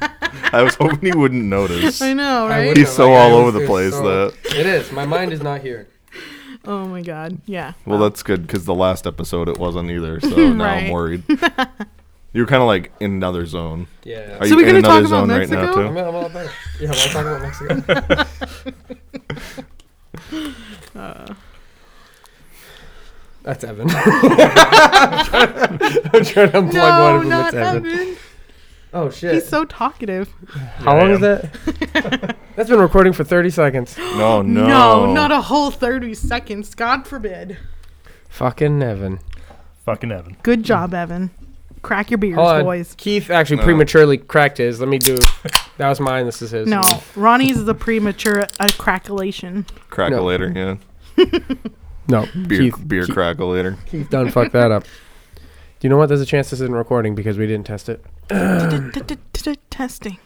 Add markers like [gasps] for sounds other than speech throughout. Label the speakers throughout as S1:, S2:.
S1: I was hoping he [laughs] wouldn't notice.
S2: I know,
S3: I
S2: right?
S3: wouldn't,
S1: He's so
S3: I
S1: all
S3: was
S1: over the
S3: just
S1: place that-
S3: it is. My mind is not here.
S2: Oh my god. Yeah.
S1: Well, that's good because the last episode it wasn't either. [laughs] So now I'm
S2: Right.
S1: worried. You're kind of like in another zone.
S3: Yeah.
S1: Are you
S2: So we're
S1: in
S2: gonna
S1: another
S2: talk
S1: zone
S2: about
S1: right now
S2: Mexico?
S3: I'm,
S1: too?
S3: I'm all about it. Yeah, we're talking about Mexico.
S1: [laughs]
S3: Uh. That's Evan. [laughs] I'm trying to unplug one
S2: No,
S3: of them.
S2: not
S3: It's Evan.
S2: Evan.
S3: Oh shit!
S2: He's so talkative.
S3: How long is that?
S2: [laughs]
S3: That's been recording for 30 seconds.
S1: No, no,
S2: No, not a whole 30 seconds. God forbid.
S3: Fucking Evan.
S4: Fucking Evan.
S2: Good job, Evan. Crack your beers,
S3: Hold on.
S2: boys.
S3: Keith actually
S1: No.
S3: prematurely cracked his. Let me do. That was mine. This is his.
S2: No, Ronnie's is a premature uh,
S3: [sighs]
S2: crackulation.
S1: crackle
S3: No.
S1: later. Yeah,
S3: No.
S1: beer,
S3: Keith,
S1: beer
S3: Keith,
S1: crackle later.
S3: Keith done fucked that up. Do you know what? There's a chance this isn't recording because we didn't test it.
S2: Testing.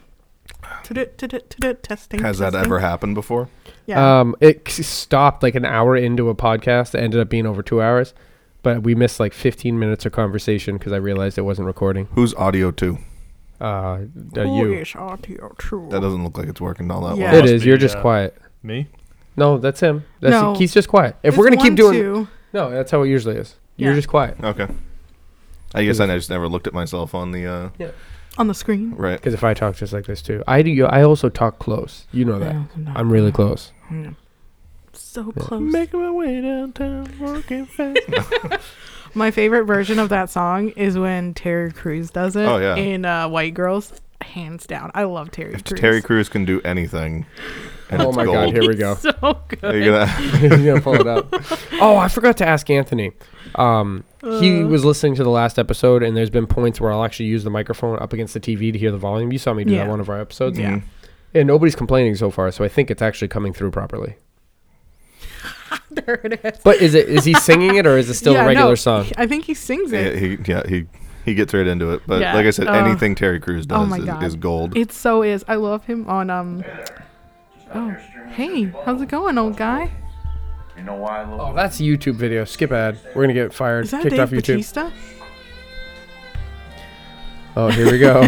S2: Testing.
S1: Has that ever happened before?
S2: Yeah.
S3: Um, it c- stopped like an hour into a podcast that ended up being over two hours, but we missed like 15 minutes of conversation because I realized it wasn't recording.
S1: Who's audio two?
S3: Uh, d-
S2: Who
S3: you.
S2: is RTO2?
S1: That doesn't look like it's working all that
S2: Yeah.
S1: well.
S3: It
S4: Must
S3: is.
S4: be,
S3: You're just
S4: uh,
S3: quiet.
S4: Me?
S3: No, that's him. That's
S2: No.
S3: Keith's just quiet. If
S2: It's
S3: we're gonna keep
S2: one,
S3: doing,
S2: two.
S3: no, that's how it usually is. You're
S2: Yeah.
S3: just quiet.
S1: Okay. I guess I just never looked at myself on the uh,
S2: on the screen.
S1: right.
S3: Because if I talk just like this too, I do. I also talk close. You know that.
S2: No,
S3: I'm really close.
S2: no. Mm. So
S3: Yeah.
S2: close.
S4: my way downtown, walking fast.
S2: My favorite version of that song is when Terry Crews does it
S1: Oh, yeah.
S2: in uh, White Girls. Hands down. I love Terry
S1: If
S2: Crews.
S1: Terry Crews can do anything, and
S3: Oh
S1: it's
S3: my
S1: gold.
S3: god! Here we go.
S2: So good.
S1: Are you
S3: [laughs]
S1: gonna-
S3: You're gonna pull it up. Oh, I forgot to ask Anthony. Um, he
S2: Uh.
S3: was listening to the last episode, and there's been points where I'll actually use the microphone up against the TV to hear the volume. You saw me do that
S2: Yeah.
S3: one of
S1: [laughs]
S3: our episodes,
S2: Yeah.
S1: Mm.
S3: and nobody's complaining so far. So I think it's actually coming through properly.
S2: [laughs] there it is.
S3: But is it is he singing it or is it still
S2: [laughs] Yeah,
S3: a
S2: no,
S3: regular song?
S2: I think he sings
S1: Yeah,
S2: it.
S1: he yeah he he gets right into it. But
S2: Yeah.
S1: like I said,
S2: Oh.
S1: anything Terry Crews
S2: Oh
S1: does
S2: my God.
S1: is, is gold.
S2: It so is. I love him on um. Oh, hey, how's it going, old guy?
S5: You know why I love
S3: Oh, that's a YouTube video. Skip ad. We're gonna get fired,
S2: Is that
S3: kicked off
S2: Dave
S3: YouTube.
S2: Batista?
S3: Oh, here
S2: [laughs]
S3: we go.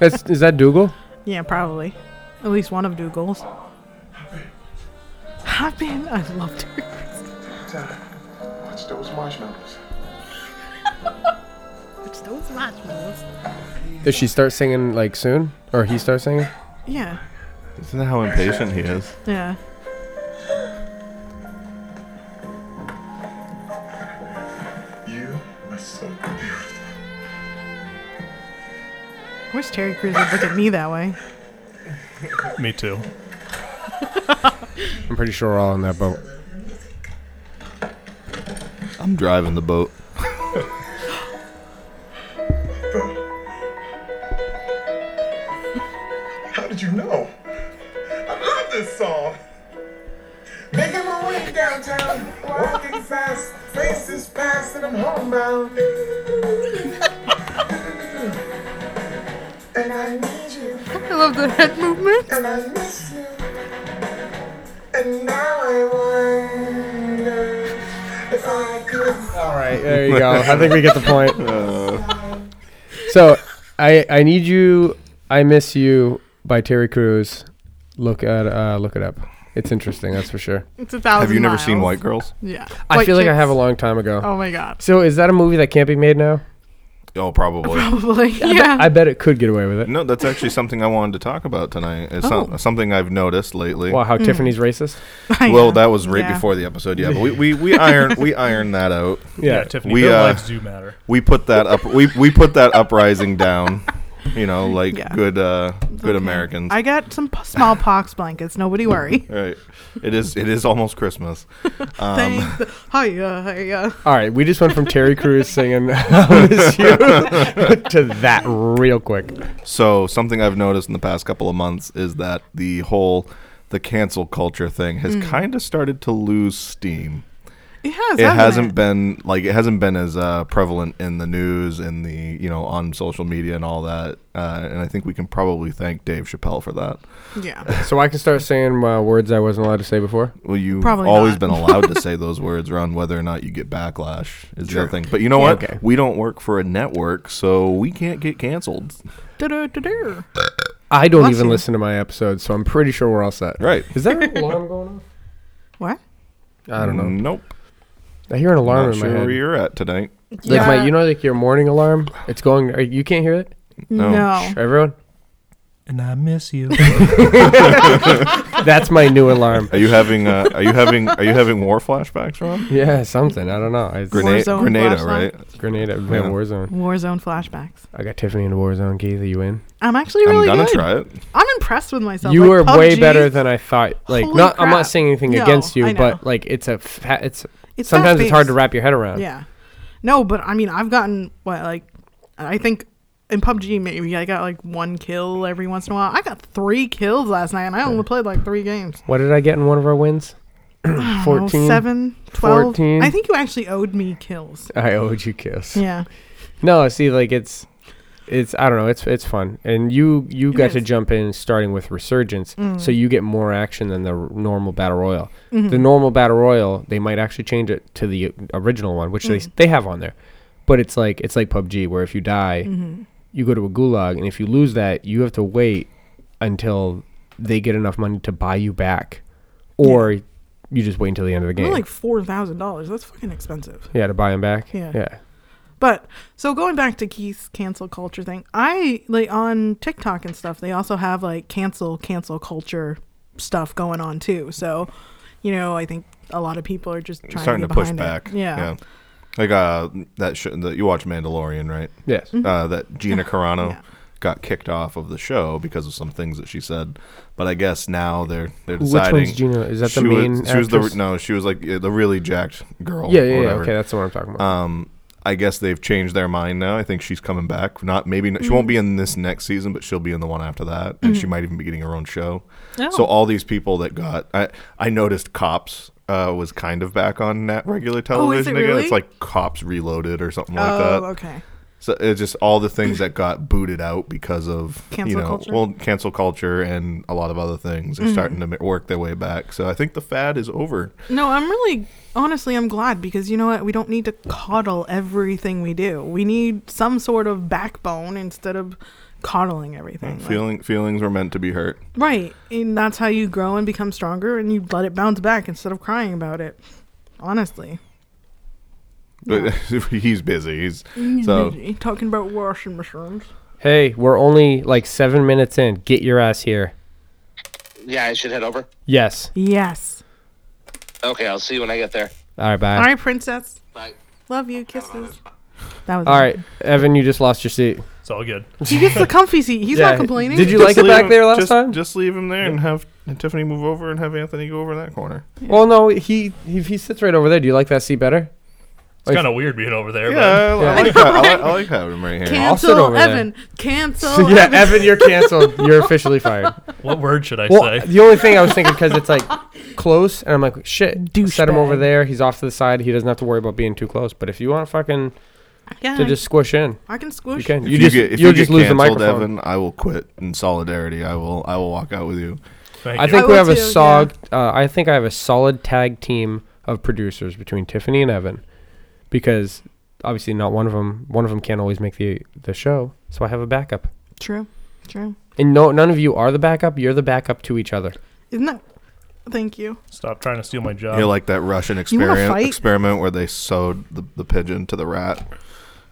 S3: that's, is that Dougal?
S2: Yeah, probably. At least one of Dougal's. I've been. I loved her.
S5: Lieutenant, what's those marshmallows?
S2: [laughs] It's those marshmallows.
S3: Does she start singing like soon, or he starts singing?
S2: Yeah,
S1: Isn't that how impatient he is?
S2: yeah.
S5: You are so beautiful.
S2: I wish Terry Crews would look at me that way.
S4: Me too.
S3: I'm pretty sure we're all on that boat.
S1: I'm driving the boat.
S5: Bro. How did you know? I love this song. Making my way downtown, walking fast, faces past, and I'm homebound. and I need you,
S2: I love the head movement.
S5: and I miss you. And now I wonder if I could.
S3: All right, there you go. I think we get the point. So, I I need you. I miss you by Terry Crews. Look at uh, look it up. It's interesting, that's for sure.
S2: It's a thousand.
S1: Have you never seen
S2: Oh, miles.
S1: White Girls?
S2: Yeah.
S3: I
S2: White
S3: feel like I
S2: chicks.
S3: have a long time ago.
S2: Oh my god.
S3: So, is that a movie that can't be made now?
S1: Oh, probably.
S2: Probably. Yeah.
S3: [laughs] I bet it could get away with it.
S1: No, that's actually something I wanted to talk about tonight. It's
S2: Oh.
S1: some, something I've noticed lately.
S3: Wow, how
S2: Hmm.
S3: Tiffany's racist.
S2: I
S1: Well,
S2: know.
S1: that was right
S2: Yeah.
S1: before the episode, yeah. But we we,
S2: [laughs]
S1: we iron we ironed that out.
S4: Yeah,
S3: Yeah.
S4: Tiffany,
S1: We,
S4: their
S1: uh,
S4: lives do matter.
S1: We put that up. We we put that uprising down. You know, like
S2: Yeah.
S1: good uh, good
S2: Okay.
S1: Americans.
S2: I got some p-
S1: [laughs]
S2: smallpox blankets. Nobody worry.
S1: right. It is it is almost Christmas. [laughs] Um,
S2: Thank the- hiya, hiya.
S3: All right, we just went from
S2: [laughs]
S3: Terry Crews singing [laughs] "I miss you" [laughs] to that real quick.
S1: So something I've noticed in the past couple of months is that the whole the cancel culture thing has kind of started to lose steam.
S2: It has.
S1: it
S2: hasn't
S1: hasn't
S2: it?
S1: been like it hasn't been as uh, prevalent in the news and the you know on social media and all that. Uh, and I think we can probably thank Dave Chappelle for that.
S2: Yeah.
S3: So I can start saying uh, words I wasn't allowed to say before.
S1: Well, you've
S2: Probably
S1: always
S2: not.
S1: been allowed to say those words around whether or not you get backlash is the other thing. But you know
S3: Yeah,
S1: what?
S3: okay.
S1: We don't work for a network, so we can't get canceled.
S2: Du-du-du-du.
S3: I don't
S2: Bless
S3: even
S2: you.
S3: listen to my episodes, so I'm pretty sure we're all set.
S1: Right.
S3: Is there [laughs] an alarm going off?
S2: What?
S3: I don't know.
S1: Nope.
S3: I hear an alarm
S1: Not
S3: in
S1: sure
S3: my head.
S1: where you're at tonight.
S3: Like my, you know, like your morning alarm. It's going. uh, You can't hear it,
S1: No.
S2: No.
S3: everyone.
S4: And I miss [laughs] you.
S3: That's my new alarm. [laughs]
S1: Are you having? Uh, are you having? Are you having war flashbacks, Ron?
S3: Yeah, something. I don't know. It's
S2: Grenade.
S1: Grenada,
S2: Warzone
S1: Grenada,
S2: flashback.
S1: right?
S3: Grenade. at
S1: Yeah.
S3: Warzone.
S2: Warzone flashbacks.
S3: I got Tiffany in Warzone. Keith, are you in?
S2: I'm actually really
S1: I'm gonna
S2: good.
S1: try it.
S2: I'm impressed with myself.
S3: you
S2: Like,
S3: were way
S2: PUBG,
S3: better than I thought. Like,
S2: Holy
S3: not. I'm
S2: crap.
S3: not saying anything
S2: No,
S3: against
S2: I
S3: you,
S2: know.
S3: but like, it's a. Fa- it's,
S2: It's
S3: sometimes it's hard to
S2: fast-paced.
S3: wrap your head around.
S2: Yeah. No, but I mean, I've gotten what like I think in PUBG maybe I got like one kill every once in a while. I got three kills last night, and I only played like three games.
S3: What did I get in one of our wins?
S2: I don't know,
S3: 14.
S2: seven, 12.
S3: 14.
S2: I think you actually owed me kills.
S3: I owed you kills.
S2: Yeah.
S3: No, see, like it's, it's I don't know, it's it's fun, and you you
S2: It
S3: got to
S2: is. Mm.
S3: jump in starting with Resurgence, so you get more action than the r- normal battle royal.
S2: Mm-hmm.
S3: The normal battle royal, they might actually change it to the original one, which they
S2: Mm.
S3: s they have on there, but it's like it's like PUBG, where if you die,
S2: Mm. Mm-hmm.
S3: you go to a gulag, and if you lose that, you have to wait until they get enough money to buy you back, or you just wait until the end of the
S2: Only
S3: game.
S2: like four thousand dollars. That's fucking expensive.
S3: yeah, to buy them back.
S2: Yeah. Mm.
S3: yeah.
S2: But so going back to Keith's cancel culture thing, I like on TikTok and stuff, they also have like cancel cancel culture stuff going on too. So, you know, I think a lot of people are just trying
S1: Starting to
S2: get
S1: push
S2: behind
S1: back.
S2: It. Yeah.
S1: Like uh, that sh- that you watch Mandalorian, right?
S3: Yes.
S1: uh, that Gina Carano
S2: Mm-hmm. Yeah.
S1: got kicked off of the show because of some things that she said. But I guess now they're they're
S3: Which
S1: deciding.
S3: one's Gina? Is that the
S1: she
S3: main?
S1: Was, she was
S3: actress?
S1: the no. She was like yeah, the really jacked girl.
S3: Yeah,
S1: or
S3: yeah, yeah.
S1: whatever.
S3: Okay, that's the one I'm talking about.
S1: Um, I guess they've changed their mind now. I think she's coming back. Not maybe she
S2: Mm-hmm.
S1: won't be in this next season, but she'll be in the one after that, and she might even be getting her own show.
S2: Oh.
S1: So all these people that got, I I noticed Cops uh, was kind of back on net regular television again.
S2: really?
S1: It's like Cops Reloaded or something like that.
S2: oh, okay.
S1: So it's just all the things that got booted out because of you
S2: Cancel
S1: know
S2: culture?
S1: well cancel culture and a lot of other things are starting to ma- work their way back. So I think the fad is over.
S2: No, I'm really honestly I'm glad because you know what? We don't need to coddle everything we do. We need some sort of backbone instead of coddling everything. Like,
S1: Feeling feelings were meant to be hurt.
S2: Right. And that's how you grow and become stronger and you let it bounce back instead of crying about it. Honestly.
S1: But [laughs] he's busy. He's so
S2: Busy Talking about washing mushrooms.
S3: hey, we're only like seven minutes in. Get your ass here.
S6: Yeah, I should head over.
S3: Yes.
S2: Yes.
S6: Okay, I'll see you when I get there.
S3: All right. Bye.
S2: All right, princess.
S6: Bye.
S2: Love you. Kisses. That was
S3: All right, Evan, you just lost your seat.
S4: It's all good.
S2: He gets the comfy seat. He's
S3: Yeah.
S2: not complaining.
S3: Did you
S1: Just
S3: like it
S1: leave
S3: back
S1: him-
S3: there last
S1: just-
S3: time?
S1: Just leave him there and have Tiffany move over and have Anthony go over that corner.
S3: Well, no, he, he he sits right over there. Do you like that seat better?
S4: It's kind of weird being over there,
S1: Yeah, I, I
S3: Yeah.
S1: like that. I, like, I like having him right here.
S3: I'll sit
S2: Cancel
S3: over there.
S2: Evan.
S3: [laughs]
S2: Cancel
S3: yeah,
S2: Evan.
S3: Evan, you're canceled.
S2: [laughs]
S3: You're officially fired.
S4: but what word should I
S3: Well,
S4: say?
S3: the only thing I was thinking because
S2: [laughs]
S3: it's like close, and I'm like, shit, set him over
S2: Douchebag.
S3: there. He's off to the side. He doesn't have to worry about being too close. But if you want fucking
S2: Yeah,
S3: to just squish in,
S2: I can
S3: you
S2: squish.
S3: can.
S1: If
S3: You, just
S1: get, if
S3: you'll
S1: you
S3: just
S1: get
S3: lose the
S1: canceled,
S3: microphone.
S1: Evan, I will quit in solidarity. I will. I will walk out with you.
S4: Thank
S3: I
S4: you.
S3: think
S2: I
S3: we
S2: will
S3: have a
S2: too, yeah.
S3: sog. Uh, I think I have a solid tag team of producers between Tiffany and Evan, because obviously not one of them. One of them can't always make the the show, so I have a backup.
S2: True. True.
S3: And no, none of you are the backup. You're the backup to
S2: [laughs]
S3: each other.
S2: Isn't that? Thank you.
S4: Stop trying to steal my job.
S1: You're like that Russian
S2: You wanna
S1: experiment
S2: fight?
S1: experiment where they sewed the, the pigeon to the rat.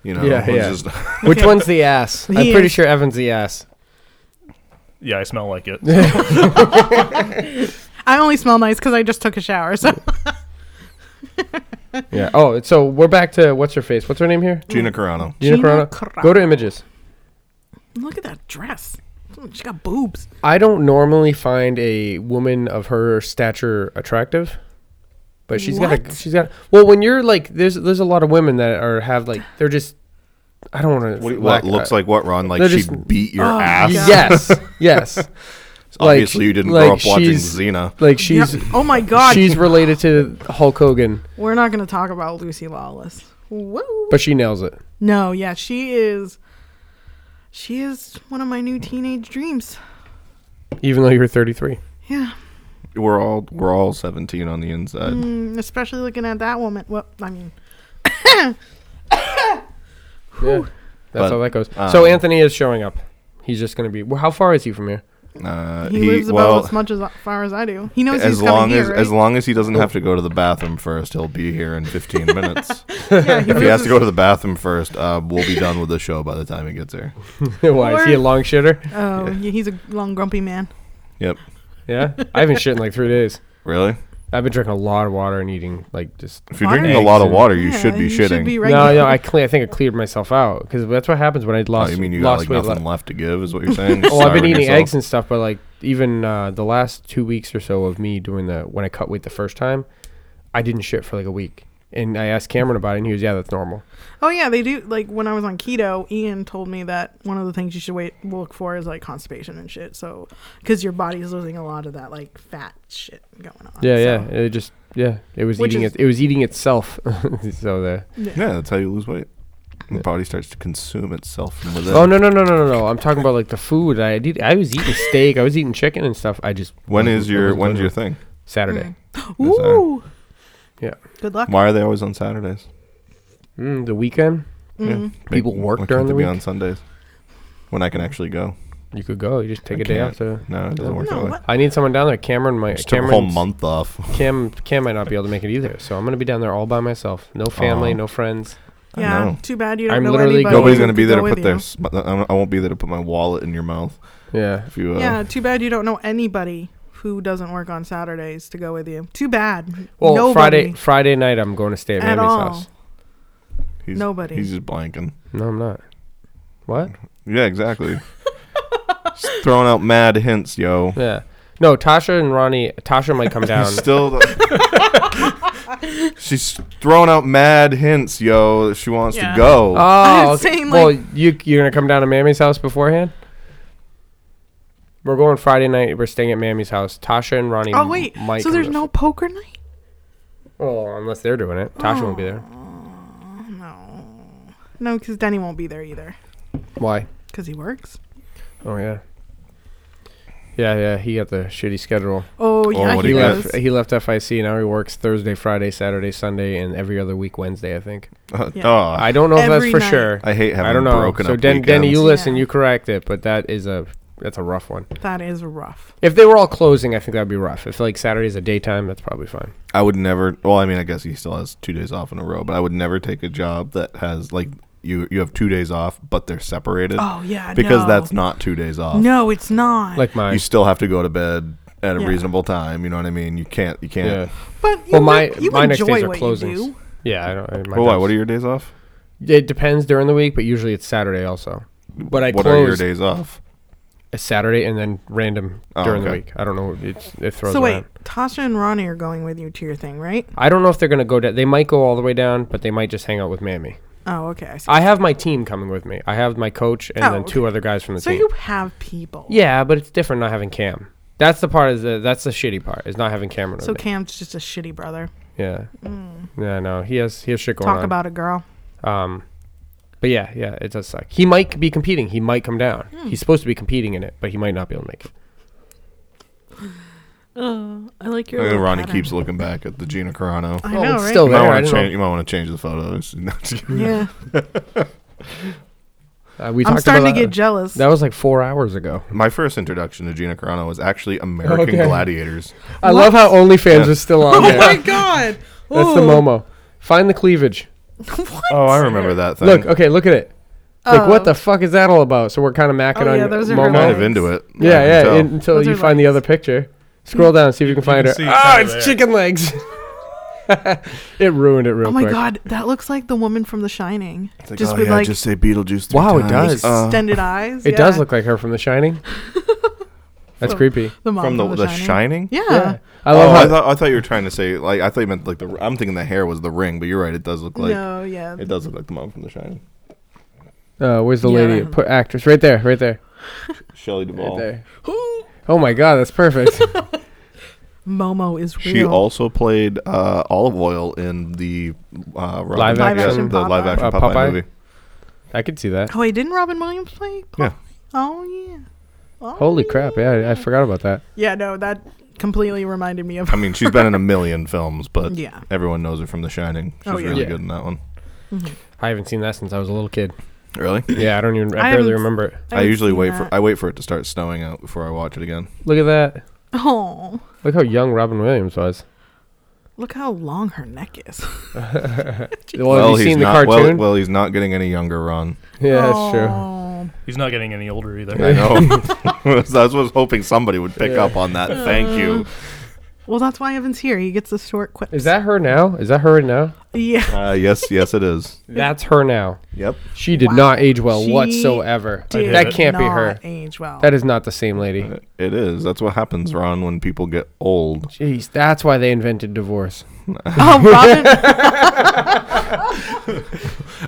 S1: You know,
S3: Yeah,
S1: it was
S3: yeah.
S1: just- [laughs]
S3: Which one's the ass? I'm
S2: He
S3: pretty
S2: is.
S3: sure Evan's the ass.
S4: yeah, I smell like it.
S2: I only smell nice because I just took a shower. So [laughs]
S3: Yeah. Oh, so we're back to what's her face? What's her name here?
S1: Gina Carano.
S3: Gina,
S2: Gina
S3: Carano.
S2: Carano.
S3: Go to images.
S2: look at that dress. She got boobs.
S3: I don't normally find a woman of her stature attractive, but she's got a
S2: What?
S3: she's got well. When you're like there's there's a lot of women that are have like they're just I don't want to
S1: What, what looks like what Ron? Like
S3: They're
S1: she
S3: just-
S1: beat your
S2: Oh,
S1: ass.
S2: yeah.
S3: yes
S1: [laughs]
S3: yes [laughs]
S1: Obviously, you didn't
S3: like
S1: grow up watching
S3: she's-
S1: Xena.
S3: like she's
S2: Yeah. Oh my god.
S3: she's related to Hulk Hogan,
S2: We're not going to talk about Lucy Lawless. Whoa.
S3: but she nails it.
S2: No, yeah, she is. She is one of my new teenage dreams.
S3: Even though you're 33,
S2: Yeah,
S1: We're all we're all 17 on the inside.
S2: mm, especially looking at that woman. Well, I mean,
S3: yeah, that's
S1: But,
S3: how that goes.
S1: um,
S3: so Anthony is showing up. He's just gonna be. Well, how far is he from here? [laughs]
S1: Uh,
S2: He,
S1: he-
S2: lives about
S1: well,
S2: as much as far as I do. He knows
S1: as
S2: he's coming
S1: long
S2: here,
S1: as
S2: right?
S1: as long as he
S3: Oh.
S1: doesn't have to go to the bathroom first, he'll be here in
S3: [laughs]
S1: 15 minutes. [laughs]
S2: yeah,
S1: if he
S2: lives
S1: has to
S2: as-
S1: go to the bathroom first, uh, we'll be done with the show by the time he gets here.
S3: Why is he a long shitter?
S2: Oh,
S1: Yeah.
S2: yeah, he's a long, grumpy man.
S1: Yep.
S3: Yeah, I haven't shit in like three days.
S1: Really?
S3: I've been drinking a lot of water and eating like just.
S1: If you're
S2: Water?
S1: drinking a
S3: Eggs
S1: lot of
S3: and-
S1: water, you
S2: Yeah,
S1: should be
S2: you
S1: shitting.
S2: Should be right
S3: No, no, I cle I think I cleared myself out because that's what happens when I
S1: Oh,
S3: lost.
S1: you mean you got like
S3: lost
S1: nothing
S3: weight. la-
S1: left to give? Is what you're
S3: [laughs]
S1: saying?
S3: Well, I've been
S1: Starving
S3: eating
S1: yourself?
S3: eggs and stuff, but like even uh, the last two weeks or so of me doing the when I cut weight the first time, I didn't shit for like a week. And I asked Cameron about it, and he was, "Yeah, that's normal."
S2: Oh yeah, they do. Like when I was on keto, Ian told me that one of the things you should wait look for is like constipation and shit. So because your body's losing a lot of that like fat shit going on.
S3: Yeah,
S2: so.
S3: yeah. It just, yeah, it was
S2: Which
S3: eating
S2: is-
S3: it. It was eating itself. [laughs] so the.
S1: Yeah, that's how you lose weight. The body starts to consume itself from within.
S3: Oh no no no no no no! I'm talking about like the food. I did. I was eating steak. I was eating chicken and stuff. I just.
S1: When is your
S3: wasn't
S1: when's
S3: doing
S1: your
S3: it.
S1: thing?
S3: Saturday?
S2: Ooh.
S3: Yeah.
S2: Good luck.
S1: Why are they always on Saturdays?
S3: Mm, the weekend.
S2: Mm. Mm-hmm.
S1: Yeah.
S3: People work
S1: why can't
S3: during
S1: they
S3: the
S1: be
S3: week?
S1: on Sundays when I can actually go.
S3: You could go. You just take
S1: I
S3: a day
S1: can't.
S3: off to.
S1: No, it doesn't work
S2: No,
S1: that way.
S2: what?
S3: I need someone down there. Cameron might.
S1: Just took a whole
S3: Cameron's-
S1: month [laughs] off.
S3: Cam Cam might not be able to make it either, so I'm gonna be down there all by myself. No family,
S1: Aw.
S3: no friends.
S1: I
S2: Yeah.
S1: know.
S2: Too bad you don't
S3: I'm
S2: know
S3: literally
S2: anybody.
S1: Nobody's
S2: who
S1: gonna be
S2: could
S1: there to
S2: go
S1: put
S2: with
S1: their.
S2: you.
S1: sm- I I won't be there to put my wallet in your mouth.
S3: Yeah.
S1: If you, uh,
S2: Yeah. Too bad you don't know anybody who doesn't work on Saturdays to go with you. Too bad.
S3: Well,
S2: Nobody
S3: Friday Friday night I'm going to stay at,
S2: at
S3: Mammy's
S2: all.
S3: house.
S1: he's,
S2: nobody.
S1: He's just
S2: [laughs]
S1: blanking.
S3: No, I'm not.
S1: [laughs]
S3: What?
S1: Yeah, exactly. Just throwing out mad hints, yo.
S3: Yeah. No, Tasha and Ronnie. Tasha
S1: [laughs]
S3: might come down.
S1: Still,
S3: [laughs]
S1: the- she's throwing out mad hints, yo. That she wants
S2: Yeah.
S1: to go.
S3: Oh,
S2: I'm
S3: okay.
S2: saying,
S3: well,
S2: like-
S3: you you're gonna come down to Mammy's house beforehand. We're going Friday night. We're staying at Mammy's house. Tasha and Ronnie.
S2: Oh
S3: m-
S2: wait.
S3: might
S2: So
S3: come
S2: there's
S3: to-
S2: no poker night.
S3: Well, unless they're doing it, Tasha won't be there.
S2: No. No, because Denny won't be there either.
S3: Why?
S2: Because he works.
S3: Oh yeah. Yeah, yeah. He got the shitty schedule.
S2: Oh yeah,
S1: what
S2: he
S3: He
S1: do you
S2: does.
S1: guys-
S3: left. He left FIC. Now he works Thursday, Friday, Saturday, Sunday, and every other week Wednesday. I think.
S1: Uh,
S2: Yeah.
S1: oh, I,
S3: I don't know if that's
S2: Every
S3: for
S2: night.
S3: sure. I,
S1: hate having
S3: don't know.
S1: broken
S3: so
S1: up
S3: Den- Denny, you
S1: weekends.
S3: listen.
S2: Yeah.
S3: You correct it, but that is a that's a rough one.
S2: That is rough.
S3: If they were all closing, I think that'd be rough. If like Saturday's a daytime, that's probably fine.
S1: I would never. Well, I mean, I guess he still has two days off in a row, but I would never take a job that has like you. You have two days off, but they're separated.
S2: Oh yeah,
S1: because
S2: no.
S1: that's not two days off.
S2: no, it's not.
S3: Like mine.
S1: You still have to go to bed at a
S2: Yeah.
S1: reasonable time. You know what I mean? You can't. You can't.
S3: yeah.
S2: but you
S3: Well,
S2: know,
S3: my
S2: you
S3: my next
S2: enjoy
S3: days are
S2: what
S3: closings.
S2: You do.
S3: Yeah, I don't. I, my
S1: Well, why?
S3: time's-
S1: What are your days off?
S3: It depends during the week, but usually it's Saturday also. But I
S1: what
S3: close
S1: are your days off?
S3: a Saturday and then random
S1: Oh,
S3: during the
S1: okay.
S3: week. I don't know. It's, it throws.
S2: So
S3: around.
S2: wait, Tasha and Ronnie are going with you to your thing, right?
S3: I don't know if they're gonna go down. They might go all the way down, but they might just hang out with Mammy.
S2: Oh, okay. I see.
S3: I have my team coming with me. I have my coach and
S2: Oh,
S3: then two other guys from the
S2: so
S3: team.
S2: you have people.
S3: yeah, but it's different not having Cam. That's the part is the that's the shitty part is not having Cameron.
S2: So
S3: with me.
S2: Cam's just a shitty brother.
S3: yeah, yeah, no, he has he has shit going
S2: Talk
S3: on.
S2: about a girl.
S3: um, but yeah, yeah, it does suck. He might be competing. He might come down.
S2: Hmm.
S3: He's supposed to be competing in it, but he might not be able to make it.
S2: Uh, I like your.
S1: Uh,
S2: little
S1: Ronnie
S2: pattern.
S1: keeps looking back at the Gina Carano.
S2: I
S3: Well,
S2: know,
S3: Oh, it's
S2: right?
S3: still
S1: You
S3: there.
S1: might
S3: I
S1: want to
S3: don't
S1: change.
S3: know.
S1: You might want to change the photos. [laughs] No, I'm just kidding.
S2: Yeah,
S3: Uh, we
S2: I'm
S3: talked
S2: starting to
S3: about
S2: get
S3: that.
S2: jealous.
S3: that was like four hours ago.
S1: My first introduction to Gina Carano was actually American
S3: Okay.
S1: Gladiators.
S3: I love how OnlyFans
S1: Yeah.
S3: is still on.
S2: [laughs] oh
S3: there.
S2: my god!
S3: That's the
S2: Ooh.
S3: Momo. Find the cleavage.
S2: [laughs] What?
S1: Oh, I remember that thing.
S3: Look, okay, look at it. Like, what
S2: Oh.
S3: the fuck is that all about? So we're kind of macking
S2: Oh,
S3: on
S2: yeah, those are her
S3: Momo.
S1: kind of
S2: legs.
S1: into it.
S3: Yeah,
S1: I
S3: yeah.
S1: can tell.
S3: in- until
S2: Those
S3: you
S2: are
S3: find the
S2: legs.
S3: other picture. Scroll down, see if you can find
S4: can
S3: her.
S4: see it's
S3: Ah,
S4: kinda
S3: it's
S4: there.
S3: chicken legs. [laughs] it ruined it real
S2: Oh my
S3: quick.
S2: god, that looks like the woman from The Shining.
S1: It's like,
S2: just
S1: oh,
S2: with
S1: yeah,
S2: like
S1: just say Beetlejuice. three
S3: Wow, it
S1: times.
S3: does.
S1: Uh,
S2: extended eyes.
S3: It
S2: yeah.
S3: does look like her from
S2: [laughs]
S3: The Shining. That's creepy.
S2: the mom
S1: from the, the Shining.
S2: Yeah.
S3: Yeah. I
S1: Oh,
S3: love
S1: I
S3: how
S1: thought I thought you were trying to say like I thought you meant like the I'm thinking the hair was the ring, but you're right. It does look like
S2: no, yeah.
S1: it does look like the mom from The Shining.
S3: Uh, where's the
S2: Yeah,
S3: lady?
S2: that-
S3: Put actress right there, right there,
S1: Shelley
S3: right
S1: Duvall.
S3: there. Oh my god,
S2: [laughs]
S3: that's perfect.
S2: Momo is real.
S1: She also played uh, Olive Oil in the uh, Robin-
S3: Live
S1: yeah,
S3: action
S1: the live
S2: Popeye.
S1: action
S3: Uh,
S1: Popeye,
S3: Popeye?
S1: movie.
S3: I could see that.
S2: Oh, wait, didn't Robin Williams play?
S1: Yeah.
S2: Oh yeah. Oh,
S3: Holy crap! Yeah, I- I forgot about that.
S2: Yeah, no, that completely reminded me
S1: [laughs]
S2: of.
S1: I mean, she's been in a million films, [laughs] but
S2: Yeah.
S1: everyone knows her from The Shining. She's
S2: Oh, yeah.
S1: really
S3: Yeah.
S1: good in that one.
S3: I haven't seen that since I was a little kid. [coughs]
S1: Really?
S3: Yeah, I don't even.
S2: I
S3: I barely
S2: haven't-
S3: remember it.
S1: I usually wait for
S2: I-
S1: I wait for it to start snowing out before I watch it again.
S3: Look at that.
S2: oh,
S3: Look how young Robin Williams was.
S2: look how long her neck is.
S3: Well, have you seen the
S1: not, well-
S3: cartoon?
S1: Well, he's not getting any younger, Ron.
S3: yeah, that's true.
S2: Oh,
S4: He's not getting any older either.
S1: I know. [laughs] That's what I was hoping somebody would pick up on that.
S3: Uh.
S1: Thank you.
S2: Well, that's why Evan's here. He gets the short quips.
S3: Is that her now? Is that her now?
S2: [laughs] Yeah.
S1: Uh, yes, yes, it is.
S3: That's her now.
S1: Yep.
S3: She did
S2: Wow.
S3: not age well
S2: She
S3: whatsoever.
S2: Did
S3: That can't be
S2: not
S3: her.
S2: Age well.
S3: That is not the same lady.
S1: It is. That's what happens, Ron, when people get old.
S3: Jeez, that's why they invented
S1: [laughs]
S3: divorce.
S2: oh,
S3: [laughs]
S2: Robin.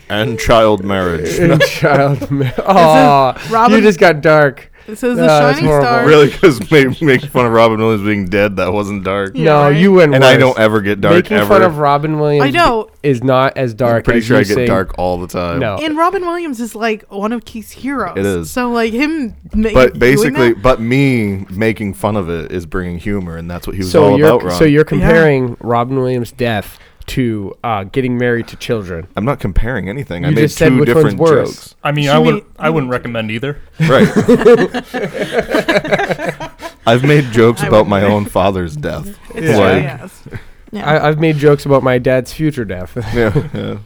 S1: And child marriage.
S3: And child ma- Aw,
S2: Robin-
S3: you just got dark.
S2: This is the
S3: No, that's
S2: shining
S3: horrible.
S1: [laughs]
S2: star.
S1: really, because make, make fun of Robin Williams being dead, that wasn't dark.
S2: Yeah,
S3: no,
S2: right?
S3: you went
S1: And
S3: worse.
S1: I don't ever get dark
S3: Making
S1: ever.
S3: fun of Robin Williams
S2: I know.
S3: is not as dark
S1: I'm pretty
S3: as
S1: sure
S3: you
S1: I get
S3: saying-
S1: dark all the time.
S3: No.
S2: And Robin Williams is like one of Keith's heroes.
S1: It is.
S2: So like him. ma-
S1: But
S2: doing
S1: basically,
S2: that-
S1: but me making fun of it is bringing humor, and that's what he was
S3: so
S1: all
S3: you're
S1: about, Ron.
S3: so you're comparing Robin Williams' death to uh, getting married to children.
S1: I'm not comparing anything. I
S3: You
S1: made
S3: just said
S1: two
S3: which one's
S1: different
S3: worse.
S1: jokes.
S4: I mean,
S2: She
S4: I wouldn't.
S2: made-
S4: I wouldn't recommend [laughs] either.
S3: [laughs]
S1: Right. I've made jokes
S2: I
S1: about
S2: wouldn't
S1: my own father's death.
S3: [laughs]
S2: It's
S3: Yeah.
S2: true,
S1: Like,
S2: yes. Yeah.
S3: I, I've made jokes about my dad's future death. [laughs]
S1: yeah, yeah.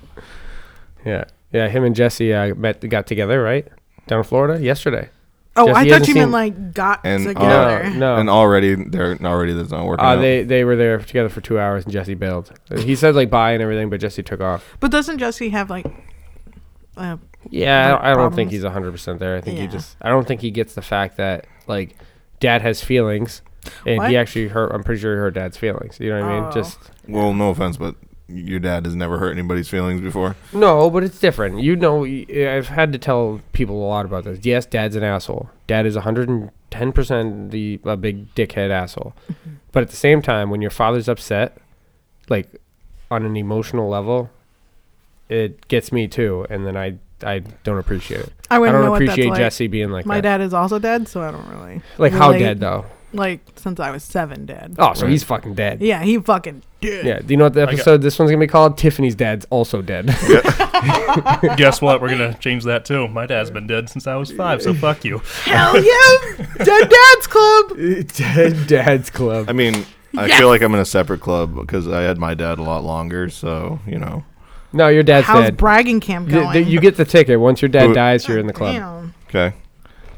S3: yeah, yeah. Him and Jesse uh, met, got together, right? Down in Florida yesterday.
S2: oh,
S3: Jesse
S2: I
S3: hasn't
S2: thought you meant
S3: seen-
S2: like got
S1: And, uh,
S2: together.
S3: No,
S1: And
S3: no.
S1: already, they're already that's not working.
S3: Uh,
S1: out.
S3: they they were there together for two hours, and Jesse bailed. He said like bye and everything, but Jesse took off.
S2: But doesn't Jesse have like? Uh,
S3: Yeah, I
S2: Like
S3: don't, I don't think
S2: problems?
S3: he's hundred percent there. I think he
S2: Yeah.
S3: just. I don't think he gets the fact that like dad has feelings, and
S2: What?
S3: he actually hurt. I'm pretty sure he hurt dad's feelings. You know what I mean?
S2: Oh.
S3: Just
S1: well, no offense, but your dad has never hurt anybody's feelings before.
S3: No, but it's different. You know, y- I've had to tell people a lot about this. Yes, dad's an asshole. Dad is 110% the a big dickhead asshole.
S2: Mm-hmm.
S3: but at the same time, when your father's upset, like on an emotional level, it gets me too, and then I I don't appreciate it.
S2: I
S3: I
S2: wouldn't
S3: don't
S2: know
S3: appreciate
S2: what that's
S3: Jesse being like
S2: like. My
S3: that.
S2: dad is also dead, so I don't really
S3: Like how
S2: relate.
S3: dead though?
S2: Like since I was seven, dead.
S3: Oh, so
S1: Right.
S3: he's fucking dead. Yeah.
S2: Yeah, he
S3: [laughs]
S2: fucking dead.
S3: Do you know what the
S4: got-
S3: episode this one's gonna be called? Tiffany's dad's also dead.
S4: Guess what? We're gonna change that too. My dad's been dead since I was five, so fuck you.
S2: Hell yeah, dead dad's club.
S3: [laughs] Dead dad's club.
S1: I mean, I
S2: Yes!
S1: feel like I'm in a separate club because I had my dad a lot longer. So you know,
S3: No, your dad's
S2: How's
S3: dead.
S2: bragging camp
S3: Y-
S2: going? Oh,
S3: th- you [laughs] get the ticket. Once your dad
S1: Who-
S3: dies, you're in the club.
S2: Damn.
S1: okay.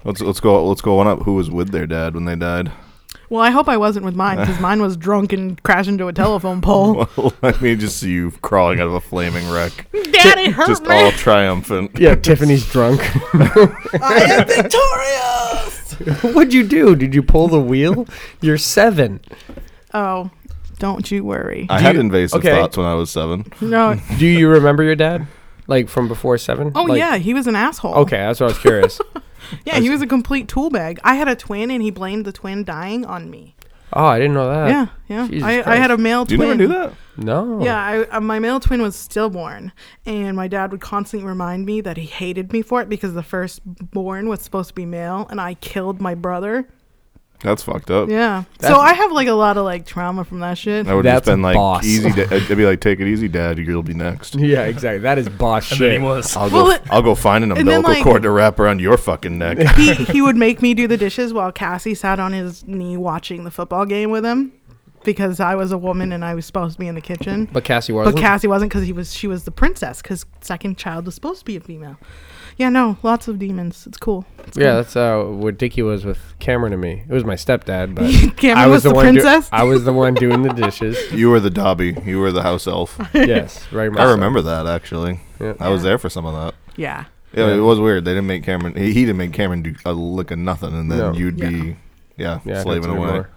S1: Let's let's go let's go one up. Who was with their dad when they died? [laughs]
S2: Well, I hope I wasn't with mine
S3: [laughs]
S2: because mine was drunk and crashed into a telephone pole.
S1: Well, I mean, just see you crawling out of a flaming wreck,
S2: Daddy hurt
S1: just
S2: me.
S1: all triumphant.
S3: [laughs] Yeah, Tiffany's drunk.
S2: [laughs] I
S3: [laughs]
S2: am victorious.
S3: What'd you do? Did you pull the wheel? You're seven.
S2: [laughs] Oh, don't you worry.
S1: [laughs] I
S3: Do
S1: had
S3: you-
S1: invasive
S3: okay.
S1: thoughts when I was seven.
S3: [laughs]
S2: No.
S3: Do you remember your dad? Like from before seven?
S2: Oh
S3: Like-
S2: yeah, he was an asshole.
S3: Okay, that's what I was
S2: [laughs]
S3: curious.
S2: Yeah, he was a complete tool bag. I had a twin, and he blamed the twin dying on me.
S3: oh, I didn't know that.
S2: yeah, yeah.
S3: Jesus
S2: I, I had a male
S1: Do you
S2: twin.
S1: never do that?
S3: No.
S2: Yeah, I, uh, my male twin was stillborn, and my dad would constantly remind me that he hated me for it because the firstborn was supposed to be male, and I killed my brother.
S1: That's fucked up.
S2: Yeah, so
S3: That's-
S2: I have like a lot of like trauma from that shit.
S1: I would just
S3: That's
S1: been like
S3: boss. [laughs]
S1: easy. Da- I'd I'd be like, take it easy, Dad. You'll be next.
S3: Yeah, exactly. That is boss
S4: And then he
S3: shit.
S4: was.
S1: I'll
S2: Well,
S1: go.
S2: it-
S1: I'll go find an
S2: then,
S1: umbilical
S2: like-
S1: cord to wrap around your fucking neck.
S3: [laughs]
S2: he he would make me do the dishes while Cassie sat on his knee watching the football game with him because I was a woman and I was supposed to be in the kitchen.
S3: But Cassie
S2: But
S3: wasn't.
S2: Cassie wasn't because he was she was the princess because second child was supposed to be a female. Yeah, no, lots of demons. It's cool. It's
S3: yeah, that's uh, what Dickie was with Cameron and me. It was my stepdad, but
S2: [laughs] Cameron
S3: I was,
S2: was
S3: the,
S2: the
S3: one do-
S2: princess?
S3: I was the one doing the dishes.
S2: [laughs]
S1: You were the Dobby. You were the house
S3: [laughs]
S1: elf.
S3: yes, right.
S1: I remember that actually.
S3: Yeah.
S1: I was there for some of that.
S2: cool. Yeah.
S1: Yeah,
S3: Yeah.
S1: it was weird. They didn't make Cameron. He, he didn't make Cameron do a lick of nothing, and then
S3: No.
S1: you'd
S2: Yeah.
S1: be, yeah,
S3: Yeah,
S1: slaving
S3: that's a good
S1: away.
S3: war.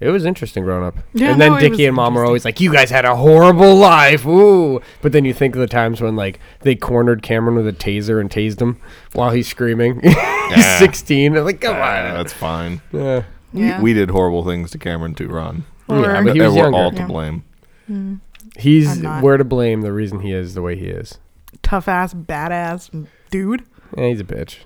S3: It was interesting growing up.
S2: Yeah,
S3: and then
S2: no, it was
S3: Dickie and Mom were always like, "You guys had a horrible life." Ooh, but then you think of the times when like they cornered Cameron with a taser and tased him while he's screaming. [laughs] he's
S1: Yeah.
S3: sixteen. I'm like, come
S1: Ah,
S3: on.
S1: that's fine.
S3: Yeah.
S2: Yeah.
S1: We did horrible things to Cameron too, Ron.
S2: Or-
S3: Yeah, I mean, he
S1: And
S3: was
S1: we're
S3: younger.
S1: all to
S2: Yeah.
S1: blame.
S3: He's
S2: I'm not.
S3: we're to blame. The reason he is the way he is.
S2: tough ass, badass dude.
S3: Yeah, he's a bitch.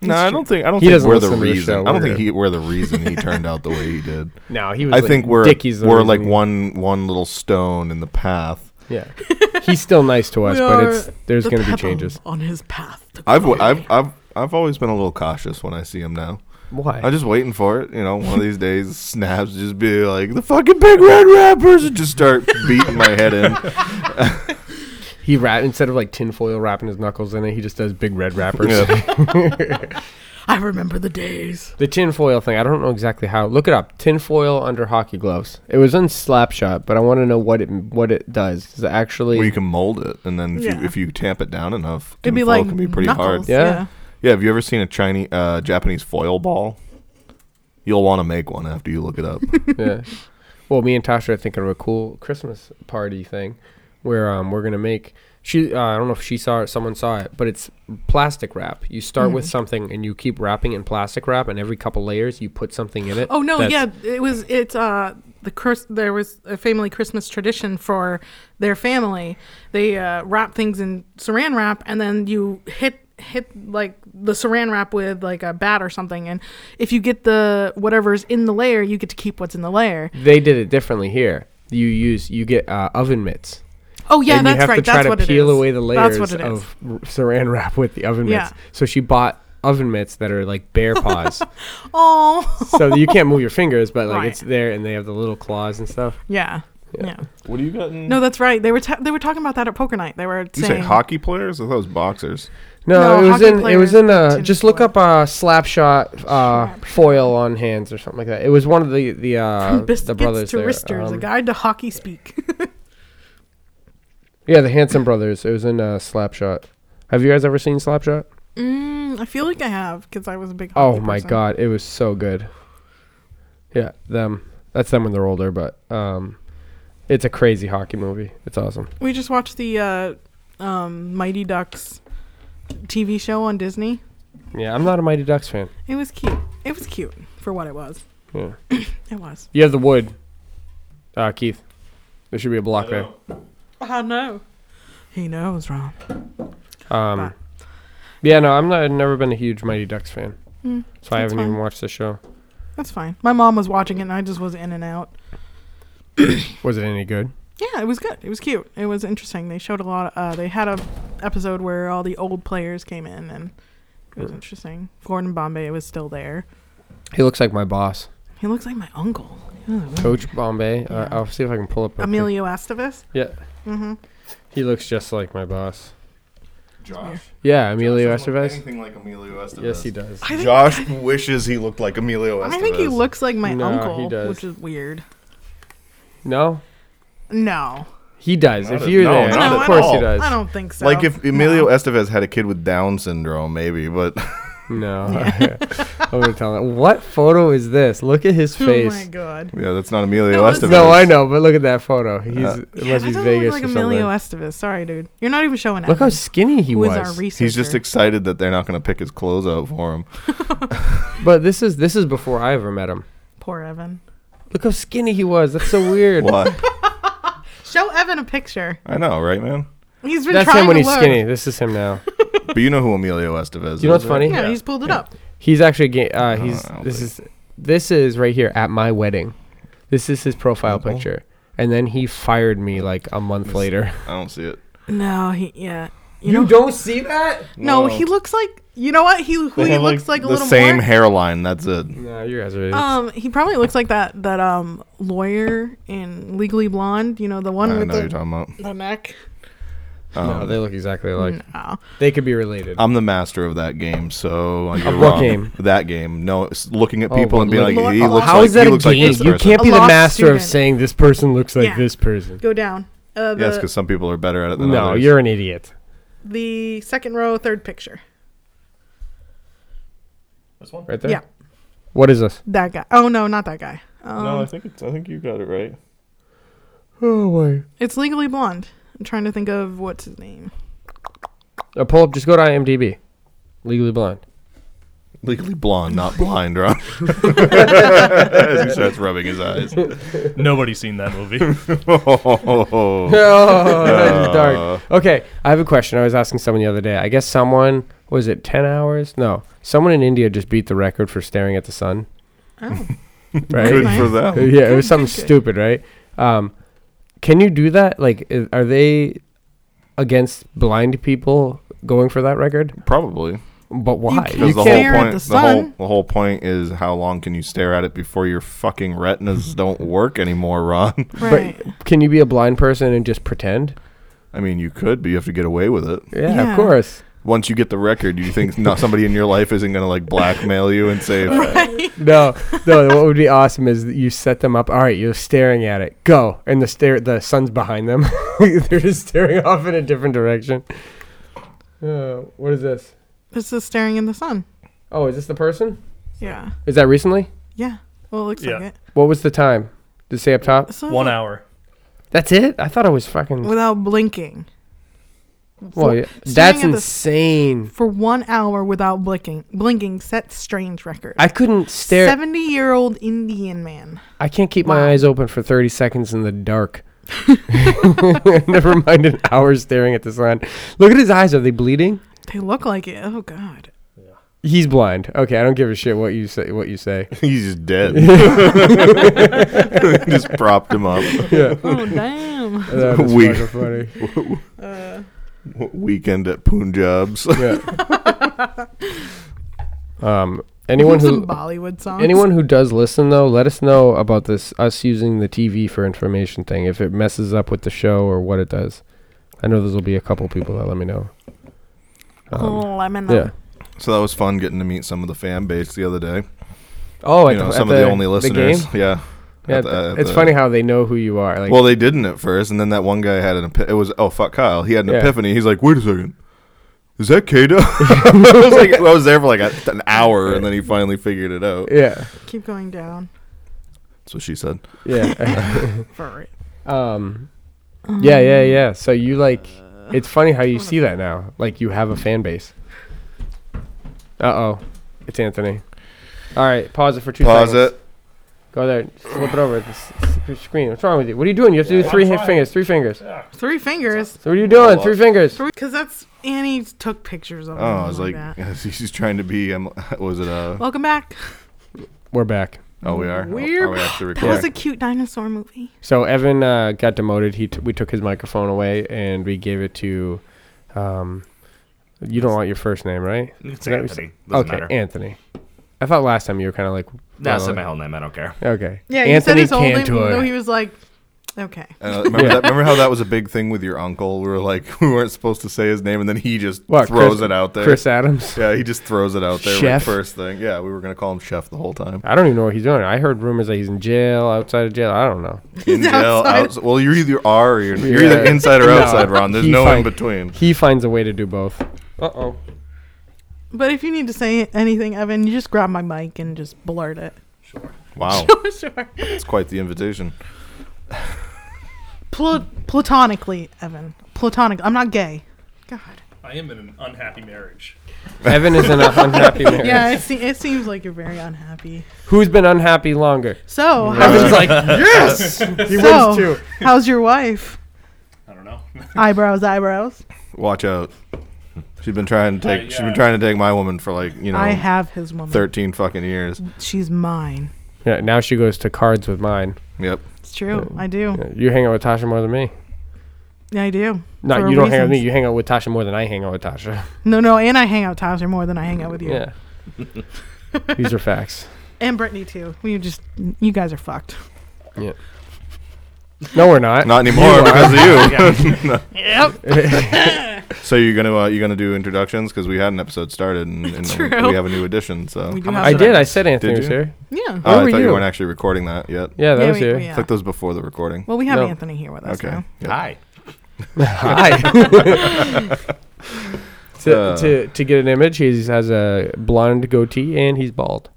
S1: No, I don't think. I don't
S3: He
S1: think
S3: doesn't
S1: we're the
S3: listen to the
S1: reason.
S3: show,
S1: I don't
S3: we're
S1: think
S3: good.
S1: he, we're the reason he turned out the way he did.
S3: No, [laughs] he was.
S1: I
S3: like,
S1: think we're
S3: Dickie's the
S1: we're
S3: reason
S1: like
S3: he-
S1: one one little stone in the path.
S3: Yeah. He's still nice to us,
S2: [laughs] We
S3: but
S2: are
S3: it's there's
S2: the
S3: going to be
S2: pebble
S3: changes.
S2: on his path. To
S1: I've,
S2: glory.
S1: I've I've I've always been a little cautious when I see him now.
S3: Why?
S1: I'm just waiting for it. You know, one of these days, [laughs] snaps just be like the fucking big red rappers and just start beating my head
S2: [laughs]
S1: in.
S3: he wrap instead of like tinfoil wrapping his knuckles in it, he just does big red wrappers.
S1: Yeah.
S2: I remember the days.
S3: The tinfoil thing, I don't know exactly how. Look it up. Tinfoil under hockey gloves. It was in Slapshot, but I want to know what it what it does. Is it actually
S1: Well, you can mold it, and then if,
S2: Yeah.
S1: you, if you tamp it down enough,
S2: It'd be
S1: tinfoil
S2: like
S1: can be pretty
S2: knuckles.
S1: hard.
S3: Yeah.
S1: Yeah, have you ever seen a Chinese uh, Japanese foil ball? You'll want to make one after you look it
S2: [laughs]
S1: up.
S3: yeah. Well, me and Tasha are thinking of a cool Christmas party thing where um, we're gonna make. She, uh, I don't know if she saw it, someone saw it, but it's plastic wrap. You start with
S2: Mm-hmm.
S3: something and you keep wrapping in plastic wrap, and every couple layers you put something in it.
S2: Oh no,
S3: that's-
S2: yeah, it was it's uh the Chris, there was a family Christmas tradition for their family. They uh, wrap things in saran wrap and then you hit hit like the saran wrap with like a bat or something and if you get the whatever's in the layer, you get to keep what's in the layer.
S3: They did it differently here. You use you get uh, oven mitts.
S2: Oh yeah,
S3: and
S2: that's
S3: you have
S2: right.
S3: to try
S2: that's
S3: to
S2: what
S3: peel
S2: it is.
S3: away the layers
S2: that's what it is.
S3: of r- saran wrap with the oven
S2: Yeah.
S3: mitts. So she bought oven mitts that are
S2: [laughs]
S3: like bear paws, [laughs]
S2: Oh.
S3: so you can't move your fingers, but like
S2: Right.
S3: it's there, and they have the little claws and stuff.
S2: yeah. Yeah.
S1: what do you got? In-
S2: No, that's right. They were ta- they were talking about that at poker night. They were
S1: you
S2: saying
S1: say hockey players? I thought it was boxers.
S3: No,
S2: No,
S3: it was
S2: hockey
S3: in it
S2: players
S3: was in uh
S2: tend to
S3: just look
S2: foil.
S3: up uh slapshot uh foil on hands or something like that. It was one of the
S2: [laughs]
S3: the uh the
S2: biscuits
S3: brothers
S2: to
S3: there.
S2: wristers, a
S3: um,
S2: guide to hockey
S3: [laughs]
S2: speak.
S3: yeah, the Hanson brothers. It was in uh slapshot. Have you guys ever seen slapshot?
S2: Mm, I feel like I have because I was a big.
S3: Oh
S2: hockey
S3: my
S2: person.
S3: god, it was so good. Yeah, them. That's them when they're older, but um it's a crazy hockey movie. It's awesome.
S2: We just watched the uh, um, Mighty Ducks TV show on Disney.
S3: Yeah, I'm not a Mighty Ducks fan.
S2: It was cute. It was cute for what it was.
S3: Yeah.
S2: It was.
S3: You have the wood. Uh Keith. There should be a block there.
S2: I know. He knows, Ron.
S3: Um, yeah, no, I'm not. I've never been a huge Mighty Ducks fan, so I
S2: Mm, that's
S3: haven't even
S2: fine.
S3: watched the show.
S2: That's fine. My mom was watching it, and I just was in and out.
S3: Was it any good?
S2: Yeah, it was good. It was cute. It was interesting. They showed a lot. uh, they had a episode where all the old players came in, and it was interesting. Gordon Bombay was still there.
S3: He looks like my boss,
S2: He looks like my uncle.
S3: Coach Bombay. Uh, I'll see if I can pull up. a pic-
S2: Emilio Mm-hmm. Estevez.
S3: Yeah. He looks just like my boss.
S1: Josh.
S3: Yeah, Emilio Estevez.
S1: Anything like Emilio Estevez?
S3: Yes, he does.
S2: I think
S1: Josh wishes he looked like Emilio Estevez.
S2: I think he looks like my
S3: No, he
S2: uncle,
S3: does.
S2: which is weird.
S3: No,
S2: No,
S3: he does.
S1: Not
S3: if
S1: at-
S3: you're
S1: no,
S3: there,
S1: not
S3: of
S2: at
S3: course he
S1: all.
S3: does.
S2: I don't think so.
S1: like if Emilio
S2: No.
S1: Estevez had a kid with Down syndrome, maybe. But
S3: No,
S2: [laughs]
S3: [laughs] I'm gonna tell him. What photo is this? Look at his
S2: Oh my
S3: face.
S2: god.
S1: yeah, that's not Emilio
S2: No, it's-
S1: Estevez.
S3: No, I know, but look at that photo. He's
S1: Yeah,
S3: it
S2: Yeah,
S3: must
S2: that
S3: be
S2: doesn't
S3: Vegas
S2: look like
S3: or
S2: Emilio
S3: something.
S2: Estevez. Sorry, dude. You're not even showing
S3: Look how
S2: Evan,
S3: skinny he
S2: who is
S3: was.
S2: our researcher.
S1: He's just excited that they're not going to pick his clothes out for
S3: [laughs]
S1: him.
S3: But this is this is before I ever met him.
S2: Poor Evan.
S3: Look how skinny he was. That's so weird.
S1: Why?
S2: Show Evan a picture.
S1: I know, right, man?
S2: He's been
S3: That's
S2: trying
S3: him when
S2: to
S3: he's
S2: look.
S3: skinny. This is him now.
S1: But you know who Emilio Estevez is.
S3: You know what's
S1: right?
S3: funny?
S2: Yeah, he's pulled it up.
S3: He's actually ga- uh, he's
S1: Oh, I don't
S3: this
S1: think-
S3: is this is right here at my wedding. This is his profile picture. And then he fired me like a month later.
S1: I don't see it.
S2: No, he yeah. You, know,
S3: don't see that?
S2: no,
S1: No.
S2: he looks like you know what he who
S1: They
S2: he
S1: have,
S2: looks like, a
S1: the
S2: little
S1: same
S2: more.
S1: hairline. That's it.
S3: No, you guys are. idiots.
S2: Um, he probably looks like that that um lawyer in Legally Blonde. You know the one
S1: I
S2: with
S1: know what you're
S2: the,
S1: talking about. Um,
S2: the neck.
S3: no, they look exactly alike.
S2: Oh.
S3: They could be related.
S1: I'm the master of that game, so uh, you're
S3: what
S1: wrong.
S3: game?
S1: That game. No, it's looking at
S3: Oh,
S1: people
S3: well,
S1: and being
S3: look-
S1: like,
S2: Look-
S1: he looks
S3: How
S1: like
S3: is that
S1: he
S3: a
S1: looks like
S3: game?
S1: this
S3: you
S1: person.
S3: can't be
S2: A
S3: the
S2: lost
S3: master of
S2: student.
S3: saying this person looks like
S2: Yeah.
S3: this person.
S2: Go down. Uh, the,
S1: Yes, because some people are better at it than
S3: No,
S1: others.
S3: you're an idiot.
S2: the second row, third picture.
S4: This one?
S3: Right there.
S2: Yeah,
S3: What is this?
S2: that guy. Oh no, not that guy. Um,
S1: No, I think it's, I think you got it right.
S3: Oh my.
S2: it's Legally Blonde. I'm trying to think of what's
S1: [laughs]
S2: his name.
S3: Uh, pull up. Just go to IMDb. Legally Blonde.
S1: Legally blonde, not blind,
S3: [laughs]
S1: Ron. [laughs] As he starts rubbing his eyes.
S4: Nobody's seen that movie.
S1: [laughs]
S3: oh,
S1: Uh,
S3: that is [laughs] dark. Okay, I have a question. I was asking someone the other day. I guess someone was it ten hours? No, someone in India just beat the record for staring at the sun.
S2: Oh.
S1: Good
S3: right?
S2: Nice.
S1: for them.
S3: Uh, yeah, it
S2: Good,
S3: was something
S2: good, good.
S3: stupid, right? Um, can you do that? Like, i- are they against blind people going for that record?
S1: Probably.
S3: But why?
S2: can't-
S1: Because the
S2: stare
S1: whole point,
S2: at the
S1: the, whole
S2: sun.
S1: the whole point is how long can you stare at it before your fucking retinas don't work anymore, Ron? [laughs]
S2: Oh, Right.
S3: But can you be a blind person and just pretend?
S1: I mean, you could, but you have to get away with it.
S3: Yeah,
S2: Yeah.
S3: of course.
S1: Once you get the record, do you think not somebody in your life isn't gonna like blackmail you and say,
S3: No, no. What would be awesome is that you set them up. All right, you're staring at it. Go, and the stare. The sun's behind them. [laughs] They're just staring off in a different direction. Uh, what is this?
S2: [laughs] This is staring in the sun.
S3: Oh, is this the person?
S2: Yeah.
S3: Is that recently?
S2: Yeah. Well, it looks
S4: Yeah.
S2: like it.
S3: What was the time? Did it say up top?
S2: So
S4: One hour.
S3: That's it. I thought it was fucking.
S2: without blinking
S3: Well, yeah.
S2: staring
S3: that's
S2: at the-
S3: insane.
S2: for one hour without blinking. Blinking set strange record.
S3: I couldn't stare.
S2: Seventy-year-old Indian man.
S3: I can't keep
S2: Wow.
S3: my eyes open for 30 seconds in
S2: [laughs]
S3: the dark. [laughs] Never mind an hour staring at the sun. Look at his eyes. Are they bleeding?
S2: They look like it. Oh God.
S3: He's blind. Okay, I don't give a shit what you say. What
S2: [laughs]
S3: you say?
S1: "He's just
S3: [laughs]
S1: dead"? [laughs] just propped him up.
S3: [laughs]
S2: Oh damn.
S3: That is
S1: We-
S3: fucking
S2: [laughs]
S3: funny.
S1: Weekend at Punjab's. [laughs]
S3: Um, anyone
S2: Some
S3: who
S2: Bollywood songs.
S3: anyone who does listen though, let us know about this us using the TV for information thing. If it messes up with the show or what it does, I know there's will be a couple people that let me know. Um,
S2: Oh, lemon.
S3: Yeah.
S1: So that was fun getting to meet some of the fan base the other day.
S3: Oh,
S1: you know, some of the only listeners. yeah.
S3: Yeah,
S1: At the- at
S3: it's
S1: the-
S3: funny how they know who you are. Like,
S1: Well, they didn't at first, and then that one guy had an epi- it was oh fuck Kyle. He had an
S3: Yeah.
S1: epiphany. He's like, wait a second, is that
S3: [laughs]
S1: Kato? [laughs] I was like, I was there for like a, an hour, and then he finally figured it out.
S3: yeah,
S2: Keep going down.
S1: That's what she said. [laughs]
S3: yeah. [laughs]
S2: For it.
S3: Um, yeah, yeah, yeah. So you like, it's funny how you see that now. Like you have a fan base. Uh oh, it's Anthony. All right, pause it for two
S1: Pause
S3: seconds.
S1: it.
S3: Go there, flip it over the s- s- screen. What's wrong with you? What are you doing? You have to do three hi- fingers, three fingers. So
S2: Three fingers.
S3: what are you doing? Three fingers.
S2: Because that's Annie took pictures of.
S1: Oh, I was like, [laughs]
S2: that.
S1: she's trying to be. Um, [laughs] was it uh
S2: Welcome back.
S3: We're back.
S1: Oh, we are.
S2: We're-
S1: Are we
S3: [laughs]
S1: actually
S2: That was
S1: recording?
S2: a cute dinosaur movie.
S3: So Evan uh, got demoted. He t- we took his microphone away and we gave it to. Um, you don't want your first name, right? Is
S7: It's
S3: that what you
S7: Anthony.
S3: said?
S7: Doesn't
S3: okay,
S7: matter.
S3: Anthony. I thought last time you were kind of like.
S7: no, I
S3: well,
S7: said my whole name. I don't care.
S3: Okay.
S2: Yeah, you said
S3: Anthony
S2: his old name.
S3: Cantor.
S2: Though he was like, okay.
S1: Uh, remember, that, remember how that was a big thing with your uncle? We were like, [laughs] we weren't supposed to say his name, and then he just
S3: What,
S1: throws
S3: Chris-
S1: it out there.
S3: Chris Adams. [laughs]
S1: Yeah, he just throws it out there. like,
S3: Chef?
S1: first thing. Yeah, we were gonna call him Chef the whole time.
S3: I don't even know what he's doing. I heard rumors that he's in jail, outside of jail. I don't know.
S2: [laughs]
S1: In jail,
S2: outside.
S1: outs- well, you either are or you're, you're
S3: Yeah.
S1: either
S2: [laughs]
S1: inside or
S3: No,
S1: outside, Ron. There's
S3: he
S1: no
S3: fight-
S1: in between.
S3: He finds a way to do both. Uh oh.
S2: But if you need to say anything, Evan, you just grab my mic and just blurt it.
S1: Wow,
S2: sure.
S1: it's quite the invitation.
S2: Pla- platonically, Evan. Platonic. I'm not gay. God.
S4: I am in an unhappy marriage.
S3: Evan is
S1: [laughs]
S3: in an unhappy marriage.
S2: Yeah, it, se- it seems like you're very unhappy.
S3: Who's been unhappy longer?
S2: So,
S3: Evan's
S2: how's,
S3: like, yes. [laughs] He
S2: So-
S1: Oh.
S3: wins too.
S2: how's your wife?
S4: I don't know.
S2: Eyebrows, eyebrows.
S1: Watch out. She's been trying to take. She's
S4: yeah.
S1: been trying to take my woman for like you know
S2: I have his woman.
S1: thirteen fucking years.
S2: She's mine.
S3: Yeah. Now she goes to cards with mine.
S2: [laughs]
S1: Yep.
S2: It's true. I do.
S3: Yeah, You hang out with Tasha more than me.
S2: Yeah, I do.
S3: No,
S2: For
S3: you don't hang out with me.
S2: reasons.
S3: You hang out with Tasha more than I hang out
S1: [laughs]
S3: with Tasha.
S2: No, no, and I hang out with Tasha more than I hang out with you.
S3: Yeah. These are facts.
S2: And Brittany, too. We just, you guys are fucked.
S3: Oh. No, we're not.
S1: Not anymore because of you. [laughs]
S2: Yep.
S1: So you're gonna uh, you're gonna do introductions because we had an episode started and, and
S2: True.
S1: we have a new edition. So
S2: We do have
S3: I
S2: to-
S3: did. I said Anthony
S1: Did
S3: was
S1: you?
S3: here.
S2: Yeah.
S1: Oh,
S3: Where
S1: I
S3: were
S1: thought you?
S3: you?
S1: weren't actually recording that yet.
S3: Yeah, that
S2: Yeah,
S3: was
S2: we-
S3: here.
S2: we- yeah.
S1: I think that was before the recording.
S2: Well, we have
S3: No.
S2: Anthony here with us.
S1: okay.
S2: now.
S1: Yep.
S7: Hi.
S2: [laughs]
S3: Hi. [laughs] to,
S1: Uh.
S3: to to get an image, he has a blonde goatee and he's bald.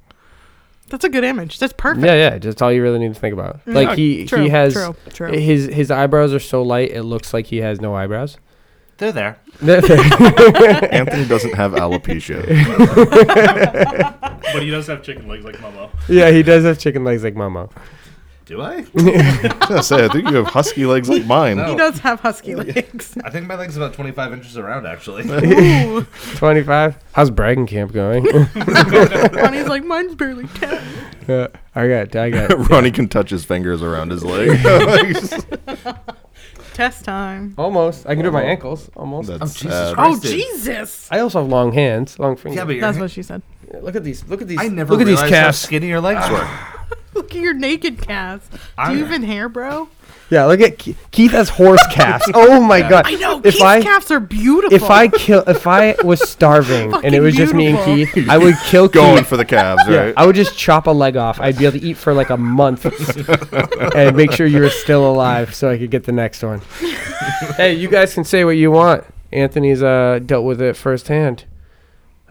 S2: That's a good image. That's perfect.
S3: Yeah, yeah. Just all you really need to think about. Like he
S2: Mm. True,
S3: he has
S2: true, true.
S3: his his eyebrows are so light it looks like he has no eyebrows.
S7: They're there.
S3: [laughs]
S1: Anthony doesn't
S2: [laughs]
S1: have alopecia.
S4: But he does have chicken legs like Momo.
S3: yeah, he does have chicken legs like Momo.
S2: [laughs]
S7: Do I?
S1: I say, I think you have husky legs like mine.
S3: Oh.
S1: [laughs]
S2: He does have husky
S3: [laughs]
S2: legs.
S7: I think my leg's about 25 inches
S2: [laughs]
S7: around, actually.
S2: Ooh.
S3: Twenty five. How's bragging
S2: [laughs]
S3: camp going?
S2: Ronnie's like, mine's barely 10.
S3: Uh, I got I
S1: [laughs]
S3: got
S1: Ronnie can touch his fingers around his leg.
S2: Test time.
S3: Almost. I can do it with my ankles. Almost.
S1: That's
S7: Oh, Jesus
S1: sad.
S7: Christ.
S2: Oh
S7: Christy.
S2: Jesus!
S3: I also have long hands, long fingers.
S7: Yeah, but your
S2: That's
S7: hand-
S2: what she said.
S3: look at these. Look at these.
S7: I never
S3: look at these
S7: realized how
S3: calves.
S7: skinny your
S5: Ah.
S7: legs were.
S2: Look at your naked calves. Do you even hair, bro?
S3: Yeah, look at Ke- Keith has horse
S2: [laughs]
S3: calves. Oh my god.
S2: I know.
S3: If
S2: Keith's
S3: I
S2: calves are beautiful.
S3: if I kill if I was
S2: [laughs]
S3: starving and it
S2: Fucking
S3: was just me and
S2: beautiful.
S3: Keith, I would
S2: [laughs]
S3: kill
S1: Going
S3: Keith.
S1: for the calves,
S3: Yeah,
S1: right?
S3: I would just chop a leg off. I'd be able to eat for like
S1: [laughs]
S3: a month and make sure you were still alive so I could get the next one. hey, you guys can say what you want. Anthony's uh, dealt with it firsthand.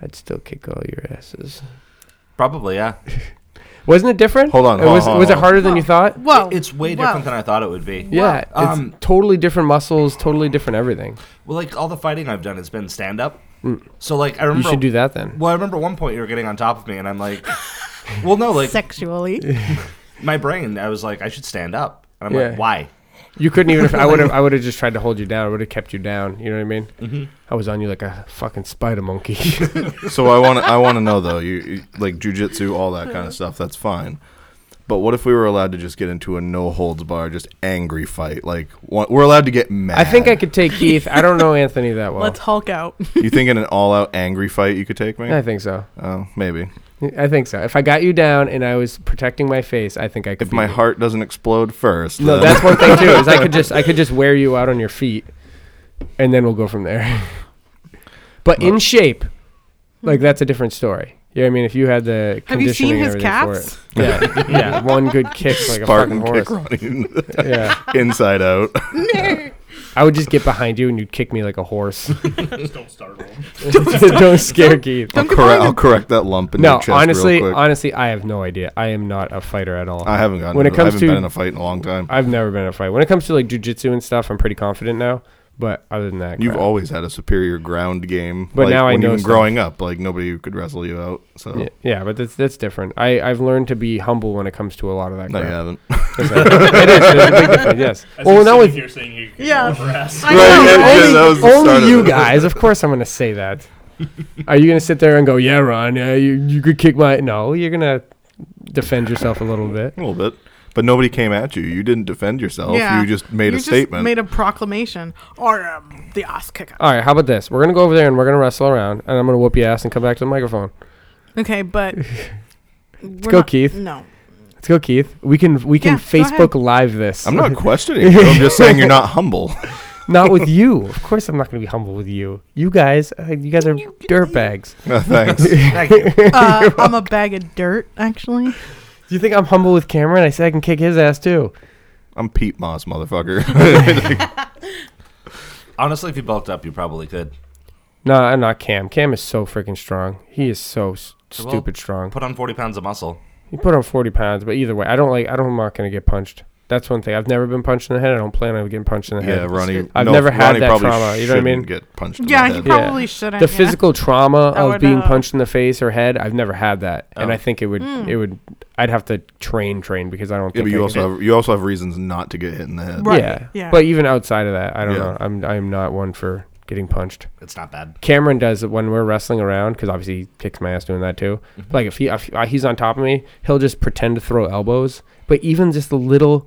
S3: I'd still kick all your asses.
S7: Probably, yeah.
S3: Wasn't it different?
S1: Hold on,
S3: It
S1: hold
S3: was
S1: on,
S3: was it
S1: hold on.
S3: harder than you thought?
S2: whoa,
S7: It's way
S2: whoa.
S7: different than I thought it would be.
S3: Yeah, it's
S7: Um,
S3: totally different muscles, totally different everything.
S7: Well, like all the fighting I've done has been stand up. So like I remember
S3: Mm. You should do that then.
S7: Well, I remember at one point you were getting on top of me, and I'm like, [laughs] well, no, like
S2: sexually.
S7: my brain, I was like, I should stand up, and I'm
S3: Yeah.
S7: like, why?
S3: [laughs] You couldn't even. If I
S1: [laughs]
S3: would have. I would have just tried to hold you down. I would have kept you down. You know what I mean? Mm-hmm. I was on you like a fucking spider monkey.
S1: So I want to I want to know though, you, you like jujitsu, all that kind of stuff. That's fine. But what if we were allowed to just get into a no holds bar, just angry fight? Like one, we're allowed to get mad.
S3: I think I could take Keith. I don't know
S2: [laughs]
S3: Anthony that well.
S2: Let's Hulk out.
S1: You think in an all out angry fight you could take me?
S3: I think so.
S1: Oh, maybe.
S3: I think so. If I got you down and I was protecting my face, I think I could.
S1: If my [laughs]
S3: beat you.
S1: heart doesn't explode first.
S3: No,
S1: then- [laughs]
S3: that's one thing too. Is I could just I could just wear you out on your feet, and then we'll go from there. [laughs] But in shape, like that's a different story. Yeah, I mean, if you had the
S2: Have you seen
S3: conditioning and
S2: his
S3: everything for
S2: calves?
S3: it.
S2: [laughs]
S3: yeah, yeah, one good kick like
S1: Spartan
S3: a fucking
S1: kick
S3: horse.
S1: running
S3: Yeah.
S1: [laughs] inside out.
S3: I would just get behind you and you'd kick me like a
S2: [laughs]
S3: horse. [laughs]
S4: Just don't
S7: [laughs]
S4: startle him.
S3: Don't scare Keith.
S1: I'll, correct, I'll correct that lump in your
S3: No,
S1: chest. real
S3: honestly,
S1: quick.
S3: honestly, I have no idea. I am not a fighter at all.
S1: I haven't gotten.
S3: when it
S1: into- I
S3: comes
S1: haven't
S3: to-
S1: been in a fight in a long time.
S3: I've never been in a fight. When it comes to like jujitsu and stuff, I'm pretty confident now. But other than that,
S1: You've
S3: crap.
S1: always had a superior ground game.
S3: But
S1: like,
S3: now I
S1: when
S3: know
S1: even
S3: stuff.
S1: growing up, like nobody could wrestle you out. So
S3: yeah, yeah, but that's that's different. I I've learned to be humble when it comes to a lot of that.
S1: no, you
S3: Crap.
S1: haven't. [laughs]
S3: it is. There's a big difference. Yes.
S4: As
S3: well,
S4: he's
S3: now
S4: sitting
S3: with
S4: here saying he [laughs] can
S2: Yeah.
S4: over us.
S2: I
S1: [laughs]
S2: know,
S1: yeah,
S2: right?
S1: yeah, that was the start
S3: only
S1: of
S3: you
S1: it.
S3: guys. Of course, I'm gonna say that. Are you gonna sit there and go, "Yeah, Ron, yeah, you you could kick my"? No, you're gonna defend yourself a little bit.
S1: A little bit. But nobody came at you. You didn't defend yourself.
S2: Yeah.
S1: You just made
S2: You
S1: a
S2: just
S1: statement.
S2: Made a proclamation or um, the ass kicker.
S3: All right, how about this? We're gonna go over there and we're gonna wrestle around, and I'm gonna whoop your ass and come back to the microphone.
S2: Okay,
S3: [laughs]
S2: but let's
S3: go, Keith. [laughs]
S2: No,
S3: Let's go, Keith. We can we can
S2: Yeah, go ahead.
S3: Facebook Live
S1: [laughs]
S3: this. [laughs]
S1: I'm not questioning you. I'm just saying you're not humble. [laughs]
S3: not with you. Of course, I'm not gonna be humble with you. You guys, uh, you guys are dirtbags.
S1: No,
S3: [laughs]
S1: thanks.
S7: Thank you.
S2: uh, I'm a bag of dirt. Actually,
S3: Do you think I'm humble with Cameron? I said I can kick his ass too.
S1: I'm Pete Moss, [laughs] motherfucker.
S7: Honestly, if you bulked up, you probably could.
S3: No, I'm not Cam. Cam is so freaking strong. He is so s-
S7: Well,
S3: stupid strong.
S7: Put on forty pounds of muscle.
S3: He put on 40 pounds, but either way, I don't like. I don't. I'm not gonna get punched. That's one thing. I've never been punched in the head. I don't plan on getting punched in the
S1: yeah,
S3: head.
S1: Ronnie.
S3: I've
S1: no,
S3: never had
S1: Ronnie
S3: that
S1: probably
S3: trauma, you know what I mean?
S1: shouldn't Get punched. in
S2: yeah,
S1: the
S2: he
S1: head.
S2: probably shouldn't.
S3: the
S2: yeah.
S3: physical trauma
S2: I
S3: of
S2: would,
S3: being
S2: uh, Hmm.
S3: punched in the face or head, I've never had that, and
S7: Oh.
S3: I think it would it would I'd have to train train because I don't
S1: Yeah,
S3: think
S1: but you
S3: I
S1: also
S3: could-
S1: have, you also have reasons not to get hit in the head.
S2: Right.
S3: yeah.
S2: yeah.
S3: But even outside of that, I don't
S1: Yeah.
S3: know. I'm I'm not one for getting punched.
S7: It's not bad.
S3: Cameron does it when we're wrestling around because obviously he kicks my ass doing that too. Like if he if uh, he's on top of me, he'll just pretend to throw elbows, but even just the little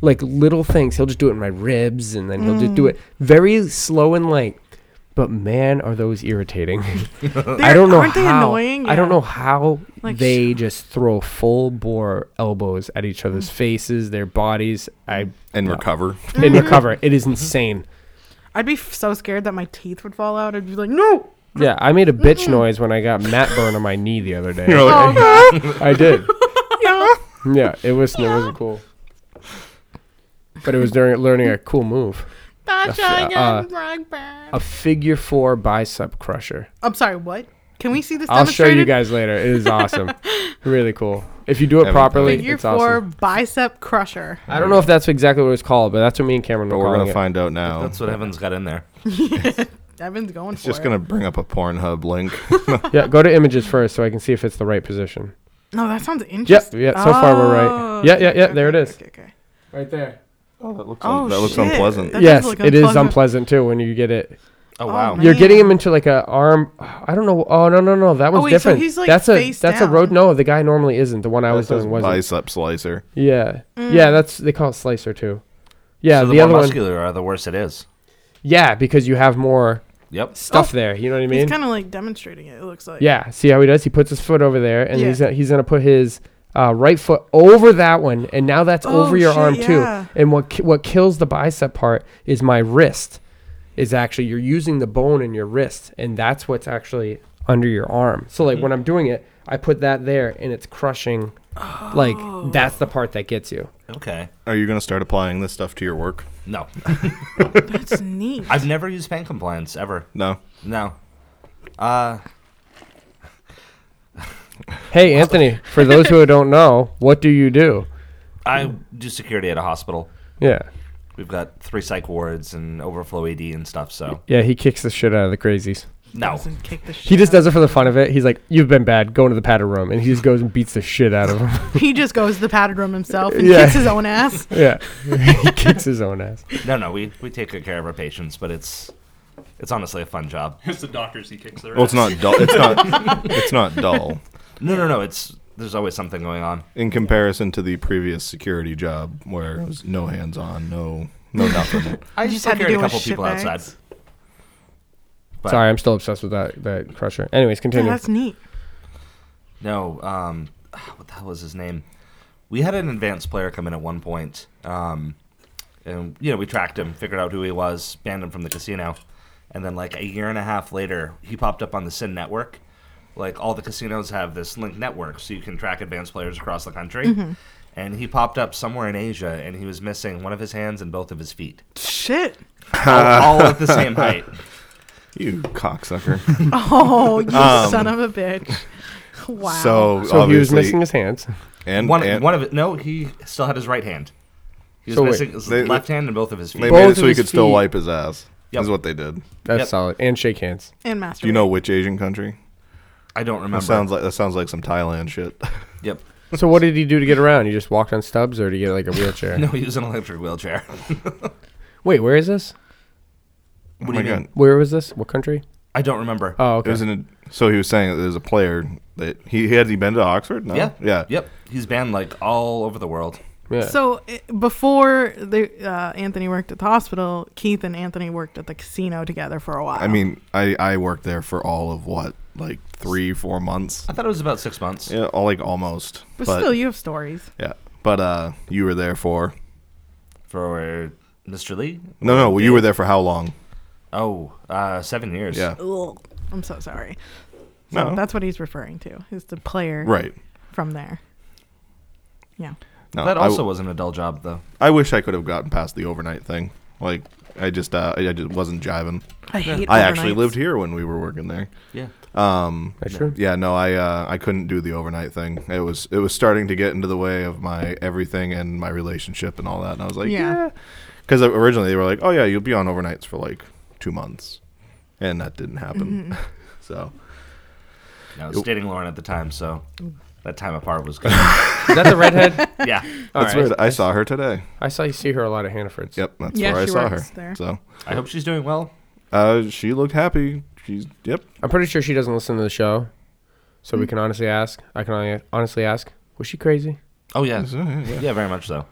S3: like little things, he'll just do it in my ribs, and then he'll just
S2: Mm.
S3: do it very slow and light. But man, are those irritating! I
S2: They're-
S3: don't know
S2: aren't they
S3: how.
S2: annoying?
S3: I don't
S2: Yeah.
S3: know how
S2: Like,
S3: they just throw full bore elbows at each
S2: Mm.
S3: other's faces, their bodies. I
S1: And recover.
S2: Mm-hmm.
S3: and recover. It is insane.
S2: I'd be f- so scared that my teeth would fall out. I'd be like, no.
S3: Yeah, I made a bitch
S2: Mm-hmm.
S3: noise when I got Matt burn on my knee the
S1: [laughs]
S3: other day.
S1: You're like,
S3: [laughs]
S2: Oh, God.
S3: I did.
S2: [laughs] Yeah.
S3: Yeah, it was it wasn't cool. But it was during learning a cool move, uh, a figure four bicep crusher.
S2: I'm sorry. What? Can we see this?
S3: I'll show you
S2: demonstrated?
S3: guys later. It
S2: [laughs]
S3: is awesome, really cool. If you do it
S1: Haven't-
S3: properly,
S2: Figure
S3: it's
S2: four
S3: awesome.
S2: bicep crusher.
S3: I don't know if that's exactly what it's called, but that's what me and Cameron
S1: but
S3: were
S1: we're
S3: calling
S1: gonna
S3: it.
S1: find out now.
S7: That's what Evan's got in there.
S2: Evan's going
S1: it's
S2: for
S1: just
S2: it.
S1: gonna bring up a Pornhub link.
S3: Yeah, go to images first so I can see if it's the right position.
S2: No, that sounds
S3: Yep,
S2: interesting.
S3: yeah. So far we're right.
S2: Oh,
S3: Yeah, yeah, yeah.
S2: okay,
S3: There it
S2: okay,
S3: is.
S2: Okay, okay.
S3: Right there.
S1: oh, that looks,
S2: Oh,
S1: that looks
S2: shit.
S1: unpleasant.
S2: That- does
S3: yes,
S2: look
S3: it is
S2: unpleasant.
S3: unpleasant too when you get it.
S7: Oh,
S2: Oh,
S7: wow.
S2: man.
S3: You're getting him into like a arm. I don't know. Oh no no no, that one's
S2: wait, so
S3: different.
S2: he's, like,
S3: that's a
S2: face
S3: that's a
S2: down.
S3: road. No, the guy normally isn't. The one I was
S1: That says
S3: doing wasn't.
S1: bicep slicer.
S2: Mm.
S3: Yeah, yeah. That's they call it slicer too. Yeah,
S7: so the,
S3: the,
S7: more
S3: other one.
S7: muscular are, the worse it is.
S3: Yeah, because you have more
S7: Yep.
S2: Oh.
S3: stuff there. You know what I mean?
S2: He's kind of like demonstrating it. It looks like.
S3: yeah. See how he does? He puts his foot over there, and
S2: Yeah.
S3: he's he's gonna put his uh, right foot over that one, and now that's
S2: Oh,
S3: over your
S2: shit,
S3: arm
S2: yeah.
S3: too. And what ki- what kills the bicep part is my wrist. Is actually you're using the bone in your wrist, and that's what's actually under your arm. So like
S2: Mm-hmm.
S3: when I'm doing it, I put that there, and it's crushing. Like
S2: Oh.
S3: that's the part that gets you.
S7: Okay.
S1: Are you going to start applying this stuff to your work?
S7: No,
S2: That's neat.
S7: I've never used pain compliance ever.
S1: No.
S7: No.
S3: Hey Anthony, for
S2: [laughs]
S3: those who don't know, what do you do?
S7: I do security at a hospital.
S3: Yeah.
S7: We've got three psych wards and overflow AD and stuff. So
S3: Yeah, he kicks the shit out of the crazies.
S7: no.
S2: Doesn't kick the shit
S3: He just
S2: out.
S3: does it for the fun of it. He's like, "You've been bad. Go into the padded room," and he just goes and beats the shit out of
S2: [laughs]
S3: him.
S2: He just goes to the padded room himself and
S3: [laughs] Yeah.
S2: kicks his own ass.
S3: yeah, [laughs] he kicks his own ass.
S7: No, no, we, we take good care of our patients, but it's it's honestly a fun job.
S4: It's the doctors he kicks their
S1: Well, it's
S2: [laughs]
S1: not dull. It's not. it's not dull
S7: No, no, no, it's there's always something going on.
S1: in comparison to the previous security job where it was no hands on, no, no nothing.
S7: I
S2: just had to
S7: carried
S2: deal
S7: a
S2: with
S7: couple people
S2: shitbags.
S7: outside. But-
S3: Sorry, I'm still obsessed with that that crusher. Anyways,
S2: Yeah,
S3: continue.
S2: that's neat.
S7: No, um, [sighs] what the hell was his name? We had an advanced player come in at one point, um, and you know we tracked him, figured out who he was, banned him from the casino, and then like a year and a half later, he popped up on the Sin Network. Like all the casinos have this link network, so you can track advanced players across the country. And he popped up somewhere in Asia, and he was missing one of his hands and both of
S1: [laughs]
S7: his feet,
S2: Shit.
S7: all, all at the same height.
S1: You cocksucker.
S2: [laughs] Oh, you son of a bitch. [laughs] Wow.
S1: Um, So,
S3: so
S1: obviously,
S3: he was missing his hands.
S1: and,
S7: One,
S1: and
S7: one of it. No, he still had his right hand. He was
S3: So wait,
S7: missing his
S1: they-
S7: left hand and both of his feet.
S1: they made
S3: both
S1: it so
S3: of
S1: he
S3: his
S1: could still
S3: feet-
S1: wipe his ass.
S7: Yep.
S1: Is what they did.
S3: That's
S7: Yep.
S3: solid. And shake hands.
S2: and master.
S1: Do you know which Asian country?
S7: I don't remember.
S1: That sounds like that sounds like some Thailand shit. [laughs]
S7: Yep.
S3: So what did he do to get around? He just walked on stubs, or did he get like a wheelchair?
S7: [laughs] No, he was an electric wheelchair.
S3: Wait, where is this?
S1: oh my god.
S3: Where was this? What country?
S7: I don't remember.
S3: Oh,
S1: It
S3: okay.
S1: was in a, so he was saying that there's a player that he, he had he been to Oxford? No.
S7: yeah.
S1: Yeah.
S7: Yep. He's banned like all over the world.
S3: yeah.
S2: So i- before the, uh, Anthony worked at the hospital, Keith and Anthony worked at the casino together for a while.
S1: I mean, I I worked there for all of what like three four months.
S7: I thought it was about six months.
S1: Yeah, all like almost.
S2: but, still, you have stories.
S1: Yeah. But uh, you were there for
S7: For Mr. Lee?
S1: no no well, you were there for how long?
S7: Oh, uh, seven years.
S1: Yeah.
S2: Ugh. I'm so sorry. So
S1: No.
S2: that's what he's referring to. Is the player
S1: Right.
S2: from there? Yeah.
S1: No,
S7: That
S1: I
S7: also
S1: w-
S7: wasn't a dull job, though.
S1: I wish I could have gotten past the overnight thing. Like I just uh, I I just wasn't jiving.
S2: I hate.
S1: I actually
S2: overnights.
S1: lived here when we were working there. Um,
S7: Yeah.
S3: That's true.
S1: Yeah, no, I uh, I couldn't do the overnight thing. It was it was starting to get into the way of my everything and my relationship and all that. And I was like,
S2: Yeah.
S1: yeah, because originally they were like, oh yeah, you'll be on overnights for like two months, and that didn't
S2: Mm-hmm.
S1: happen. [laughs] so
S7: No, I was dating Lauren at the time, so that time apart
S1: [laughs]
S7: was good.
S3: Is that
S2: [laughs]
S3: the redhead?
S7: yeah.
S3: All
S1: that's
S3: right.
S1: weird. I saw her today.
S3: I saw you see her a lot at Hannaford's.
S1: Yep, that's
S2: Yeah,
S1: where I
S2: she
S1: saw her.
S2: works there.
S1: So
S7: I hope she's doing well.
S1: uh, she looked happy. She's yep.
S3: I'm pretty sure she doesn't listen to the show, so we can honestly ask. I can hon- honestly ask. Was she crazy?
S7: Oh, yeah.
S1: So, yeah, yeah.
S7: Yeah, very much so.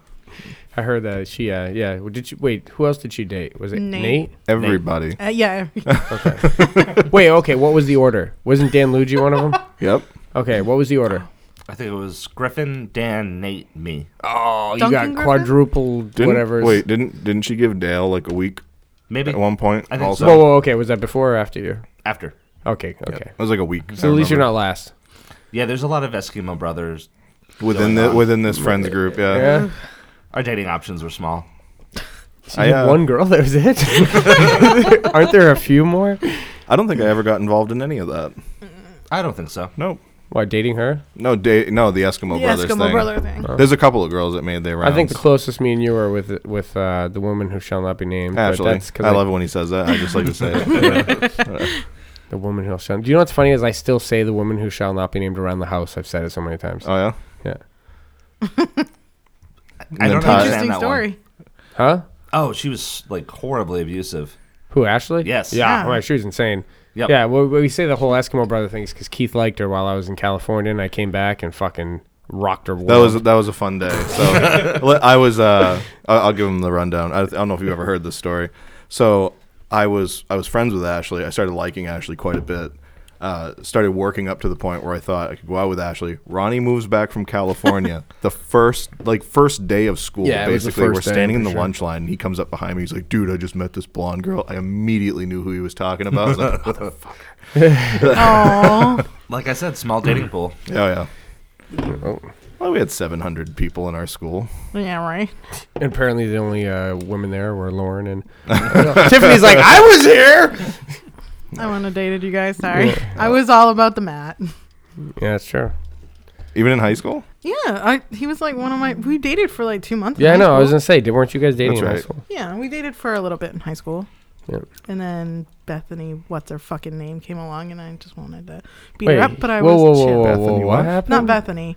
S3: I heard that she. Uh, yeah. well, Did she? Wait. Who else did she date? Was it
S2: Nate.
S3: Nate?
S1: Everybody.
S2: Uh,
S1: [laughs]
S2: yeah. [laughs]
S3: Wait, okay. What was the order? Wasn't Dan Luigi one of them?
S1: Yep.
S3: Okay, what was the order?
S7: I think it was Griffin, Dan, Nate, me.
S3: Oh, you
S2: Duncan
S3: got
S2: Griffin?
S3: quadruple
S1: Didn't,
S3: whatever.
S1: Wait, didn't didn't she give Dale like a week
S7: Maybe
S1: at one point?
S7: I think
S1: also,
S7: so.
S3: Whoa, whoa, okay. Was that before or after you?
S7: after.
S3: Okay, okay.
S1: it was like a week.
S3: So
S1: I
S3: at least you're
S1: remember.
S3: not last.
S7: Yeah, there's a lot of Eskimo brothers.
S1: within
S7: going
S1: the,
S7: on.
S1: within this friends group.
S3: Yeah.
S7: Our dating options were small.
S3: So
S1: I,
S3: you
S1: uh,
S3: had one girl. [laughs] That was
S1: [laughs]
S3: it. Aren't there a few more?
S1: I don't think I ever got involved in any of that.
S7: I don't think so.
S1: Nope.
S3: What dating her?
S1: No, da- no, the Eskimo
S2: The
S1: Brothers
S2: Eskimo
S1: thing. Uh,
S2: brother thing.
S1: There's a couple of girls that made their rounds.
S3: I think the closest me and you were with with uh, the woman who shall not be named. but
S1: Actually,
S3: that's 'cause
S1: I love it when he says that. I just like to say
S3: [laughs]
S1: it.
S3: the woman who shall. Do you know what's funny is I still say the woman who shall not be named around the house. I've said it so many times.
S1: Oh yeah.
S3: yeah.
S7: I
S1: then
S7: don't
S1: Ty-
S7: understand
S2: Interesting
S7: that one.
S2: story.
S3: Huh?
S7: Oh, she was like horribly abusive.
S3: Who Ashley?
S7: Yes.
S3: Yeah.
S2: Yeah.
S3: Right. She was insane.
S7: Yep.
S3: Yeah. Well, we say the whole Eskimo brother thing is because Keith liked her while I was in California, and I came back and fucking rocked her world.
S1: That was that was a fun day.
S3: [laughs]
S1: So let- I was uh, I- I'll give him the rundown. I, I don't know if you've ever heard this story. So I was I was friends with Ashley. I started liking Ashley quite a bit. Uh, started working up to the point where I thought I could go out with Ashley. Ronnie moves back from
S3: [laughs]
S1: California. the first like first day of school,
S3: Yeah, it was the
S1: basically, we're
S3: first day,
S1: standing in
S3: for
S1: the
S3: sure.
S1: lunch line, and he comes up behind me. He's like, "Dude, I just met this blonde girl." I immediately knew who he was talking about. I was
S3: [laughs]
S1: like, "What the fuck?"
S2: [laughs]
S1: [laughs]
S2: Oh,
S7: Like I said, small
S1: Mm.
S7: dating pool.
S1: Yeah, yeah.
S3: Oh.
S1: Well, we had 700 people in our school.
S2: yeah, right.
S3: And apparently, the only uh, women there were
S1: [laughs]
S3: Lauren and Tiffany's. Like I was here.
S2: I want to dated you guys. Sorry, I was all about the Matt.
S3: Yeah, that's true.
S1: Even in high school?
S2: Yeah, I he was like one of my. We dated for like two months. in
S3: Yeah, I
S2: high
S3: know. I was
S2: school.
S3: gonna say, did, weren't you guys dating
S1: That's
S3: in high
S1: right.
S3: school?
S2: yeah, we dated for a little bit in high school.
S3: Yep.
S2: And then Bethany, what's her fucking name, came along, and I just wanted to beat her up, but I
S3: whoa,
S2: was
S3: whoa,
S2: chill.
S3: whoa, whoa,
S1: Bethany
S3: whoa,
S1: what?
S3: what happened?
S2: Not Bethany,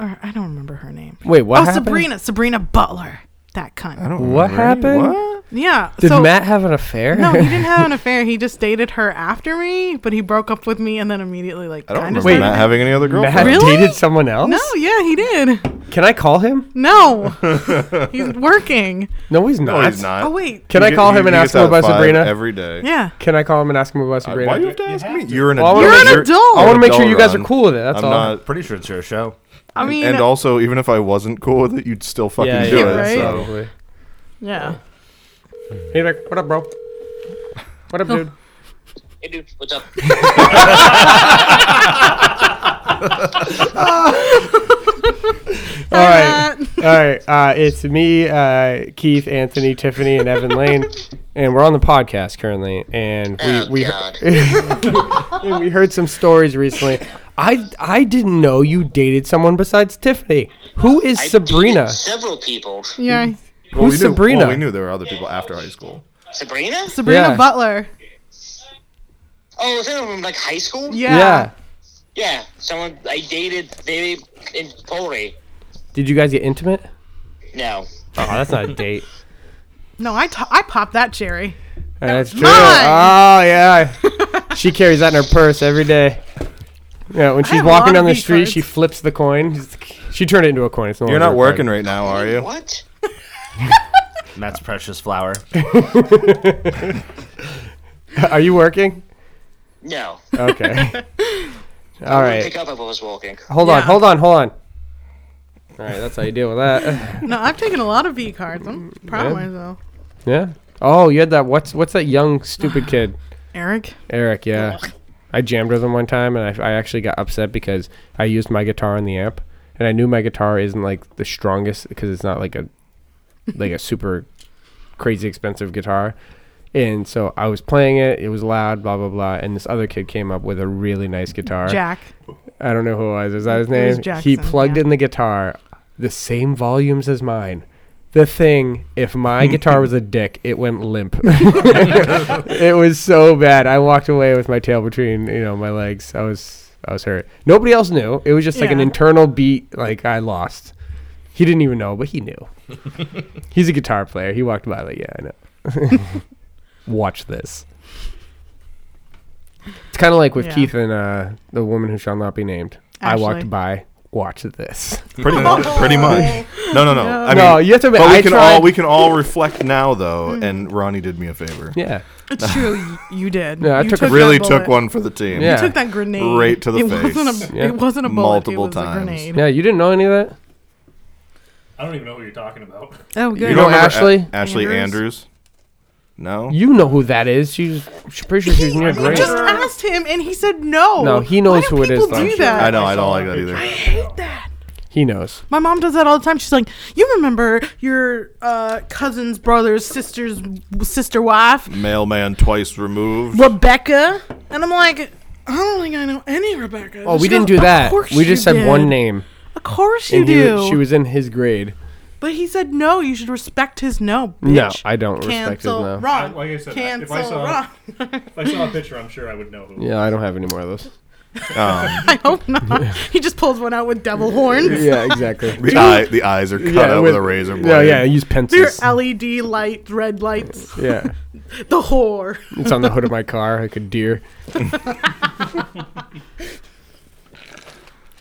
S2: or I don't remember her name.
S3: Wait, what
S2: oh,
S3: happened?
S2: Sabrina, Sabrina Butler, that cunt.
S1: I don't
S3: What
S1: remember any-
S3: happened?
S1: What?
S2: yeah.
S3: Did
S2: so,
S3: Matt have an affair?
S2: No, he didn't have an affair. He just dated her after me, but he broke up with me and then immediately like
S1: I don't
S2: kinda
S1: remember
S3: Wait.
S2: started-
S1: Matt having any other girlfriend.
S3: [laughs] Matt
S2: Really?
S3: dated someone else?
S2: No, yeah, he did.
S3: Can I call him?
S2: No,
S1: [laughs]
S2: he's working.
S3: No, he's
S1: No,
S3: not.
S1: he's not.
S2: Oh wait,
S3: Can
S1: You
S3: I
S1: get-
S3: call
S1: you-
S3: him and
S1: you
S3: ask
S1: get
S3: him
S1: that
S3: about
S1: five
S3: Sabrina?
S1: Every day.
S2: yeah.
S3: Can I call him and ask him about Sabrina?
S1: Uh, Why do you have to ask me? You're an
S3: Well, I
S1: adult.
S3: wanna
S2: You're an
S1: You're-
S2: adult.
S3: I want to make sure
S1: adult,
S3: you guys are
S1: Ron.
S3: cool with it. That's
S1: I'm
S3: all.
S1: not.
S7: Pretty sure it's your show.
S2: I mean,
S1: and also, even if I wasn't cool with it, you'd still fucking
S3: yeah,
S1: do
S2: yeah,
S1: it.
S2: right?
S1: So.
S3: probably.
S2: yeah.
S3: Hey, like, what up, bro? What up, dude?
S6: Oh. Hey, dude, what's up?
S3: [laughs] All right,
S2: Matt.
S3: all right. Uh, it's me, uh, Keith, Anthony, Tiffany, and Evan Lane, and we're on the podcast currently. And we
S6: Oh,
S3: we
S6: God.
S3: [laughs] and we heard some stories recently. I I didn't know you dated someone besides Tiffany. Who is
S6: I
S3: Sabrina?
S6: dated Several people.
S2: [laughs] Yeah.
S1: Well,
S3: Who's
S1: we knew,
S3: Sabrina?
S1: Well, we knew there were other people after high school.
S6: Sabrina?
S2: Sabrina
S3: Yeah.
S2: Butler.
S6: Oh, is that from like high school?
S2: Yeah.
S3: yeah.
S6: Yeah, someone I dated, they in Polary.
S3: Did you guys get intimate?
S6: No.
S3: Oh, that's not a date.
S2: No, I, t- I popped that cherry.
S3: [laughs] That's true.
S2: mine.
S3: Oh yeah. she carries that in her purse every day. Yeah, when she's
S2: have a lot
S3: walking
S2: of
S3: down the
S2: V
S3: street,
S2: cards.
S3: she flips the coin. She turned it into a coin. It's no
S1: You're not
S3: longer a
S1: working
S3: coin.
S1: right now, are you?
S6: What?
S7: Matt's precious flower.
S3: [laughs] Are you working?
S6: No.
S3: Okay. All
S6: I wouldn't
S3: right.
S6: Pick up if I was walking.
S3: Hold on.
S2: Yeah.
S3: Hold on. Hold on. All right. That's how you deal with that.
S2: No, I've taken a lot of V cards. I'm proud of
S3: Yeah.
S2: myself.
S3: [laughs] Yeah. Oh, you had that. What's what's that young stupid kid?
S2: Eric.
S3: Eric. Yeah. I jammed with him one time, and I, I actually got upset because I used my guitar on the amp, and I knew my guitar isn't like the strongest because it's not like a like a super crazy expensive guitar. And so I was playing it. It was loud, blah blah blah. And this other kid came up with a really nice guitar.
S2: Jack.
S3: I don't know who it was. Is that his
S2: It was
S3: name? he
S2: Jackson,
S3: plugged
S2: yeah.
S3: in the guitar, the same volumes as mine. The thing, if my guitar was a dick, it went limp. [laughs] it was so bad. I walked away with my tail between you know my legs. I was I was hurt. Nobody else knew. It was just like an
S2: Yeah.
S3: internal beat. Like I lost. He didn't even know, but he knew. He's a guitar player. He walked by like, yeah, I know. [laughs] Watch this. It's kind of like with
S2: Yeah.
S3: Keith and uh, the woman who shall not be named. I
S2: Ashley.
S3: walked by.
S1: [laughs]
S3: Watch this.
S7: Uh,
S1: Pretty much. Pretty much. No, no, no. I mean,
S3: no, you have to.
S1: but
S3: I
S1: we can
S3: tried-
S1: all we can all reflect now though, and Ronnie did me a favor.
S3: yeah.
S2: It's true. y- You did.
S3: Yeah, I
S2: you
S3: took a-
S2: that
S1: Really took
S2: bullet.
S1: one for the team.
S3: Yeah.
S2: You took that grenade
S1: Right to the
S2: it
S1: face.
S2: Wasn't a,
S3: Yeah.
S2: It wasn't a bullet.
S1: Multiple
S2: it was
S1: times.
S2: A grenade.
S3: Yeah. You didn't know any of that.
S4: I don't even know what you're talking about.
S2: Oh, good.
S1: You
S3: know
S1: don't remember
S3: Ashley?
S1: A- Ashley
S2: Andrews?
S1: Andrews? No.
S3: You know who that is. She's. She's pretty sure she's in your
S2: I
S3: grade.
S2: just asked him, and he said no.
S3: No, he knows
S2: Why do
S3: who it is,
S2: people
S3: though.
S2: Do
S3: Sure.
S2: that?
S1: I know. I don't like that either.
S2: I hate that.
S3: He knows.
S2: My mom does that all the time. She's like, "You remember your uh, cousin's brother's sister's sister wife,
S1: Mailman twice removed.
S2: Rebecca?" And I'm like, "I don't think I know any Rebecca."
S3: Oh,
S2: She
S3: we didn't
S2: goes,
S3: do
S2: "Of
S3: that.
S2: course
S3: We just
S2: you
S3: said one
S2: did.
S3: name,
S2: Of course you
S3: and he,
S2: do.
S3: was- she was in his grade.
S2: but he said no. You should respect his no. Bitch.
S3: No, I don't respect his
S2: Cancel
S3: no.
S2: Ron.
S4: Like I said, if I
S2: Cancel
S4: saw-
S2: Ron. [laughs]
S4: If I saw a picture, I'm sure I would know who.
S3: Yeah, I don't have any more of
S2: [laughs]
S3: those. [laughs]
S1: Um,
S2: I hope not. He just pulls one out with devil horns.
S1: [laughs]
S3: yeah, exactly.
S1: the, eye, the eyes are cut out with, a razor blade.
S3: Yeah, yeah. Use
S2: They're
S3: pencils.
S2: LED light, red lights. [laughs]
S3: yeah,
S2: The
S3: [laughs]
S2: whore.
S3: it's on the hood of my car, like a deer.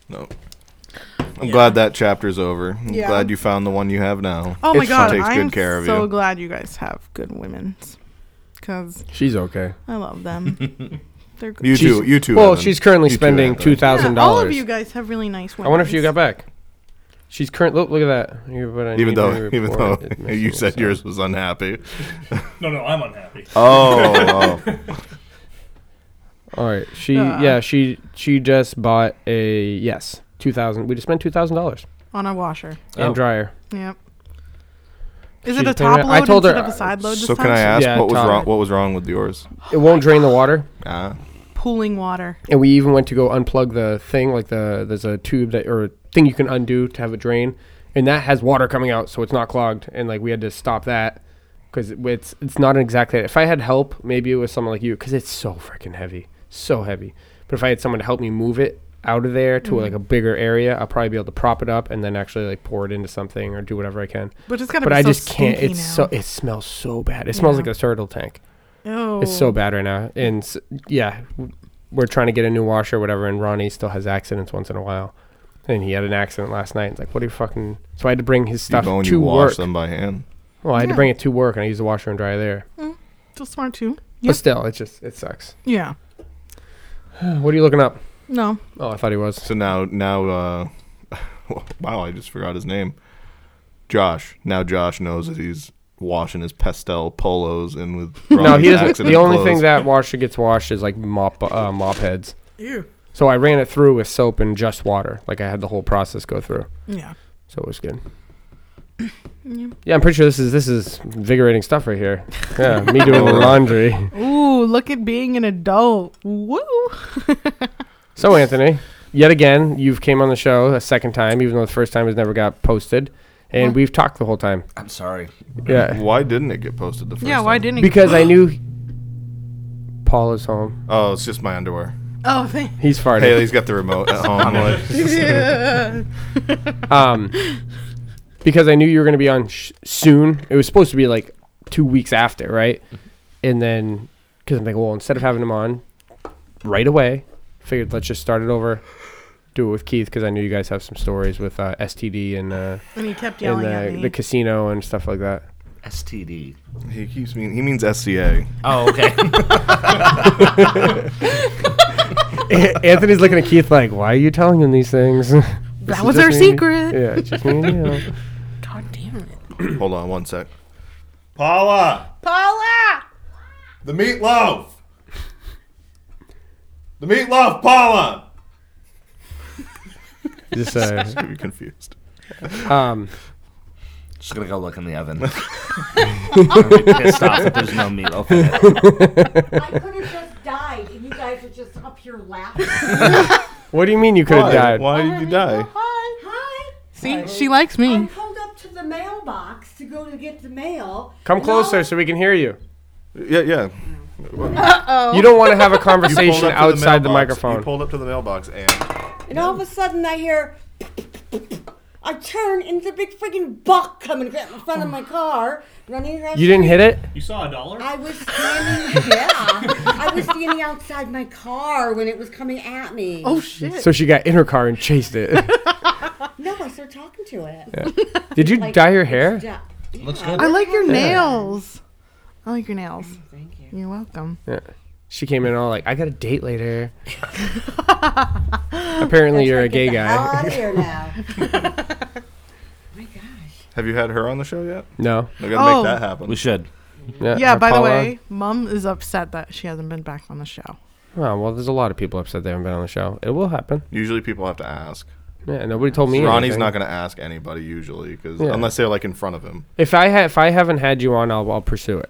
S1: No. I'm glad that chapter's over. I'm
S2: Yeah.
S1: glad you found the one you have now.
S2: Oh my
S3: It's
S2: god,
S1: fine. Takes good
S2: I'm
S1: care of
S2: so
S1: you.
S2: glad you guys have good women's because
S3: She's okay.
S2: I love them.
S4: [laughs]
S2: They're good.
S1: You
S3: She's-
S1: too. You too.
S3: Well,
S1: Evan.
S3: she's currently
S1: You too,
S3: spending
S1: Evan.
S3: two thousand
S2: yeah, all of
S3: dollars.
S2: you guys have really nice women.
S3: I wonder if you got back. She's current. Look, look at that. You- but I
S1: Even
S3: need a
S1: though,
S3: report.
S1: even though [laughs]
S3: It makes
S1: you
S3: no
S1: said
S3: sense.
S1: yours was
S3: [laughs]
S1: unhappy.
S4: No, no, I'm unhappy.
S2: Uh,
S1: Oh, oh.
S3: All right. She
S2: Uh.
S3: yeah. She she just bought a yes two thousand. We just spent two thousand dollars
S2: on a washer.
S7: Oh.
S3: and dryer.
S2: Yep. Is
S3: She's
S2: it a
S3: paying
S2: top
S3: it-
S2: load
S3: I told her,
S2: instead of
S3: uh,
S2: a side load?
S1: so
S2: this
S1: can
S2: time?
S1: I ask
S3: Yeah,
S1: what was
S3: Tom.
S1: wrong? What was wrong with yours?
S3: It won't drain the water.
S1: Ah,
S2: Pooling water.
S3: And we even went to go unplug the thing, like the there's a tube that or thing you can undo to have a drain, and that has water coming out, so it's not clogged. And like we had to stop that because it's it's not exactly. If I had help, maybe it was someone like you, because it's so freaking heavy, so heavy. But if I had someone to help me move it out of there to
S2: Mm-hmm.
S3: like a bigger area, I'll probably be able to prop it up and then actually like pour it into something or do whatever I can.
S2: But it's gotta
S3: But
S2: be
S3: I
S2: so
S3: just can't.
S2: stinky
S3: It's
S2: now.
S3: so it smells so bad. It smells
S2: Yeah.
S3: like a turtle tank.
S2: Oh,
S3: It's so bad right now. And s yeah, w- we're trying to get a new washer or whatever, and Ronnie still has accidents once in a while. And he had an accident last night. It's like, what are you fucking. So I had to bring his
S1: you
S3: stuff
S1: go and
S3: to
S1: you
S3: work.
S1: wash them by hand.
S3: Well, I had to
S2: Yeah.
S3: bring it to work, and I used the washer and dryer there.
S2: Still smart too.
S3: But
S2: Yep.
S3: still, it just it sucks. [sighs]
S2: Yeah.
S3: What are you looking up?
S2: No.
S3: Oh, I thought he was.
S1: So now, now, uh, [laughs] wow, I just forgot his name. Josh. Now Josh knows that he's washing his pastel polos and with
S3: [laughs] No,
S1: Ronnie's
S3: he doesn't.
S1: accident
S3: The only
S1: clothes.
S3: thing that washer gets washed is like mop uh, mop heads.
S2: Ew.
S3: So I ran it through with soap and just water. Like I had the whole process go through.
S2: Yeah.
S3: So it was good. Yeah, I'm pretty sure this is this is invigorating stuff right here. Yeah, me doing the laundry.
S2: Ooh, look at being an adult. Woo.
S3: So Anthony, yet again, you've came on the show a second time, even though the first time has never got posted, and we've talked the whole time.
S7: I'm sorry.
S3: Yeah,
S1: Why didn't it get posted the first?
S2: [laughs] yeah. Why
S1: time?
S2: didn't?
S3: because I knew Paul is home.
S1: Oh, it's just my underwear.
S2: Oh, thank.
S3: He's farting.
S1: Haley's got the remote at home.
S3: [laughs]
S1: like,
S3: Um, because I knew you were going to be on sh- soon. It was supposed to be like two weeks after, right? And then because I'm like, well, instead of having him on right away, figured let's just start it over. Do it with Keith because I knew you guys have some stories with uh, STD and uh,
S2: And he kept
S3: and
S2: yelling at
S3: the,
S2: me.
S3: the casino and stuff like that.
S7: STD.
S1: he keeps mean he means SCA.
S7: Oh, okay. [laughs]
S3: Anthony's looking at Keith like, "Why are you telling him these things?" [laughs]
S2: that was our secret.
S3: Yeah, it's just me and you.
S2: God damn it.
S1: Hold on one sec.
S5: Paula,
S2: Paula.
S5: the meatloaf. The meatloaf, Paula.
S3: [laughs] Just uh,
S1: I'm confused.
S3: um,
S7: Just gonna go look in
S1: [laughs]
S7: the oven. I'm gonna be pissed off that there's no meatloaf. In
S1: [laughs]
S7: it.
S8: I could have just died, and you guys are just up here laughing.
S3: what do you mean you could have died?
S1: Why did you die?
S8: Hi. Hi.
S2: See, she likes
S8: I
S3: Hmm.
S2: me.
S8: pulled up to the mailbox to go to get the mail.
S3: Come
S8: and all-
S3: closer so we can hear you.
S1: Yeah, yeah.
S3: You don't want to have
S1: Oh. [laughs]
S3: a
S1: You pulled
S3: conversation
S1: up to
S3: outside
S1: mailbox. You
S3: the, microphone.
S1: pulled up to the mailbox and
S8: And all of a sudden, I hear. I turn and there's a big freaking buck coming in front of my car, running around.
S3: You didn't hit it.
S4: You saw a dollar?
S8: I was standing. yeah, I was standing outside my car when it was coming at me.
S2: Oh shit.
S3: So she got in her car and
S2: [laughs]
S3: chased it. [laughs]
S8: no! I started talking to it.
S3: Did you dye your hair?
S8: Yeah.
S7: Looks
S8: Yeah.
S7: good.
S2: I like your nails. I like your nails.
S8: Thank you.
S2: You're welcome.
S3: She came in all like, "I got a
S2: [laughs]
S3: date later." Apparently, you're a gay
S8: Get the hell
S3: guy.
S8: out of here now. my gosh.
S1: have you had her on the show yet?
S3: [laughs] No.
S1: I gotta
S2: Oh.
S1: make that happen.
S7: We should.
S2: Yeah,
S3: or
S2: by the
S3: uh, Paula.
S2: way, mom is upset that she hasn't been back on the show.
S3: Oh, well, there's a lot of people upset they haven't been on the show. It will happen.
S1: Usually people have to ask.
S3: Yeah, nobody told me.
S1: Ronnie's
S3: anything.
S1: not going to ask anybody usually, 'cause-
S3: Yeah.
S1: unless they're like in front of him.
S3: If I ha- if I haven't had you on, I'll, I'll pursue it.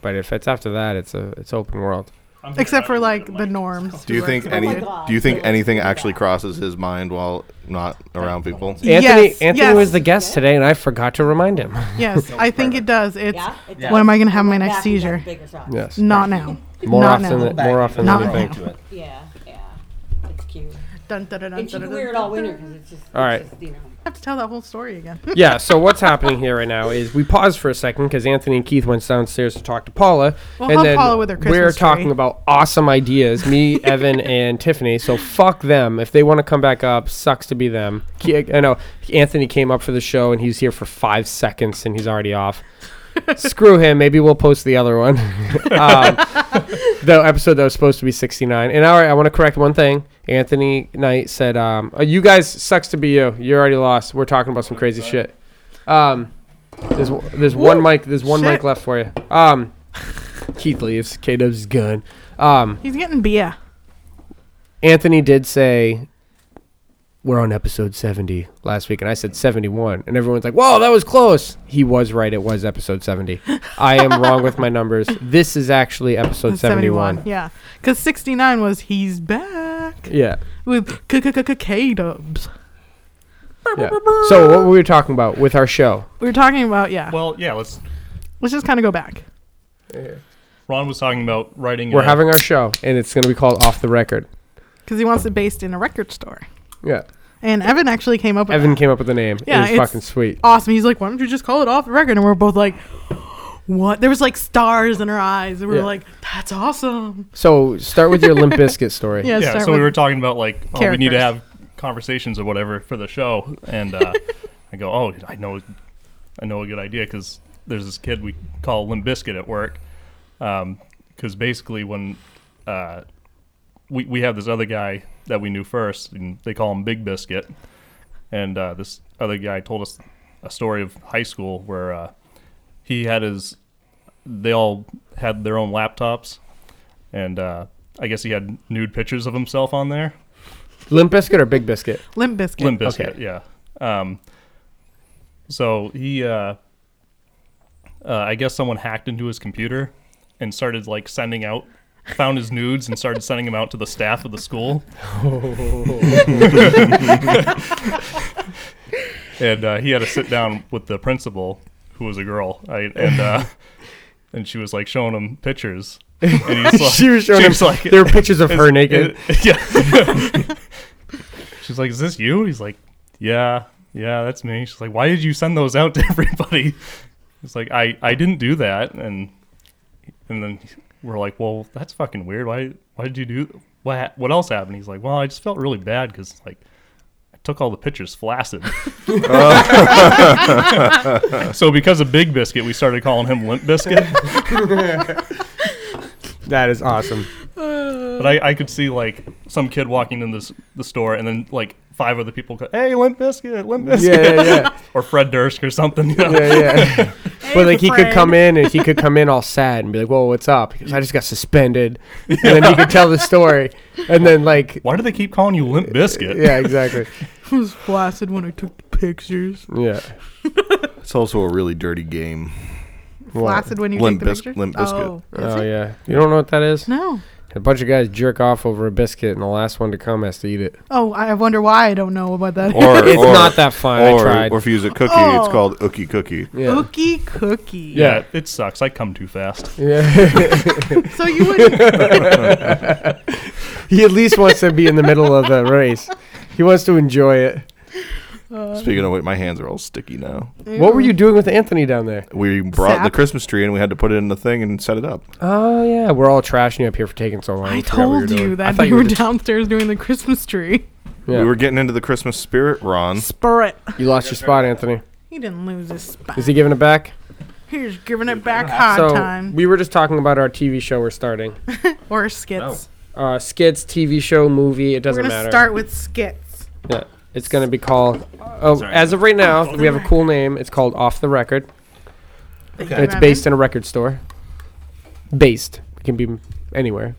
S3: But if it's after that, it's a it's open world.
S4: I'm
S2: Except for
S4: gonna
S2: like
S4: get
S2: the norms.
S1: Do you
S2: who are
S1: think any?
S2: accepted.
S8: Oh God.
S1: Do you think
S8: Yeah.
S1: anything actually crosses his mind while not around people?
S3: Anthony
S2: Yes,
S3: Anthony
S2: yes.
S3: was the guest today, and I forgot to remind him. [laughs]
S2: Yes, I think it does. It's
S8: Yeah. it does.
S2: when am I going to have my next
S8: Back, you got
S2: seizure?
S8: bigger socks.
S3: Yes,
S2: Not now.
S3: more
S2: Not
S3: often
S2: now.
S3: than more often
S2: Not
S3: than you
S2: now.
S3: think.
S7: To it.
S8: Yeah. Yeah. It's cute.
S2: Dun, dun, dun, dun,
S8: And she
S2: dun,
S8: can
S2: dun,
S8: wear it
S2: dun,
S8: all
S2: dun.
S8: winter because it's just.
S3: All
S8: it's
S3: right.
S8: Just, you know,
S2: have to tell that whole story again. [laughs]
S3: yeah. So what's happening here right now is we pause for a second because Anthony and Keith went downstairs to talk to Paula,
S2: Well,
S3: and
S2: help
S3: then
S2: Paula with her Christmas
S3: we're
S2: tree.
S3: talking about awesome
S2: [laughs]
S3: ideas. Me, Evan, and Tiffany. So fuck them if they want to come back up. Sucks to be them. Ke- I know Anthony came up for the show and he's here for five seconds and he's already
S2: [laughs]
S3: off. Screw him. Maybe we'll post the other one. um, the episode that was supposed to be 69. And all right, I want to correct one thing. Anthony Knight said, um, "Oh, "You guys sucks to be you. You already lost. We're talking about some crazy shit." Um, there's w- there's one mic. There's one mic
S2: shit.
S3: left for you. Um, Keith leaves. K Dub's gone. Um,
S2: He's getting beer.
S3: Anthony did say we're on episode 70 last week and I said 71 and everyone's like, "Whoa, that was close." He was right. It was episode 70. I am wrong with my numbers. This is actually episode 71.
S2: Yeah. Because 69 was he's back
S3: Yeah.
S2: with K dubs.
S3: yeah. So what were we talking about with our show?
S2: We were talking about, yeah.
S4: Well, yeah. Let's.
S2: Let's just kind of go back.
S4: Ron was talking about writing.
S3: We're
S4: a-
S3: having our show and it's going to be called Off the Record.
S2: Because he wants it based in a record store.
S3: Yeah.
S2: And Evan actually came up with
S3: Evan came up with the name.
S2: Yeah,
S3: it was
S2: it's-
S3: fucking sweet.
S2: awesome. He's like, why don't you just call it off the record? And we're both like, what? There was like stars in her eyes. And we were
S3: Yeah.
S2: like, that's awesome.
S3: So start with
S2: [laughs]
S3: your Limp Bizkit story.
S2: Yeah.
S4: Yeah,
S2: start
S4: so we
S2: with-
S4: were talking about like oh, we need to
S2: characters.
S4: have conversations or whatever for the show, and uh, [laughs] I go, oh, I know, I know a good idea because there's this kid we call Limp Biscuit at work, because basically when uh, we we have this other guy that we knew first, and they call him Big Biscuit, and uh, this other guy told us a story of high school where uh, he had his they all had their own laptops and uh, I guess he had nude pictures of himself on there.
S3: Limp Bizkit or Big
S2: [laughs]
S3: Biscuit?
S2: Limp Biscuit.
S4: Limp Bizkit,
S3: Okay.
S4: yeah. Um, so he, uh, uh, I guess someone hacked into his computer and started like sending out, found his nudes and started sending them out to the staff of
S3: [laughs]
S4: the school. and uh, he had to sit down with the principal, who was a girl, I, and uh, and she was like showing him pictures. And he's
S3: [laughs]
S4: like,
S3: She was showing
S4: she
S3: him-
S4: was like,
S3: there were
S2: [laughs]
S3: pictures of her naked. [laughs]
S4: yeah. She's like, "Is this you?" He's like, "Yeah, yeah, that's me." She's like, "Why did you send those out to [laughs] everybody?" He's like, "I I didn't do that." And and then we're like, "Well, that's fucking weird. Why why did you do what ha- what else happened?" He's like, "Well, I just felt really bad cuz like I took all the pictures flaccid." [laughs] so because of Big Biscuit, we started calling him Limp Biscuit.
S3: That
S2: [laughs]
S3: is awesome.
S4: But I, I could see like some kid walking in this the store, and then like five other people go, "Hey, Limp Biscuit, Limp Biscuit,"
S3: Yeah, yeah, yeah.
S4: or Fred Dursk or something. You know?
S3: yeah, yeah. [laughs] but like he could come in and he could come in all sad and be like, "Whoa, what's up?" Because I just
S2: [laughs]
S3: got suspended, and then he could tell the story, and then like,
S4: Why do they keep calling you Limp Biscuit?
S2: [laughs]
S3: yeah, exactly,
S2: It was flaccid when I took the pictures.
S3: yeah.
S1: It's also a really dirty game.
S2: Flaccid when you
S1: Limp
S2: take the
S1: Bizk-
S2: pictures.
S1: Limp Bizkit.
S2: Oh, is
S3: Oh
S2: it?
S3: yeah, you don't know what that is?
S2: No.
S3: A bunch of guys jerk off over a biscuit, and the last one to come has to eat it.
S2: Oh, I wonder why I don't know about that.
S1: Or
S3: It's
S1: or-
S3: not that fun. I
S1: Or,
S3: tried.
S1: or if you use a cookie,
S2: Oh.
S1: it's called ookie cookie.
S3: yeah.
S2: Ookie [laughs] cookie.
S4: Yeah, it- it sucks. I come too fast.
S3: [laughs] Yeah.
S2: So you
S3: [laughs]
S2: would
S3: he at least wants to be in the middle of the race. He wants to enjoy it.
S1: Speaking of which, my hands are all sticky now.
S3: What were you doing with Anthony down there?
S1: We brought the
S2: Sap.
S1: Christmas tree and we had to put it in the thing and set it up.
S3: Oh yeah, we're all trashing you up here for taking so long.
S2: I
S3: We forgot what
S2: told
S3: were doing.
S2: you
S3: I
S2: that
S3: thought
S2: they were
S3: just-
S2: downstairs doing the Christmas tree.
S3: Yeah.
S1: We were getting into the Christmas spirit, Ron.
S2: Spur it.
S3: You lost your spot, Anthony.
S2: He didn't lose his spot.
S3: Is he giving it back?
S2: He's giving it back hard
S3: so
S2: time.
S3: we were just talking about our TV show we're starting.
S2: or skits.
S3: Uh, skits, TV show, movie. It
S2: We're
S3: doesn't
S2: gonna
S3: matter.
S2: start with skits.
S3: Yeah, it's gonna be called. Oh, as of right now, we have a cool name. It's called Off the Record. And it's
S2: Evan?
S3: based in a record store. Based. It can be m- anywhere,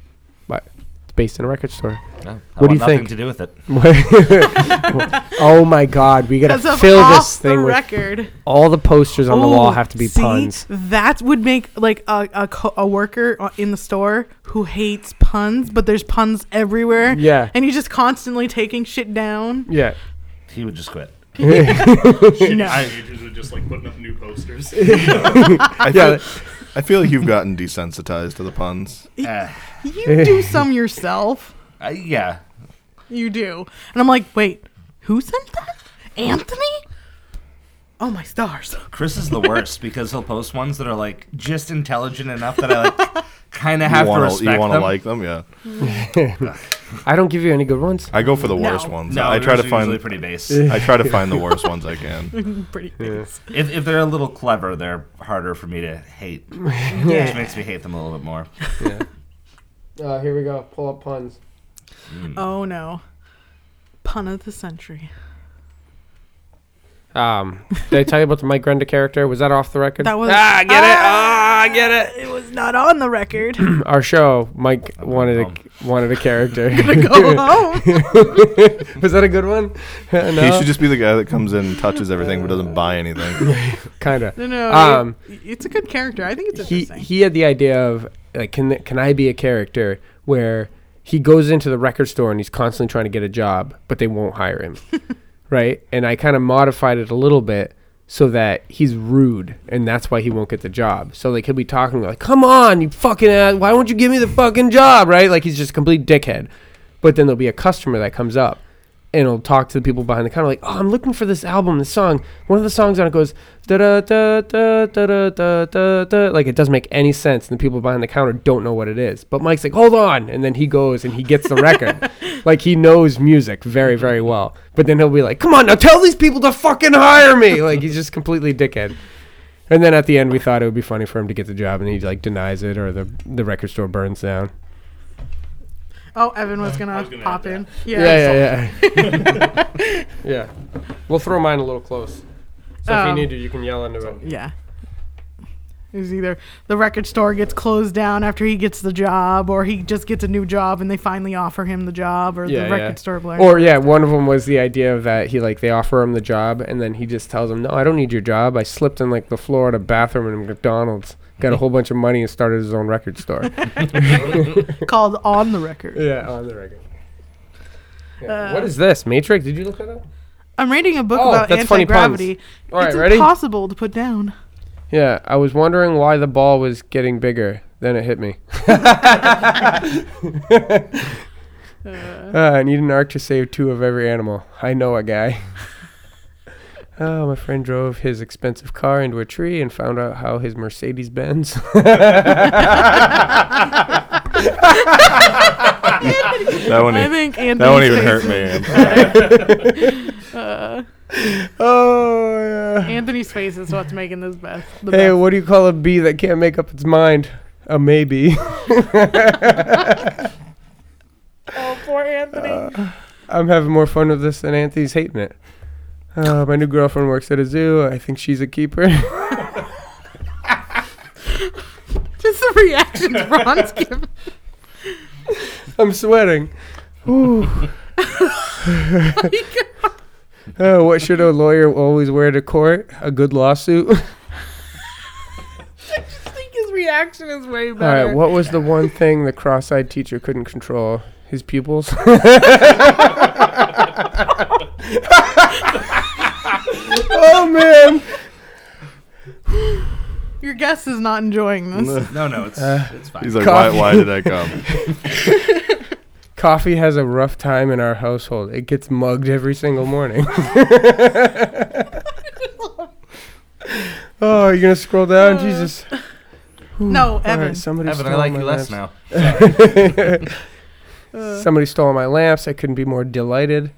S3: but it's based in a record store.
S7: No, I
S3: What do
S7: want
S3: you
S7: nothing
S3: think?
S7: to do with it.
S3: oh my God, we gotta
S2: As of
S3: fill
S2: off
S3: this thing
S2: the
S3: with
S2: record.
S3: all the posters on the wall
S2: Ooh,
S3: have to be
S2: see?
S3: puns.
S2: That would make like a a, co- a worker o- in the store who hates puns, but there's puns everywhere.
S3: Yeah.
S2: and he's just constantly taking shit down.
S3: Yeah.
S7: He would just quit.
S2: [laughs] No.
S4: just like putting up new posters.
S1: I
S3: Yeah.
S1: feel, I feel like
S7: [laughs]
S1: you've gotten desensitized to the puns.
S3: [laughs]
S2: you do some yourself.
S7: Uh, yeah,
S2: You do, and I'm like, wait, who sent that? Anthony? Oh my stars. [laughs]
S7: Chris is the worst because he'll post ones that are like just intelligent enough that I like kind of have
S1: you
S7: to
S1: wanna,
S7: respect
S1: you wanna
S7: them.
S1: like them, yeah.
S3: I don't give you any good ones.
S1: I go for the worst ones.
S7: no,
S1: I try to
S7: they're
S1: find
S7: usually pretty
S1: [laughs]
S7: base.
S1: I try to find the
S7: [laughs]
S1: worst ones I can.
S2: Pretty things.
S7: if, if they're a little clever, they're harder for me to hate, which
S2: Yeah.
S7: makes me hate them a little bit more.
S3: Uh, here we go. Pull up puns.
S2: Oh no. Pun of the century.
S3: Um, did I tell you about the Mike Grenda character? Was that off the record?
S2: That was
S3: ah, I get it. Ah, I get [clears throat] it.
S2: it was not on the
S3: [coughs]
S2: record. Gonna
S3: Our show, Mike wanted
S7: um.
S3: a wanted
S2: [laughs]
S3: a character.
S2: go home.
S3: [laughs] was that a good one? no,
S1: He should just be the guy that comes in, and touches everything, but doesn't buy anything.
S3: kind of.
S2: No, no.
S3: Um,
S2: it- it's a good character. I think it's
S3: he
S2: interesting.
S3: he had the idea of like can can I be a character where he goes into the record store and he's constantly trying to get a job, but they won't hire him, right? And I kind of modified it a little bit so that he's rude and that's why he won't get the job. So like he'll be talking like, "Come on, you fucking ass! Why won't you give me the fucking job?" Right? Like he's just a complete dickhead. But then there'll be a customer that comes up and he'll talk to the people behind the counter like, "Oh, I'm looking for this album, this song. One of the songs on it goes da da da da da da da da like it doesn't make any sense, and the people behind the counter don't know what it is. But Mike's like, "Hold on," and then he goes and he gets the record, like he knows music very very well. But then he'll be like, "Come on, now tell these people to fucking hire me!" Like he's just completely dickhead. And then at the end, we thought it would be funny for him to get the job, and he like denies it, or the the record store burns down.
S2: oh, Evan was gonna,
S4: was gonna
S2: pop
S4: add
S2: in.
S3: Yeah, yeah, yeah. [laughs] yeah. We'll throw mine a little close. So if
S2: Um,
S3: you need to, you can yell into it.
S2: Yeah. It was either the record store gets closed down after he gets the job, or he just gets a new job and they finally offer him the job, or the
S3: Yeah, yeah.
S2: record store blur.
S3: Or yeah, one of them was the idea of that he like they offer him the job and then he just tells them, "No, I don't need your job. I slipped in like the floor at a bathroom in a McDonald's, got a whole bunch of money, and started his own record store."
S2: [laughs] called on the record.
S3: [laughs] yeah, on the record. Yeah. what is this Matrix? Did you look that up?
S2: I'm reading a book
S3: Oh,
S2: about
S3: that's funny
S2: anti-gravity.
S3: All right,
S2: it's
S3: ready?
S2: impossible to put
S3: [laughs]
S2: down. [laughs]
S3: Yeah, I was wondering why the ball was getting bigger. Then it hit [laughs] me. Uh, I need an arc to save two of every animal. I know a [laughs] guy. oh, my friend drove his expensive car into a tree and found out how his Mercedes Benz.
S1: That one, e-
S2: I
S1: that
S2: think Anthony.
S1: one
S7: [laughs]
S1: even hurt me.
S3: [laughs] oh, yeah.
S2: Anthony's face is what's making this best. The
S3: Hey,
S2: best.
S3: what do you call a bee that can't make up its mind? A maybe.
S2: [laughs]
S3: [laughs]
S2: Oh, poor Anthony.
S3: Uh, I'm having more fun with this than Anthony's hating it. Uh, my new girlfriend works at a zoo. I think she's a
S2: [laughs]
S3: keeper. [laughs]
S2: just the reactions Ron's
S3: [laughs]
S2: giving.
S3: I'm
S2: [laughs]
S3: sweating. Ooh. [laughs]
S2: Oh
S3: Uh, what should a lawyer always wear to court? A good lawsuit.
S2: I just think his reaction is way
S3: All
S2: better.
S3: right. What was the one thing the cross-eyed teacher couldn't control? His pupils. [laughs] oh man.
S2: Your guest is not enjoying this.
S7: No, no, it's it's fine.
S1: Uh, He's like, why,
S3: Coffee.
S1: why did I come?
S3: Coffee has a rough time in our household. It gets mugged every single morning. [laughs] oh, you're gonna scroll down, Jesus.
S2: no,
S3: All
S2: Uh, Evan.
S3: right, somebody
S7: Evan, I
S3: stole
S7: like
S3: my
S7: you less
S3: lamps.
S1: [laughs]
S7: now.
S2: Uh,
S3: Somebody stole my lamps. I couldn't be more delighted.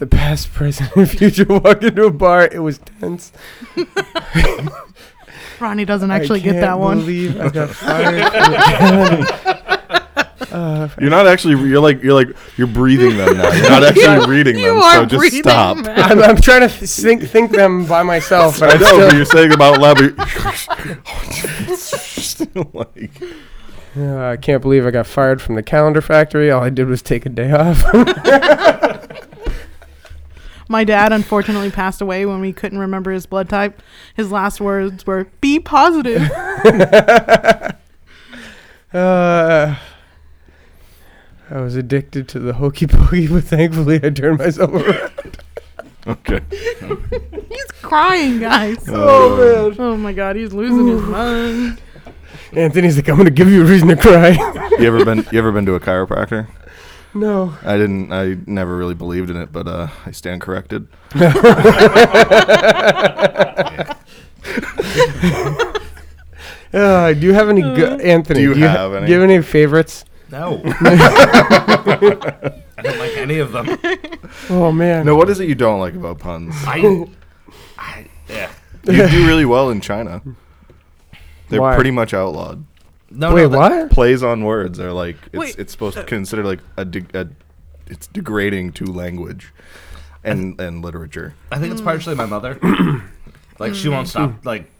S3: The past, [laughs] present, and future walk into a bar. It was tense.
S2: Ronnie doesn't actually
S3: I
S2: get that
S3: can't
S2: one.
S3: Believe
S1: [laughs]
S3: I got fired. from the county. uh,
S1: You're not actually. You're like. You're like. You're breathing them now. You're not actually reading
S2: You
S1: them.
S2: are
S1: So just
S2: breathing.
S1: stop.
S2: man.
S3: I'm, I'm trying to th- think, think them by myself, but
S1: I
S3: I'm
S1: know,
S3: still
S1: but you're saying about loud. [laughs] but- like,
S3: Uh, I can't believe I got fired from the calendar factory. All I did was take a day off. [laughs]
S2: My dad unfortunately passed away when we couldn't remember his blood type. His last words were "Be positive." [laughs]
S3: uh, I was addicted to the hokey pokey, but thankfully I turned myself
S1: [laughs]
S3: around.
S1: okay.
S2: he's crying, guys.
S1: Oh
S2: Oh my god, he's losing his mind.
S3: Anthony's like, I'm gonna give you a reason to cry. [laughs]
S1: man. You ever been? You ever been to a chiropractor?
S3: No.
S1: I didn't. I never really believed in it, but uh, I stand corrected.
S3: Uh, do you have any good Anthony?
S1: Do you
S3: ha-
S1: have any?
S3: Do you have any favorites?
S1: [laughs]
S7: No. I don't like any of them.
S3: Oh man.
S1: No, what is it you don't like about puns? [laughs]
S7: I, I yeah.
S1: You do really well in China. They're
S3: Why?
S1: pretty much outlawed.
S7: No,
S3: Wait,
S7: no, that-
S3: what?
S1: Plays on words are like it's,
S2: Wait,
S1: it's supposed to consider like a, de- a it's degrading to language and and literature.
S7: I think it's partially
S1: [clears throat]
S7: my mother. like she won't
S1: Hmm.
S7: stop. Like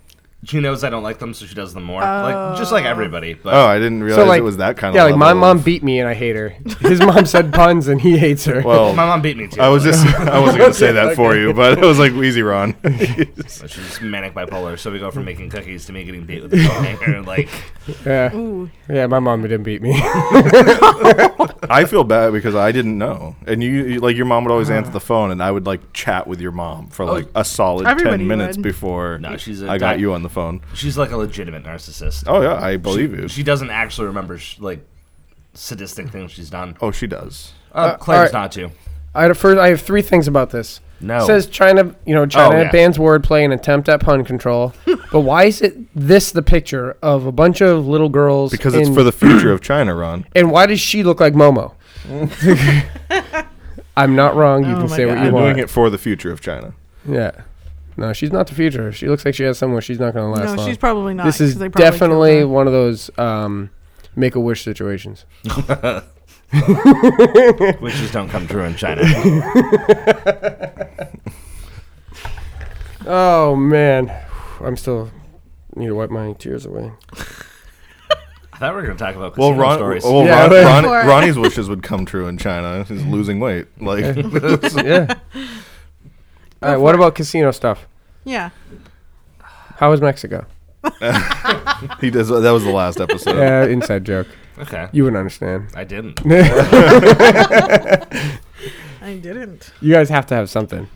S7: she knows I don't like them, so she does them more. like just like everybody. But
S1: Oh, I didn't realize
S3: like-
S1: it was that kind
S3: Yeah,
S1: of.
S3: like my
S1: level
S3: mom
S1: of-
S3: beat me and I hate her. His mom
S1: [laughs]
S3: said puns and he hates her.
S1: Oh,
S3: [laughs]
S1: well,
S7: my mom beat me too.
S1: I was just I wasn't gonna say that for you, but it was like easy, Ron.
S7: Like, she's manic bipolar, so we go from making cookies to me getting
S1: [laughs]
S7: beat with a dog hanger. Like
S3: yeah.
S2: Ooh.
S3: Yeah, my mom didn't beat me. [laughs]
S1: I feel bad because I didn't know, and you you- like your mom would always
S3: Uh-huh.
S1: answer the phone, and I would like chat with your mom
S3: Oh,
S1: for like a solid
S2: Everybody
S1: ten minutes
S2: would.
S1: before
S7: No, she's a
S1: I got
S7: di-
S1: you on the phone.
S7: she's like a legitimate narcissist.
S1: Oh yeah, I believe you.
S7: She doesn't actually remember sh- like sadistic things she's done.
S1: oh, she does.
S7: Uh, claims
S3: alright.
S7: not to.
S3: I had a first. I have three things about this.
S7: No.
S1: Oh.
S3: It says China. You know, China
S7: Oh, yeah.
S3: bans wordplay and attempt at pun
S1: [laughs]
S3: control. but why is it this the picture of a bunch of little girls?
S1: Because it's
S3: in-
S1: for the future
S3: [clears throat]
S1: of China, Ron.
S3: And why does she look
S1: [laughs]
S3: like Momo? I'm not wrong. You
S2: Oh
S3: can
S2: my
S3: say
S2: God.
S3: what you
S1: They're
S3: want.
S1: doing it for the future of China.
S3: Yeah. No, she's not the future. She looks like she has somewhere she's not going to last
S2: No,
S3: long.
S2: she's probably not.
S3: this
S2: 'cause
S3: is
S2: they probably killed
S3: definitely
S2: her.
S3: one of those um, make a wish situations.
S7: Witches don't
S1: [laughs]
S7: come true in China.
S3: Oh man, [sighs] I'm still need to wipe my tears away.
S7: I thought we were gonna talk about
S1: Well,
S7: casino
S1: Ron,
S7: stories.
S1: well
S3: Yeah,
S1: Ron,
S3: but-
S1: Ron-
S2: Before-
S1: Ronnie's wishes would come true in China.
S3: [laughs]
S1: He's losing weight. Like,
S3: yeah. All right. What about casino stuff?
S2: Yeah.
S3: How was Mexico?
S1: [laughs] he does. That was the last episode.
S3: Yeah, inside joke.
S7: okay,
S3: You wouldn't understand. [laughs]
S7: I didn't.
S2: I didn't.
S3: You guys have to have something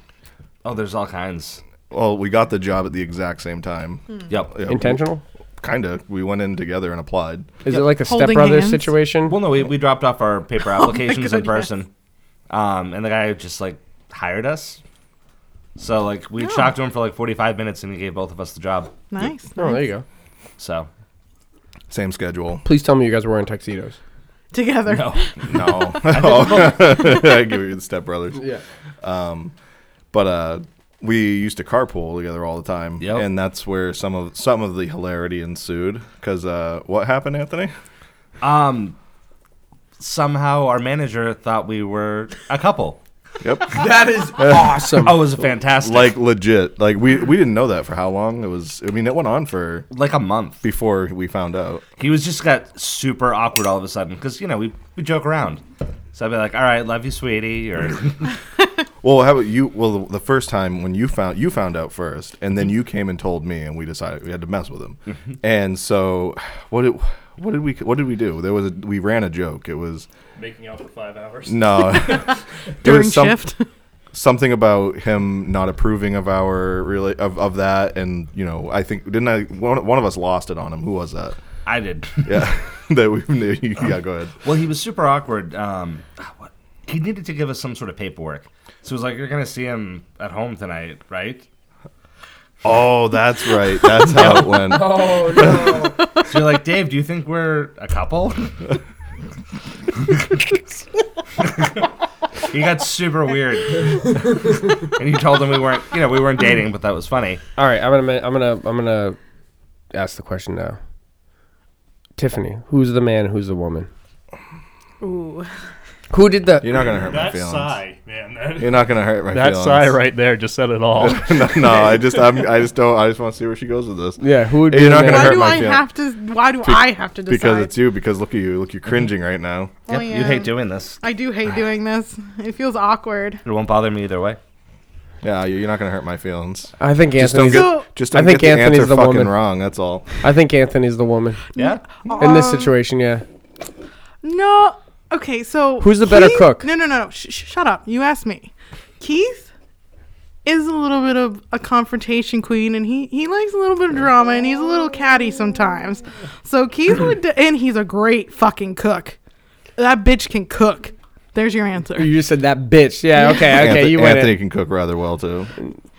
S7: Oh, there's all kinds.
S1: Well, we got the job at the exact same
S3: Hmm.
S1: time.
S7: Yep.
S1: Yeah,
S3: intentional.
S1: Kind of. We went in together and applied.
S3: Is it like a
S2: Holding
S3: stepbrother
S2: hands?
S3: situation?
S7: Well, no, we, we dropped off our
S1: [laughs] Oh
S7: paper applications
S2: God,
S7: in person, um, and the guy just like hired us. So like we talked to him for like 45 minutes, and he gave both of us the job.
S2: Nice.
S3: Oh, there you go.
S7: So [laughs]
S1: Same schedule.
S3: Please tell me you guys were wearing tuxedos.
S2: Together.
S7: no,
S1: No. [laughs] Oh. I give you the stepbrothers.
S3: Yeah.
S1: but uh, we used to carpool together all the time,
S7: Yep.
S1: and that's where some of some of the hilarity ensued. Because uh, what happened, Anthony?
S7: um, somehow our manager thought we were a couple.
S1: Yep,
S7: [laughs]
S1: [laughs]
S7: That is awesome. oh, it was fantastic.
S1: like legit. Like we we didn't know that for how long it was. I mean, it went on for
S7: like a month.
S1: before we found out.
S7: He was just got super awkward all of a sudden because you know we we joke around. So I'd be like, "All right, love you,
S1: [laughs]
S7: sweetie," or
S1: Well, how about you? Well, the, the first time when you found you found out first, and then you came and told me, and we decided we had to mess with
S2: [laughs]
S1: him. and so, what did what did we what did we do? There was a, we ran a joke. It was
S4: Making out for five hours. [laughs]
S1: no It
S2: [laughs] During
S1: was some-
S2: shift.
S1: something about him not approving of our really of, of that and you know i think didn't i one, one of us lost it on him who was that
S7: I did.
S1: yeah [laughs] that we yeah go ahead
S7: Well, he was super awkward. Um, ah, what? He needed to give us some sort of paperwork. So he was like, "You're gonna see him at home tonight, right?"
S1: oh that's [laughs] right that's how it went
S3: Oh no.
S7: So you're like, "Dave, do you think we're a couple?" he got super weird, and you told him we weren't, you know, we weren't dating, but that was funny.
S3: All right. I'm gonna. ma- I'm gonna. I'm gonna ask the question now. Tiffany, who's the man? Who's the woman?
S2: Ooh.
S3: Who did the?
S1: you're not gonna hurt my
S4: That
S1: feelings
S4: sigh, man. That,
S1: you're not gonna hurt my
S4: that
S1: feelings
S4: sigh right there just said it all.
S1: [laughs] no, no i just I'm, i just don't i just want to see where she goes with this
S3: yeah. Who would be?
S1: You're
S3: the
S1: not [laughs] gonna
S3: man?
S2: Why
S1: hurt
S2: do
S1: my
S2: I
S1: feelings.
S2: have to? Why do I have to decide?
S1: because it's you because look at you look
S3: Mm-hmm.
S1: you're cringing right now
S2: Oh,
S7: Yep, You
S2: yeah.
S7: hate doing this.
S2: I do hate doing this. It feels awkward.
S7: It won't bother me either way.
S1: yeah you- you're not gonna hurt my feelings
S3: I think
S1: just don't
S3: Anthony's.
S2: So-
S1: get just
S3: I
S1: don't
S3: think
S1: get the
S3: Anthony's
S1: answer
S3: the
S1: fucking
S3: woman.
S1: wrong that's all
S3: I think Anthony's the woman
S7: Yeah.
S3: in this
S2: Um,
S3: situation. Yeah.
S2: No. Okay, so
S3: Who's the better
S2: Keith-
S3: cook?
S2: No, no, no. no. Sh- sh- shut up. You asked me. Keith is a little bit of a confrontation queen, and he he likes a little bit of drama, and he's a little catty sometimes. So Keith would, d- and he's a great fucking cook. That bitch can cook. There's your answer.
S3: You just said that bitch. Yeah. Okay. Okay.
S1: Anthony,
S3: you went
S1: Anthony
S3: it.
S1: can cook rather well too.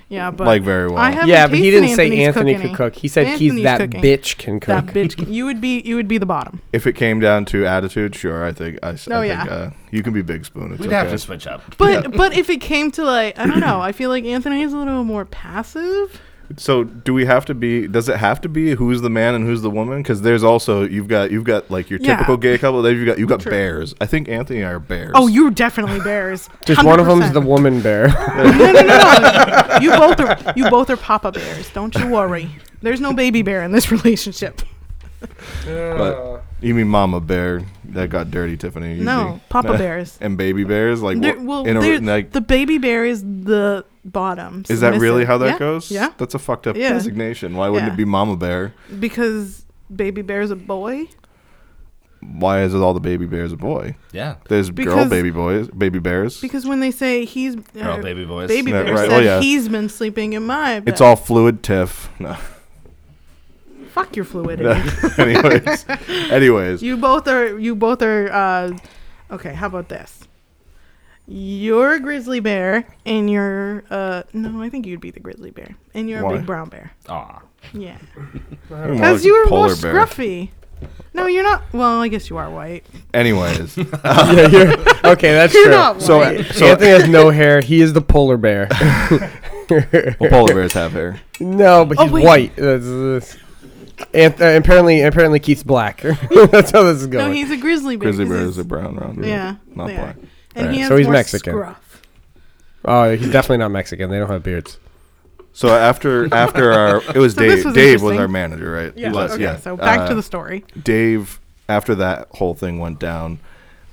S2: Yeah, but
S1: Like, very well.
S2: I haven't
S3: Yeah, but he
S2: tasted
S3: didn't say
S2: Anthony's
S3: Anthony
S2: cooking.
S3: could cook. He said he's
S2: Anthony's
S3: that
S2: cooking.
S3: bitch can cook.
S2: That
S3: [laughs]
S2: bitch. can- You would be. You would be the bottom.
S1: If it came down to attitude, sure, I think I, s- I
S2: Oh,
S1: think
S2: yeah.
S1: uh, you can be big spoon. It's
S7: We'd
S1: okay.
S7: have to switch up.
S2: But but if it came to like I don't know, I feel like Anthony is a little more passive.
S1: So do we have to be? Does it have to be who's the man and who's the woman? Because there's also you've got you've got like your
S2: Yeah.
S1: typical gay couple. Then you've got you've got bears. I think Anthony and I are bears.
S2: Oh, you're definitely bears.
S3: Just one of them's
S2: 100%.
S3: the woman
S2: [laughs]
S3: bear. [laughs]
S2: No, no, no, no. You both are you both are papa bears. Don't you worry. There's no baby bear in this [laughs] relationship.
S1: But you mean Mama Bear that got dirty, Tiffany? you
S2: No,
S1: think?
S2: papa bears.
S1: [laughs] and baby bears like
S2: They're-
S1: what
S2: well,
S1: in a,
S2: they're-
S1: like
S2: the baby bear is the bottom.
S1: is that really
S2: submissive.
S1: how that
S2: Yeah,
S1: goes?
S2: Yeah,
S1: that's a fucked up
S2: Yeah.
S1: designation. Why wouldn't
S2: Yeah.
S1: it be Mama Bear?
S2: because baby bear is a boy.
S1: Why is it all the baby bears a boy?
S7: Yeah.
S1: There's girl
S2: Because-
S1: baby boys, baby bears.
S2: Because when they say he's uh,
S7: Girl Oh, baby boys.
S2: baby
S1: Yeah,
S2: bear
S1: right.
S2: said
S1: Oh, yeah.
S2: he's been sleeping in my bed.
S1: it's all fluid, Tiff. No. [laughs]
S2: fuck your fluidity. [laughs]
S1: anyways, anyways,
S2: You both are. You both are. Uh, okay, how about this? You're a grizzly bear, and you're. Uh, no, I think you'd be the grizzly bear, and you're
S1: Why?
S2: a big brown bear.
S7: Aw.
S2: Yeah,
S1: I'm more
S2: because
S1: like
S2: you
S1: a
S2: were more
S1: polar bear.
S2: scruffy. No, you're not. Well, I guess you are white. [laughs]
S1: Anyways,
S3: yeah. You're, okay. That's
S2: You're
S3: true.
S2: not white.
S1: so so
S3: Anthony has no hair. He is the
S1: [laughs]
S3: polar bear. [laughs]
S1: well, polar bears have hair.
S3: No, but
S2: Oh,
S3: he's
S2: wait.
S3: white. That's, that's, Anth- uh, apparently, apparently Keith's black. [laughs] that's how this is going.
S2: no, he's a grizzly bear.
S1: Grizzly
S2: 'cause
S1: bears are
S2: it's-
S1: brown, round,
S2: Yeah,
S1: not
S2: they
S1: black.
S2: are. And
S1: Alright,
S2: he has
S3: so he's
S2: more
S3: Mexican.
S2: Scruff.
S3: oh, he's definitely not Mexican. They don't have beards.
S1: So after
S2: [laughs]
S1: after our it was
S2: So this
S1: Dave.
S2: was
S1: Dave was
S2: interesting.
S1: our manager, right? He
S2: Yeah.
S1: was,
S2: okay. So back
S1: Uh,
S2: to the story.
S1: Dave, after that whole thing went down,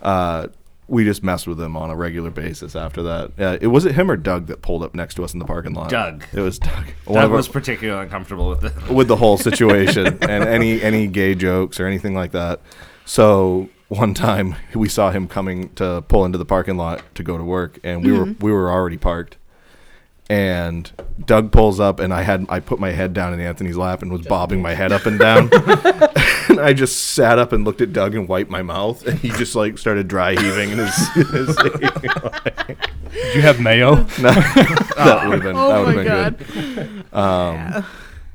S1: uh, we just messed with him on a regular basis. After that, uh, it was it him or Doug that pulled up next to us in the parking lot.
S7: Doug.
S1: It was Doug. One
S7: Doug
S1: of our-
S7: was particularly uncomfortable with the
S1: with the whole situation and any any gay jokes or anything like that. So one time we saw him coming to pull into the parking lot to go to work, and we
S2: Mm-hmm.
S1: were we were already parked. And Doug pulls up, and I had I put my head down in Anthony's lap and was bobbing my head up and
S2: [laughs]
S1: down. and I just sat up and looked at Doug and wiped my mouth, and he just like started dry heaving. And his,
S2: [laughs]
S1: his
S4: Did you have mayo?
S1: that would have been that
S2: Oh
S1: would have
S2: my
S1: been
S2: god.
S1: good.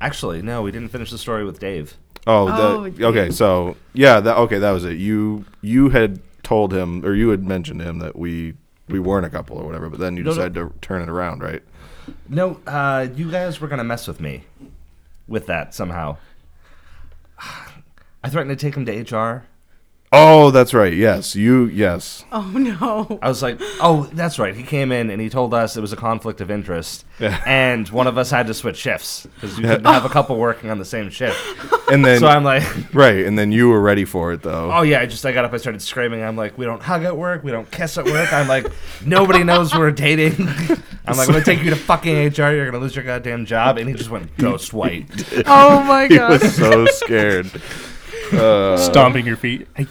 S7: Actually, no, we didn't finish the story with Dave.
S1: Oh,
S2: Oh,
S1: that, okay. So yeah, that okay. That was it. You you had told him, or you had mentioned to him that we we weren't a couple or whatever. But then you
S7: No, no.
S1: decided to turn it around, right?
S7: No, uh, you guys were gonna mess with me with that somehow. [sighs] I threatened to take him to HR.
S1: Oh, that's right. Yes, you. Yes,
S2: [laughs] Oh no.
S7: I was like, "Oh, that's right." He came in and he told us it was a conflict of interest, and one of us had to switch shifts because you couldn't have a couple working on the same shift.
S1: and then
S7: [laughs] So I'm like,
S1: right, and then you were ready for it though. [laughs]
S7: "Oh yeah!" I just I got up, I started screaming. I'm like, "We don't hug at work. We don't kiss at work." I'm like, "Nobody knows we're dating." I'm like, "I'm gonna take you to fucking HR. You're gonna lose your goddamn job." And he just went ghost white.
S2: Oh
S1: [laughs]
S2: my
S1: he
S2: god.
S1: was so scared. Uh,
S4: Stomping your feet. I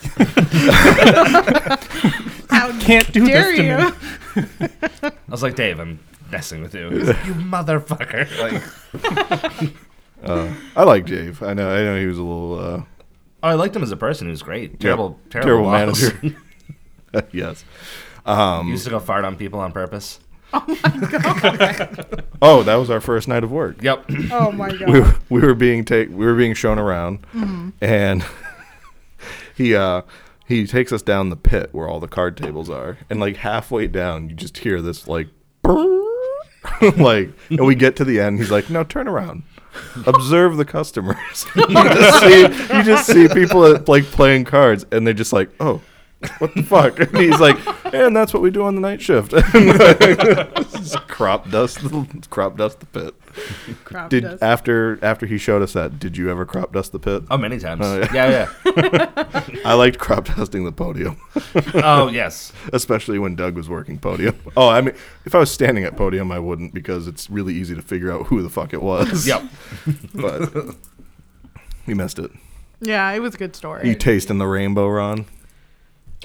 S2: How
S4: can't do
S2: dare
S4: this to
S2: you?
S4: me.
S7: I was like, "Dave, I'm messing with you. He's like, you motherfucker!" Like,
S1: uh, I like Dave. I know. I know he was a little uh,
S7: oh, I liked him as a person. He was great. Terrible,
S1: yeah,
S7: terrible, boss. [laughs]
S1: manager. uh, [laughs] yes. Um,
S7: Used to go fart on people on purpose.
S1: oh, that was our first night of work.
S7: Yep.
S2: Oh
S1: [laughs]
S2: my
S1: we
S2: god.
S1: were, we were being take we were being shown around, and [laughs] he uh he takes us down the pit where all the card tables are, and like halfway down, you just hear this like, [laughs] like, and we get to the end. He's like, "Now turn around." Observe the customers. [laughs] you, just see, you just see people at, like playing cards, and they're just like, "Oh, what the fuck?" [laughs] And he's like, "And that's what we do on the night shift." [laughs] Just [laughs] crop dust, the, crop dust the pit.
S2: Crop
S1: Did
S2: dust.
S1: after after he showed us that, did you ever crop dust the pit?
S7: Oh, many times.
S1: Oh,
S7: yeah. yeah,
S1: [laughs] I liked crop dusting the podium, [laughs]
S7: Oh, yes.
S1: especially when Doug was working podium. Oh, I mean, if I was standing at podium, I wouldn't because it's really easy to figure out who the fuck it was.
S7: Yep.
S1: [laughs] but you missed it.
S2: yeah, it was a good story.
S1: You taste in the rainbow, Ron.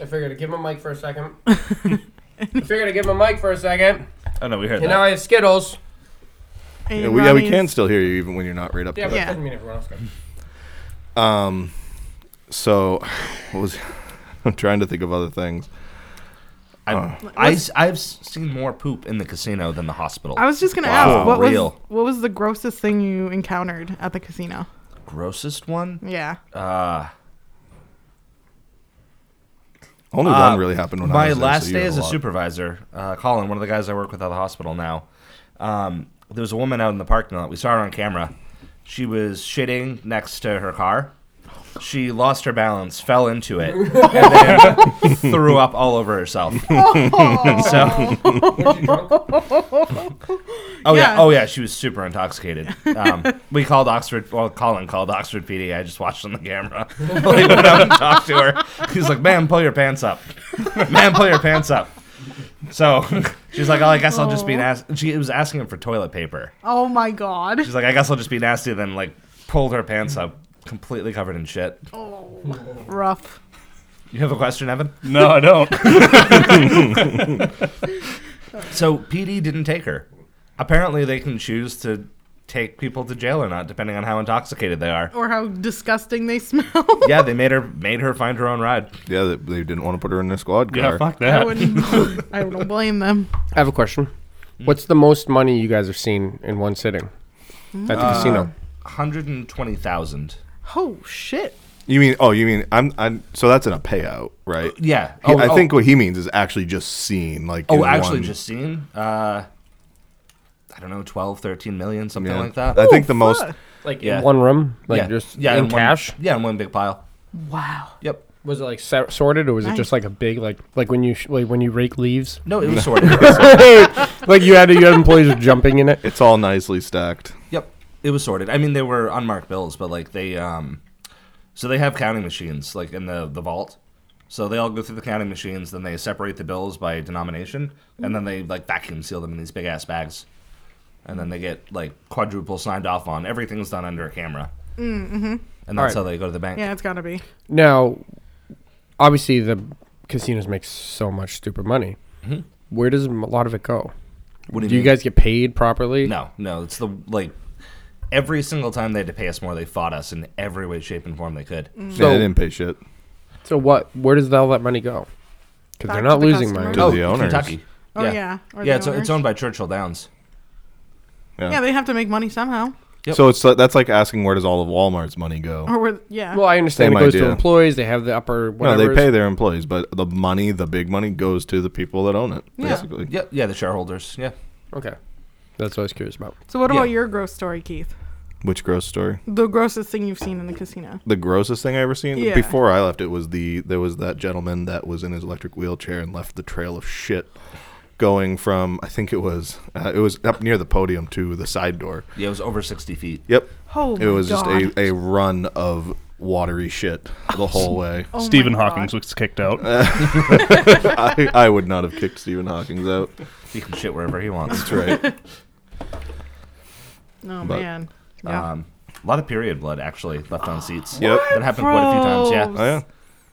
S3: I figured to give him a mic for
S2: [laughs]
S3: a second. I figured to give him a mic for a second.
S7: Oh no, we heard that.
S3: have Skittles.
S2: And
S1: Yeah, we, yeah, we
S2: Ronnie's-
S1: can still hear you even when you're not right up
S2: but
S1: there.
S2: Yeah. doesn't
S3: mean everyone else
S1: Um, [laughs] so what was I'm trying to think of other things.
S7: I've, I, s- I've s- seen more poop in the casino than the hospital.
S2: I was just gonna
S7: Wow.
S2: ask what was
S7: Real.
S2: what was the grossest thing you encountered at the casino?
S7: grossest one.
S2: Yeah.
S7: Uh,
S1: Only
S7: Uh,
S1: one really happened when I
S7: my
S1: was there, so
S7: last
S1: you
S7: day
S1: had
S7: as a
S1: lot.
S7: supervisor, uh, Colin, one of the guys I work with at the hospital now, um, there was a woman out in the parking lot. We saw her on camera. She was shitting next to her car. She lost her balance, fell into it, and
S1: [laughs]
S7: then threw up all over herself. so, oh yeah.
S2: Yeah.
S7: oh yeah, she was super intoxicated. Um, we called Oxford. Well, Colin called Oxford PD. I just watched on the camera. [laughs] like, went out and talked to her. He's like, "Ma'am, pull your pants up. Ma'am, pull your pants up." So [laughs] she's like, "Oh, I guess I'll just be nasty." She was asking him for toilet paper.
S2: Oh my god.
S7: She's like, "I guess I'll just be nasty." Then like pulled her pants up, completely covered in shit.
S2: Rough.
S7: You have a question, Evan?
S4: [laughs] No, I don't.
S7: So PD didn't take her. Apparently, they can choose to take people to jail or not, depending on how intoxicated they are.
S2: Or how disgusting they [laughs] smell.
S7: Yeah, they made her made her find her own ride.
S1: Yeah, they, they didn't want to put her in their squad car.
S4: yeah, fuck
S2: I
S4: that.
S1: [laughs]
S2: wouldn't I don't blame them.
S3: I have a question.
S7: Hmm?
S3: What's the most money you guys have seen in one sitting at the
S7: Uh,
S3: casino?
S7: Hundred and twenty thousand.
S2: Oh shit.
S1: You mean? Oh, you mean? I'm. I'm. So that's in a payout, right?
S7: Yeah.
S1: He-
S7: Oh,
S1: I
S7: oh.
S1: think what he means is actually just seen, like.
S7: Oh,
S1: in
S7: actually,
S1: one-
S7: just seen. Uh, I don't know, 12, 13 million, something
S1: yeah.
S7: like that.
S1: I
S2: Oh,
S1: think the most.
S9: Like
S7: Yeah.
S9: yeah.
S3: One room, like
S7: yeah.
S3: just
S7: yeah,
S3: in
S7: one-
S3: cash.
S7: yeah, in one big pile.
S2: Wow.
S7: Yep.
S3: Was it like sa- sorted, or was it
S2: Nice.
S3: just like a big like like when you sh- like when you rake [laughs] leaves?
S7: No, [laughs] it was sorted.
S3: like you had you had employees [laughs] jumping in it.
S1: It's all nicely stacked.
S7: Yep, it was sorted. I mean, they were unmarked bills, but like they, um, so they have counting machines like in the the vault. So they all go through the counting machines, then they separate the bills by denomination, and then they like vacuum seal them in these big ass bags, and then they get like quadruple signed off on. Everything's done under a camera, mm-hmm. and that's
S3: Alright.
S7: how they go to the bank.
S2: Mm, Yeah, it's gotta be.
S3: Now, obviously, the casinos make so much stupid money.
S7: Hmm?
S3: Where does a lot of it go?
S7: What
S3: Do
S7: do
S3: you,
S7: you, mean?
S3: guys get paid properly?
S7: No, no, it's the like every single time they had to pay us more, they fought us in every way, shape, and form they could.
S2: Mm.
S1: yeah,
S3: So-
S1: they didn't pay shit.
S3: So what? Where does all that money go? Because
S2: Back
S3: they're
S2: to
S3: not
S2: the
S3: losing
S2: customer.
S3: money.
S1: To the owners.
S7: Kentucky.
S2: Oh yeah. Or
S7: yeah,
S2: the
S7: it's, it's
S2: owners.
S7: owned by Churchill Downs.
S1: Yeah.
S2: Yeah, they have to make money somehow.
S7: Yep.
S1: So it's like- that's like asking where does all of Walmart's money go?
S2: Or where yeah.
S3: Well, I understand
S1: Same
S3: it goes to
S1: idea.
S3: employees. They have the upper
S1: No,
S3: whatever.
S1: they pay their employees, but the money, the big money, goes to the people that own it,
S2: Yeah.
S1: basically.
S7: Yeah, yeah, the shareholders. Yeah.
S3: Okay, that's what I was curious about.
S2: so what
S7: yeah.
S2: about your gross story, Keith?
S1: Which gross story?
S2: The grossest thing you've seen in the casino.
S1: The grossest thing I ever seen
S2: Yeah.
S1: before I left it was the there was that gentleman that was in his electric wheelchair and left the trail of shit going from I think it was uh, it was up near the podium to the side door.
S7: Yeah, it was over 60 feet.
S1: Yep.
S2: Oh
S1: it
S2: my
S1: was
S2: God.
S1: just a, a run of watery shit the whole way.
S2: Oh my
S4: Stephen
S2: God.
S4: Hawking was kicked out.
S1: I, I would not have kicked Stephen Hawking's out.
S7: He can shit wherever he
S1: [laughs] That's
S7: wants.
S1: right.
S2: Oh
S1: but,
S2: man. Yeah.
S7: um, a lot of period blood, actually, left on seats.
S1: Yep.
S7: That happened quite a few times. Yeah.
S1: Oh, yeah.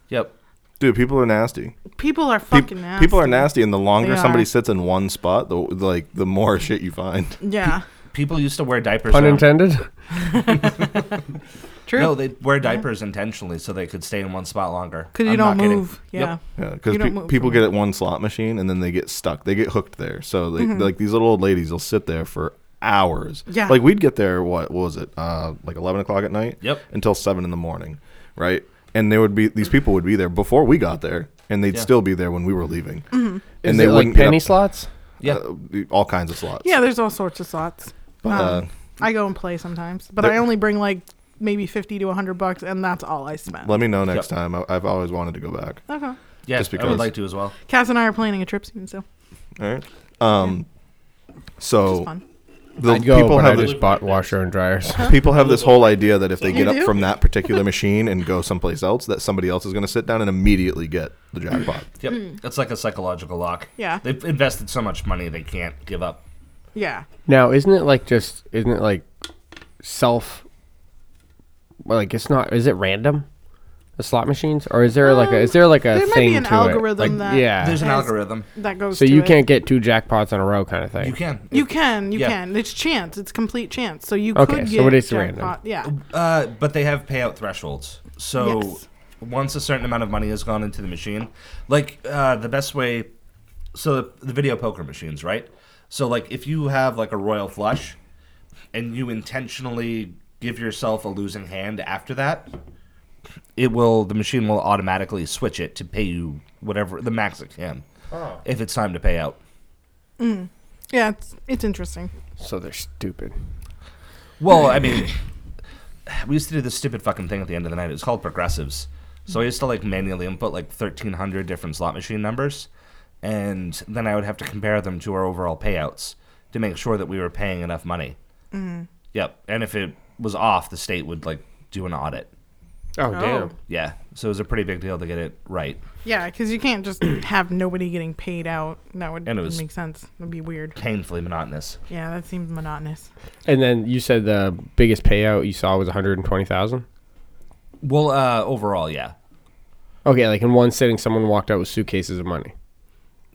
S7: Yep.
S1: Dude, people are nasty.
S2: people are
S1: Pe-
S2: fucking nasty.
S1: People are nasty, and the longer
S2: They
S1: somebody
S2: are.
S1: sits in one spot, the like the more [laughs] shit you find.
S2: Yeah.
S7: People used to wear diapers.
S3: Pun
S7: now.
S3: intended.
S2: True.
S7: No, they wear diapers intentionally so they could stay in one spot longer.
S2: Because you
S7: I'm
S2: don't
S7: not kidding.
S2: move.
S7: Yep.
S2: Yeah.
S1: Yeah, because
S2: You don't move
S1: people
S2: from
S1: get at one slot machine and then they get stuck. They get hooked there. So they, like these little old ladies will sit there for hours.
S2: Mm-hmm. Yeah.
S1: Like we'd get there. What, what was it? Uh, like eleven o'clock at night.
S7: Yep.
S1: Until seven in the morning, right? And there would be these people would be there before we got there, and they'd
S7: Yeah.
S1: still be there when we were leaving.
S2: Mm-hmm.
S1: And
S3: Is
S1: they
S3: it like
S1: wouldn't get
S3: penny
S1: up-
S3: slots?
S7: Yeah.
S1: uh, all kinds of slots.
S2: Yeah, there's all sorts of slots.
S1: But, uh,
S2: Um, I go and play sometimes, but
S1: there-
S2: I only bring like maybe 50 to 100 bucks, and that's all I spend.
S1: Let me know next
S7: Yep.
S1: time. I, I've always wanted to go back.
S2: okay.
S7: yeah,
S1: Just
S7: I
S1: because.
S7: would like to as well.
S2: Cass and I are planning a trip soon, so
S1: All right. Um, so
S2: it's fun.
S1: the
S3: I'd go,
S1: people
S3: but
S1: have
S3: I
S1: this
S3: just bought washer and dryers.
S1: people have this whole idea that if they get
S2: You
S1: up
S2: do?
S1: from that particular machine and go someplace else, that somebody else is going to sit down and immediately get the jackpot.
S7: Yep. It's like a psychological lock.
S2: Yeah.
S7: They've invested so much money they can't give up.
S2: Yeah.
S3: Now, isn't it like just isn't it like self? Well, like it's not. Is it random? The slot machines, or is there like a is there like a
S2: there might be
S3: thing
S2: an
S3: to
S2: algorithm
S3: it? Like,
S2: that-
S3: yeah.
S7: There's an
S2: Has-
S7: algorithm.
S2: That goes
S3: so
S2: to
S3: you
S2: it.
S3: can't get two jackpots in a row, kind of thing.
S7: You can.
S2: You can, you
S7: Yeah.
S2: can. It's chance. It's complete chance. So you
S3: Okay,
S2: could
S3: so
S2: get
S3: it is
S2: jackpot.
S3: random.
S2: Yeah.
S7: Uh, but they have payout thresholds. So
S2: Yes.
S7: once a certain amount of money has gone into the machine, like uh, the best way so the, the video poker machines, right? So like if you have like a royal flush and you intentionally give yourself a losing hand after that, it will the machine will automatically switch it to pay you whatever the max it can. If it's time to pay out.
S2: Yeah, it's it's interesting.
S3: So they're stupid.
S7: Well, I mean, we used to do this stupid fucking thing at the end of the night. It was called progressives. So I used to like manually input like thirteen hundred different slot machine numbers, and then I would have to compare them to our overall payouts to make sure that we were paying enough money. Yep, and if it was off, the state would like do an audit.
S3: Oh,
S2: damn.
S7: Yeah, so it was a pretty big deal to get it right.
S2: Yeah, because you can't just have nobody getting paid out. That would
S7: And it was-
S2: make sense. It'd be weird.
S7: Painfully monotonous.
S2: Yeah, that seems monotonous.
S3: And then you said the biggest payout you saw was 120,000.
S7: Well, uh, overall, yeah.
S3: Okay, like in one sitting, someone walked out with suitcases of money.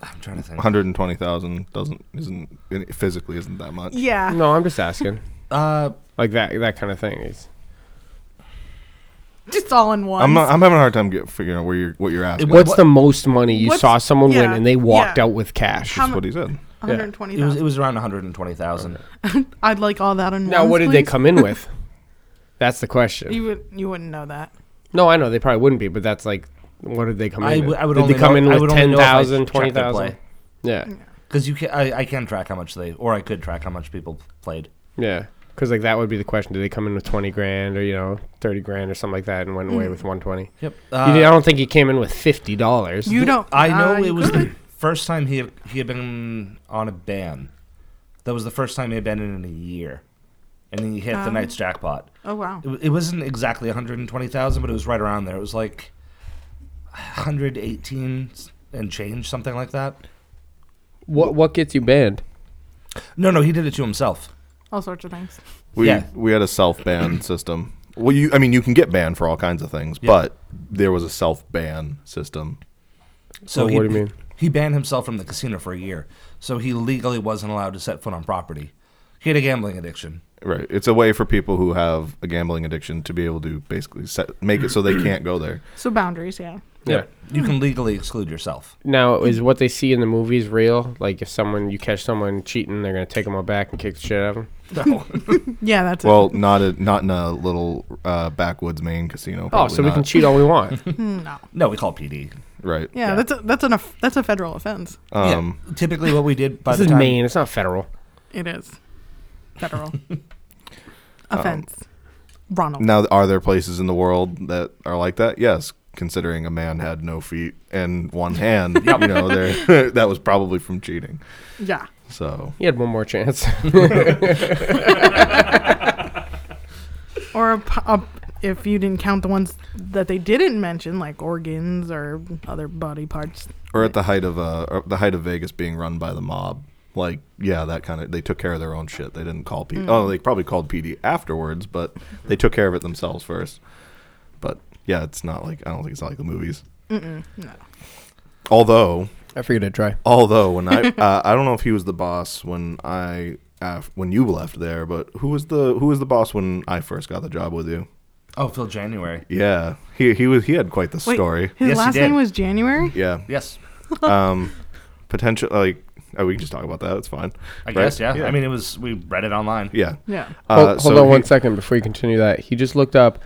S7: I'm trying to think.
S1: 120,000 doesn't isn't it physically isn't that much.
S2: Yeah.
S3: [laughs] No, I'm just asking.
S7: Uh,
S3: like that that kind of thing. It's,
S2: Just all in one.
S1: I'm not, I'm having a hard time get, figuring out where you're what you're asking.
S7: It was-
S1: That's
S3: what's the most money you
S2: What's-
S3: saw someone win
S2: yeah,
S3: and they walked
S2: yeah.
S3: out with cash?
S2: How mu-
S1: what he said.
S7: it was it
S2: 120,000.
S7: was around 120,000.
S2: I'd like all that in
S3: Now,
S2: ones,
S3: what did they
S2: please.
S3: come in
S7: [laughs]
S3: with? That's the question.
S2: You would you wouldn't know that.
S3: no, I know they probably wouldn't be, but that's like, what did they come
S7: I
S3: in?
S7: would-
S3: with?
S7: I would
S3: did
S7: only
S3: they come
S7: know-
S3: in
S7: I
S3: with
S7: would only know if I
S3: 10,000,
S7: checked their
S3: 20,000?
S7: play.
S3: Yeah,
S7: Because you can, I, I can track how much they, or I could track how much people played.
S3: yeah. Because like that would be the question: Did they come in with twenty grand or you know thirty grand or something like that and
S7: Mm.
S3: went away with one twenty?
S7: Yep.
S3: I don't think he came in with fifty dollars.
S2: You don't.
S7: Uh, I know
S2: uh,
S7: it
S2: you
S7: was
S2: could.
S7: the first time he had, he had been on a ban. That was the first time he had been in in a year, and he hit
S2: Um.
S7: the night's jackpot.
S2: Oh wow.
S7: It, wa- it wasn't exactly 120,000, but it was right around there. It was like 118 and change, something like that.
S3: What what gets you banned?
S7: No, no, he did it to himself.
S2: All sorts of things.
S1: We
S7: Yeah.
S1: we had a self
S3: [clears throat]
S1: ban system. Well, you I mean you can get banned for all kinds of things, but there was a self ban system.
S7: So
S3: Oh,
S7: he,
S3: what do you mean?
S7: He banned himself from the casino for a year, so he legally wasn't allowed to set foot on property. He had a gambling addiction.
S1: Right. It's a way for people who have a gambling addiction to be able to basically set, make it so they can't go
S3: [clears throat]
S1: there.
S2: So boundaries, yeah.
S7: You can legally exclude yourself.
S3: Now, is what they see in the movies real? Like, if someone you catch someone cheating, they're gonna take them all back and kick the shit out of them.
S7: No.
S2: Yeah, that's
S1: Well, not a, not in a little uh, backwoods Maine casino.
S3: Oh,
S1: probably
S3: so we
S1: not.
S3: can cheat all we [laughs] want.
S7: no, we call PD.
S1: right.
S2: it. Yeah,
S7: yeah.
S2: that's a, that's an off- that's a federal offense.
S1: Um,
S7: yeah. Typically, what we did by
S3: this
S7: the
S3: is
S7: time
S3: Maine. It's not federal.
S2: It is
S7: [laughs]
S2: federal [laughs] offense.
S7: Um,
S2: Ronald.
S1: Now, are there places in the world that are like that? Yes, considering a man had no feet and one
S3: [laughs]
S1: hand, you know, there [laughs] that was probably from cheating.
S2: Yeah.
S1: So
S3: He had one more [laughs] chance.
S2: Or a, p- a- if you didn't count the ones that they didn't mention, like organs or other body parts.
S1: or at the height of uh, or the height of Vegas being run by the mob. Like, yeah, that kind of. They took care of their own shit. They didn't call PD. Oh, they probably called PD afterwards, but they took care of it themselves first. But yeah, it's not like I don't think it's like the movies. Mm-mm, no. Although,
S3: I figured I'd try.
S1: although when I [laughs] uh, I don't know if he was the boss when I af- when you left there, but who was the who was the boss when I first got the job with you?
S7: Oh, Phil January.
S1: Yeah, he he was he had quite the
S2: Wait,
S1: story.
S2: His
S7: Yes, he
S2: last
S7: did.
S2: name was January.
S1: Yeah,
S7: Yes,
S1: potential like oh, we can just talk about that. It's fine.
S7: I
S1: right?
S7: guess. Yeah. I mean, it was. We read it online.
S1: yeah.
S2: Yeah.
S1: Uh,
S3: Hold, hold
S1: so
S3: on
S1: he-
S3: one second before you continue that. He just looked up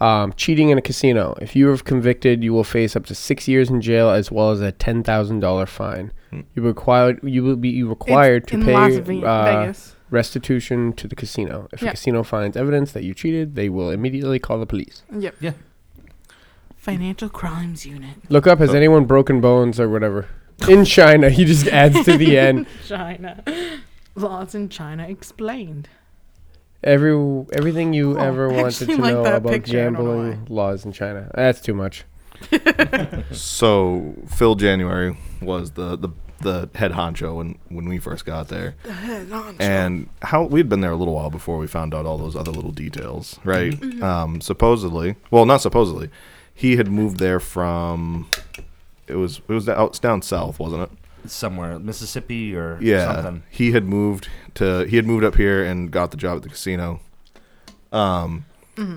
S3: um, cheating in a casino. If you are convicted, you will face up to six years in jail as well as a ten thousand dollar fine. You required you will be required to
S2: in
S3: pay
S2: Las Ve-
S3: uh,
S2: Vegas.
S3: restitution to the casino. If
S2: Yeah.
S3: a casino finds evidence that you cheated, they will immediately call the police.
S2: Yep.
S7: Yeah.
S2: Financial crimes unit.
S3: Look up has anyone broken bones or whatever
S2: [laughs]
S3: in China. He just adds to the end.
S2: China. [gasps] Laws in China explained.
S3: Every everything you
S2: Oh,
S3: ever
S2: [laughs] I
S3: wanted
S2: actually
S3: to
S2: like
S3: know
S2: that
S3: about
S2: picture, I don't know
S3: gambling laws in China. That's too much.
S1: So Phil January was the the the head honcho when when we first got there. and how we'd been there a little while before we found out all those other little details, right? Um, supposedly, well, not supposedly, he had moved there from. It was it was out down south, wasn't it?
S7: Somewhere Mississippi or
S1: Yeah,
S7: something.
S1: he had moved to he had moved up
S2: Mm-hmm.
S1: here and got the job at the casino. Um,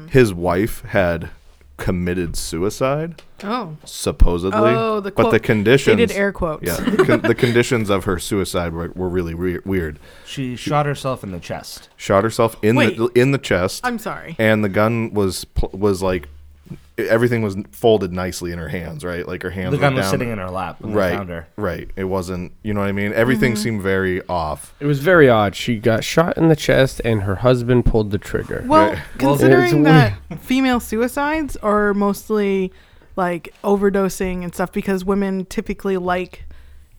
S1: his wife had committed suicide,
S2: Oh.
S1: supposedly.
S2: Oh, the
S1: but
S2: quote-
S1: the
S2: they did
S1: conditions.
S2: air quotes.
S1: Yeah, the, con- the conditions of her suicide were, were really re- weird.
S7: She shot herself in the chest.
S1: Shot herself in the
S2: Wait.
S1: in the chest.
S2: I'm sorry.
S1: and the gun was pl- was like everything was folded nicely in her hands, right? Like her hands.
S7: The
S1: were
S7: gun was
S1: down-
S7: sitting in her lap when
S1: Right,
S7: they found her.
S1: right. It wasn't. You know what I mean? Everything
S2: Mm-hmm.
S1: seemed very off.
S3: It was very odd. She got shot in the chest, and her husband pulled the trigger.
S2: Well,
S1: Yeah.
S2: considering
S3: It's
S2: that
S1: [laughs]
S2: female suicides are mostly like overdosing and stuff because women typically like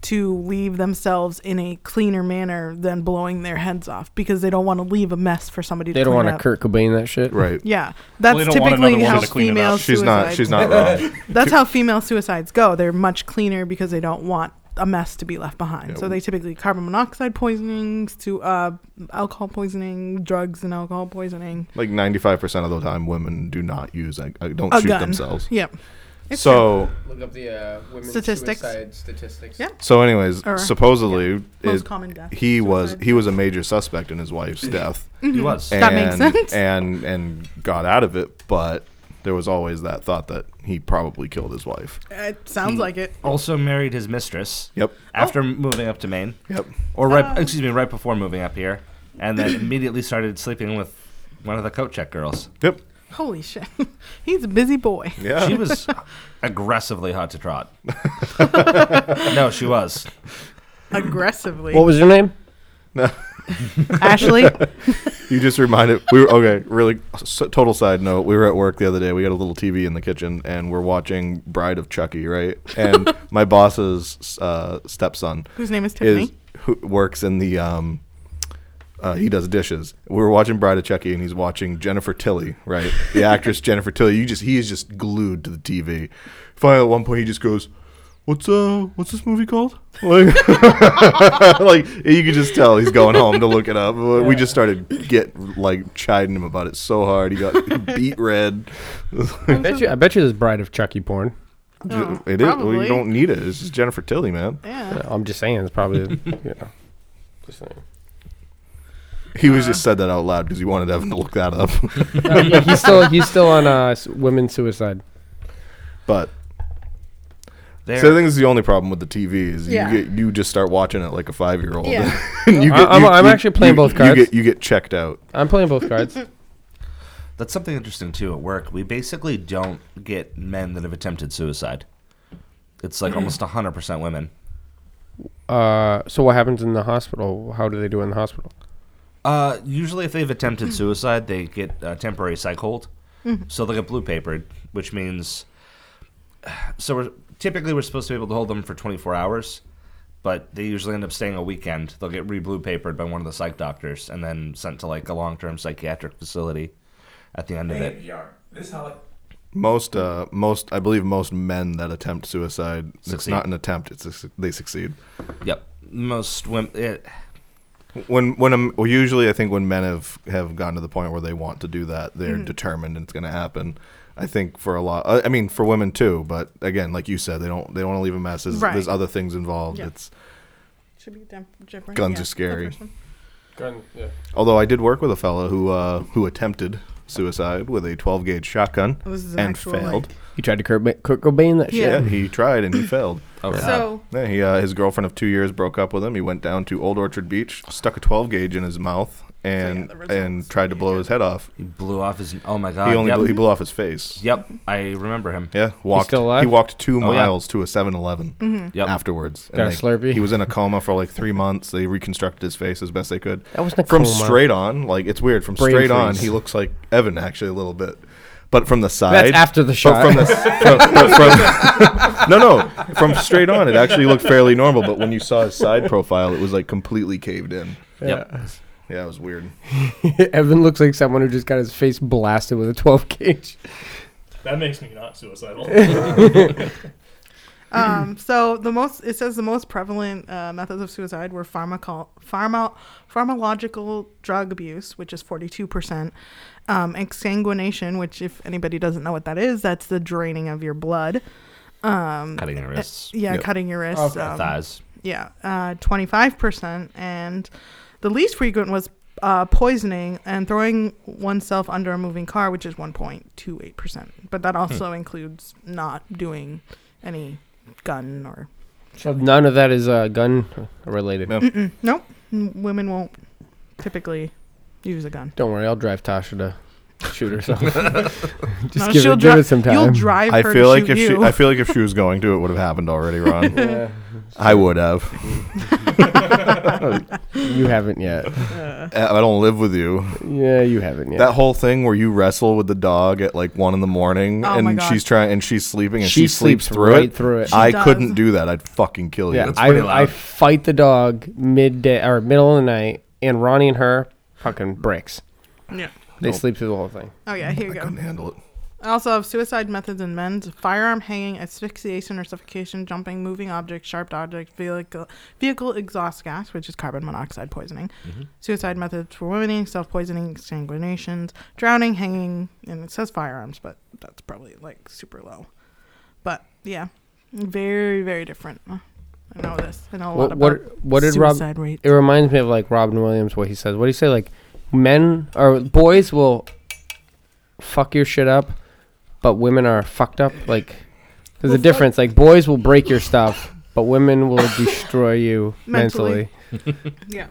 S2: to leave themselves in a cleaner manner than blowing their heads off because they don't want to leave a mess for somebody
S3: They
S2: to
S3: don't
S2: clean
S3: want to
S2: up.
S3: Kurt Cobain that shit.
S1: Right.
S2: Yeah, that's
S4: they don't want
S2: typically
S4: another
S2: how
S4: woman to clean it
S2: female
S4: up.
S1: She's not.
S2: suicides-
S1: She's not wrong.
S2: That's how female suicides go. They're much cleaner because they don't want a mess to be left behind. so they typically carbon monoxide poisonings to uh, alcohol poisoning, drugs and alcohol poisoning.
S1: like ninety five percent of the time, women do not use. uh, uh, don't
S2: A
S1: shoot
S2: gun.
S1: themselves.
S2: Yep. [laughs] It's
S1: so.
S3: Look up the uh, women's
S2: Statistics.
S3: suicide statistics.
S2: Yeah.
S1: So, anyways,
S2: Or-
S1: supposedly
S2: Most
S1: it-
S2: common death,
S1: he was
S2: suicide.
S1: he was a major suspect in his
S2: [laughs]
S1: wife's death,
S7: He was.
S1: and,
S2: That makes sense.
S1: And and got out of it, but there was always that thought that he probably killed his wife.
S2: It sounds like it.
S1: Oh.
S7: Also married his mistress.
S1: Yep.
S7: After moving up to Maine,
S1: Yep.
S7: or right, excuse me, right before moving up here,
S1: [clears throat]
S7: and then immediately started sleeping with one of the coat check girls.
S1: Yep.
S2: Holy shit. [laughs] He's a
S1: [laughs]
S2: busy boy.
S1: Yeah.
S7: She was [laughs] aggressively hot to [laughs] trot. no, she was.
S2: Aggressively.
S3: What was
S2: [laughs]
S3: her name?
S1: [laughs]
S2: Ashley?
S1: you just reminded we were okay. Really, s total side note. We were at work the other day. We got a little TV in the kitchen, and we're watching Bride of Chucky, right? And my boss's uh, stepson,
S2: Whose name is
S1: is
S2: Tiffany?
S1: who works in the um uh, he does dishes. We were watching Bride of Chucky, and he's watching Jennifer Tilly, right? The actress Jennifer Tilly. You just he is just glued to the TV. Finally, at one point, he just goes, "What's uh, what's this movie called?" Like, [laughs] like you could just tell he's going home to look it up. We just started get like chiding him about it so hard. He got [laughs] beat red.
S3: I bet you. I bet you this bride of Chucky porn.
S2: Oh,
S1: it is. Well,
S2: probably.
S1: you don't need it. It's just Jennifer Tilly, man.
S2: Yeah.
S3: I'm just saying.
S2: [laughs]
S3: It's probably. you know, just saying.
S1: He was just said that out loud because he wanted Evan to look that up. [laughs]
S3: No, yeah, he's still he's still on uh, s- women's suicide.
S1: but
S7: There.
S1: So I think this is the only problem with the TV is you
S2: Yeah.
S1: get you just start watching it like a five year old. [laughs]
S2: Yeah.
S3: I'm- I'm actually playing both cards.
S1: You get you get checked out.
S3: I'm playing both [laughs] cards.
S7: That's something interesting too at work. We basically don't get men that have attempted suicide. It's like almost hundred percent women.
S3: Uh, so what happens in the hospital? How do they do in the hospital?
S7: Uh, usually, if
S2: [clears throat]
S7: they've attempted suicide, they get a temporary psych hold,
S2: Mm-hmm.
S7: so they get blue papered, which means. So we're typically we're supposed to be able to hold them for 24 hours, but they usually end up staying a weekend. They'll get re blue papered by one of the psych doctors and then sent to like a long term psychiatric facility at the end of it.
S5: This how it
S1: Most uh most I believe most men that attempt suicide it's
S7: Succeed.
S1: not an attempt it's a, they succeed.
S7: Yep, most eh, women. It,
S1: When when i well, usually I think when men have have gotten to the point where they want to do that they're
S2: Mm-hmm.
S1: determined it's going to happen. I think for a lot uh, I I mean for women too, but again like you said they don't they don't want to leave a mess. There's,
S2: Right.
S1: there's other things involved.
S2: Yeah.
S1: It's
S2: Should be Dem- Jeopardy.
S1: Guns
S2: Yeah,
S1: are scary.
S2: the first one.
S1: Although I did work with a fellow who uh, who attempted suicide with a 12 gauge shotgun
S2: Oh, this is an
S1: and
S2: actual,
S1: failed.
S2: like-
S3: You tried to Kurt, Ba- Kurt Cobain that shit.
S1: yeah.
S2: Yeah.
S1: he tried and he [laughs] failed.
S7: oh God.
S2: So,
S1: Yeah, he uh, his girlfriend of two years broke up with him. He went down to Old Orchard Beach, stuck a 12 gauge in his mouth, and
S2: the
S1: and tried to blow his head off.
S7: he blew off his. Oh my God.
S1: He only
S7: yep.
S1: blew, he blew off his face.
S7: Yep, I remember him.
S1: Yeah, walked.
S3: still alive?
S1: He walked two
S7: Oh, yeah.
S1: miles to a 7-Eleven
S7: Yep.
S1: afterwards. And
S3: Got a
S1: they-
S3: Slurpee?
S1: He was in a coma for like three months. They reconstructed his face as best they could.
S3: That wasn't a
S1: from
S3: coma.
S1: straight on. Like it's weird. From
S3: Brain
S1: straight on,
S3: freeze.
S1: he looks like Evan actually a little bit, but from the side.
S3: after the
S1: but
S3: shot.
S1: from the s- from, but
S3: [laughs]
S1: from- [laughs] no, no. From straight on, it actually looked fairly normal. But when you saw his side profile, it was like completely caved in.
S7: Yep.
S1: Yeah, it was weird.
S3: [laughs] Evan looks like someone who just got his face blasted with a 12 gauge.
S4: That makes me not suicidal.
S2: um, so the most it says the most prevalent uh, methods of suicide were pharmaco- pharma- pharmacological drug abuse, which is forty two percent, um, exsanguination, which if anybody doesn't know what that is, that's the draining of your blood. Um,
S7: Cutting her wrists.
S2: Yeah,
S1: Yep.
S2: cutting your wrists. um,
S7: thighs.
S2: yeah, uh, 25%. And the least frequent was uh, poisoning and throwing oneself under a moving car, which is 1.28%. But that also includes not doing any gun or.
S3: So [laughs] none of that is uh, gun related.
S1: No.
S2: Nope. M- Women won't typically use a gun.
S3: Don't worry, I'll drive Tasha to shoot [laughs] herself. Just
S2: No,
S3: give,
S2: she'll
S3: it, give
S2: dri-
S3: it some time.
S2: You'll drive
S1: I
S2: her
S1: feel
S2: to
S1: like
S2: shoot
S1: if she,
S2: you.
S1: I feel like if she was going to, it would have happened already, Ron.
S3: [laughs] Yeah.
S1: I would have.
S3: you haven't [laughs] yet.
S1: Uh, I don't live with you.
S3: Yeah, you haven't yet.
S1: That whole thing where you wrestle with the dog at like one in the morning,
S2: Oh my
S1: and
S2: God.
S1: she's trying, and she's sleeping, and she,
S3: sleeps,
S1: sleeps through
S3: right
S1: it.
S3: through it.
S1: I
S2: does.
S1: couldn't do that. I'd fucking kill you.
S3: yeah,
S7: That's pretty
S3: I, I
S7: loud.
S3: fight the dog midday or middle of the night, and Ronnie and her fucking bricks.
S2: yeah.
S3: They sleep through the whole thing.
S2: Oh, yeah, here you
S1: I
S2: go.
S1: couldn't handle it.
S2: I also have suicide methods in men: firearm hanging, asphyxiation or suffocation, jumping, moving objects, sharp objects, vehicle, vehicle exhaust gas, which is carbon monoxide poisoning.
S3: Mm-hmm.
S2: Suicide methods for women: self poisoning, exsanguinations, drowning, hanging, and it says firearms, but that's probably like super low. But yeah, very very different. I know this. I know a lot
S3: What
S2: about
S3: what, what did Rob?
S2: suicide rates.
S3: It reminds me of like Robin Williams. What he says. What do you say? Like men or boys will fuck your shit up, but women are fucked up. Like there's a difference. Like boys will break your stuff, but
S2: [laughs]
S3: women will destroy you mentally.
S2: Mentally. yeah,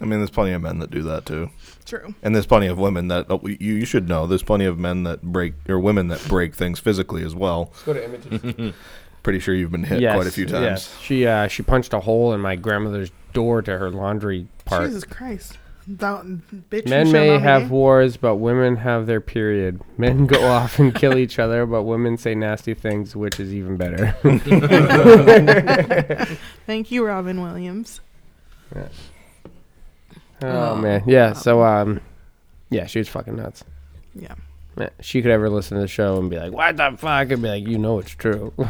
S1: I mean, there's plenty of men that do that too,
S2: true.
S1: and there's plenty of women that oh, you you should know. There's plenty of men that break or women that break things physically as well.
S3: Go to images.
S1: Pretty sure you've been hit quite a few times.
S3: She uh, she punched a hole in my grandmother's door to her laundry part.
S2: Jesus Christ, that bitch. you
S3: Men
S2: shall
S3: may
S2: not be
S3: have
S2: gay.
S3: wars, but women have their period. Men go [laughs] off and kill each other, but women say nasty things, which is even better. [laughs]
S2: Thank you, Robin Williams.
S3: oh man, yeah. So um, yeah, she was fucking nuts.
S2: Yeah.
S3: Yeah, She could ever listen to the show and be like, "What the fuck?" and be like, "You know it's true." [laughs]
S7: How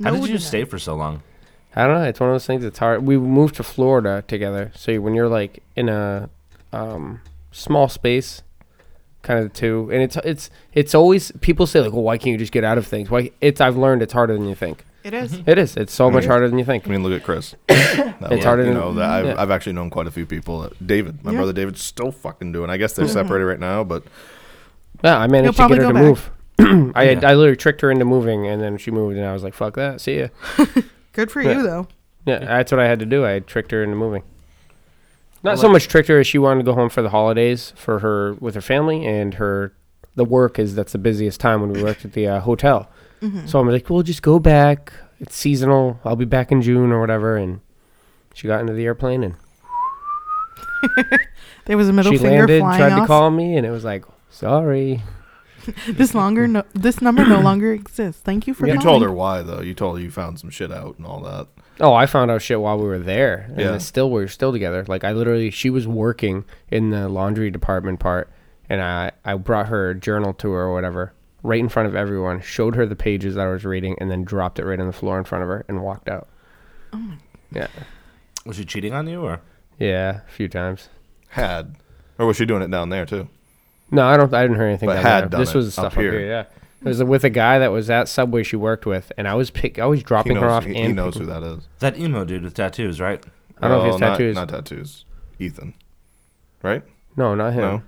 S2: No,
S7: did
S2: we
S7: you
S2: did not.
S7: stay for so long?
S3: I don't know. It's one of those things that's hard. We moved to Florida together, so when you're like in a um, small space, kind of too, and it's it's it's always people say like, "Well, why can't you just get out of things?" Why it's I've learned it's harder than you think.
S2: It is.
S3: It is. It's so much harder than you think.
S1: I mean, look at
S3: [coughs]
S1: Chris. That
S3: It's
S1: it's
S3: harder
S1: You
S3: than-
S1: know that I've,
S3: yeah.
S1: I've actually known quite a few people. That, David, my
S2: Yeah. Mm-hmm.
S1: brother David's still fucking doing. I guess they're separated right now, but
S3: Yeah, I managed to
S2: He'll
S3: get her to
S2: probably
S3: move. [clears throat] I had,
S7: Yeah.
S3: I literally tricked her into moving, and then she moved, and I was like, "Fuck that, see ya."
S2: Good for
S3: Yeah.
S2: you though.
S3: Yeah, that's what I had to do. I tricked her into moving. Not
S7: Well,
S3: so
S7: like-
S3: much tricked her as she wanted to go home for the holidays for her with her family and her the work is that's the busiest time when we worked at the uh, hotel.
S2: Mm-hmm.
S3: So I'm like, "We'll just go back. It's seasonal. I'll be back in June or whatever." And she got into the airplane and
S2: There was a middle
S3: she
S2: finger
S3: landed,
S2: flying
S3: tried
S2: off.
S3: to call me, and it was like, "Sorry."
S2: This longer, no, this number no longer exists. Thank you for
S1: you
S2: calling.
S1: told her why though. You told her you found some shit out and all that.
S3: Oh, I found out shit while we were there. And
S1: Yeah.
S3: it's still we were still together. Like I literally she was working in the laundry department part and I, I brought her journal to her or whatever, right in front of everyone, showed her the pages that I was reading and then dropped it right on the floor in front of her and walked out. Yeah.
S7: Was she cheating on you or?
S3: Yeah, a few times.
S1: Had, or was she doing it down there too?
S3: No, I don't I didn't hear anything
S1: But
S3: down
S1: had
S3: there.
S1: done it
S3: This was the
S1: up
S3: stuff up here.
S1: here.
S3: yeah. It was with a guy that was at Subway she worked with and I was pick I was
S1: He
S3: dropping her
S1: knows,
S3: off
S1: he,
S3: and
S1: he knows
S3: picking-
S1: who that is.
S7: That emo dude with tattoos, right?
S3: I don't know if
S1: Well,
S3: he has tattoos.
S1: Not, not tattoos. Ethan, right?
S3: no, not him.
S1: No.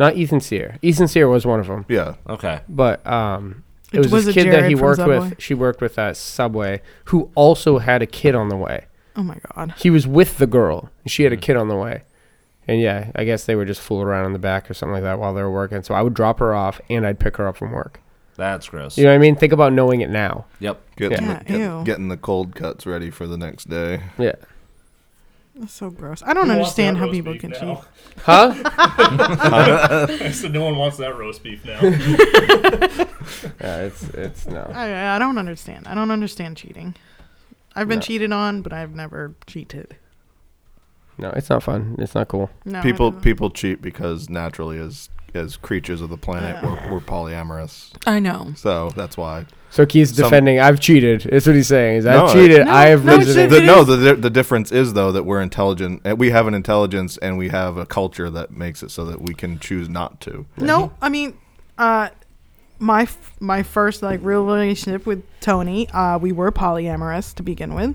S3: Not Ethan Sear. Ethan Sear was one of them.
S1: Yeah.
S7: Okay.
S3: but um,
S2: It
S3: it was,
S2: was
S3: this
S2: a
S3: kid that he
S2: Jared from
S3: worked
S2: Subway.
S3: with. She worked with at Subway, who also had a kid on the way.
S2: Oh my god.
S3: He was with the girl. and She had
S1: Hmm.
S3: a kid on the way, and yeah, I guess they were just fooling around in the back or something like that while they were working. So I would drop her off and I'd pick her up from work.
S7: That's gross.
S3: You know what I mean? Think about knowing
S1: [laughs]
S3: it now.
S7: Yep.
S1: Getting,
S2: Yeah,
S1: the, get-
S2: ew.
S1: getting the cold cuts ready for the next day.
S3: Yeah.
S2: That's so gross. I don't understand how people can cheat.
S3: Huh?
S4: [laughs] I said no one wants that roast beef now.
S3: yeah, it's it's no.
S2: I, I don't understand. I don't understand cheating. I've been cheated on, but I've never cheated.
S3: No, it's not fun. It's not cool.
S2: No. I
S1: people
S2: don't-
S1: people cheat because naturally, as as creatures of the planet, we're, we're polyamorous.
S2: I know.
S1: So that's why.
S3: So Keith's
S1: Some-
S3: defending. I've cheated. Is what he's saying. Is I've
S1: No,
S3: cheated.
S2: No,
S3: I've
S2: no,
S3: lived
S2: it's
S3: in
S2: just-
S1: The,
S3: it.
S1: no,
S2: is-
S1: the, the the difference is though that we're intelligent. and We have an intelligence, and we have a culture that makes it so that we can choose not to.
S2: No, I mean, uh, my f- my first like real relationship with Tony, uh, we were polyamorous to begin with,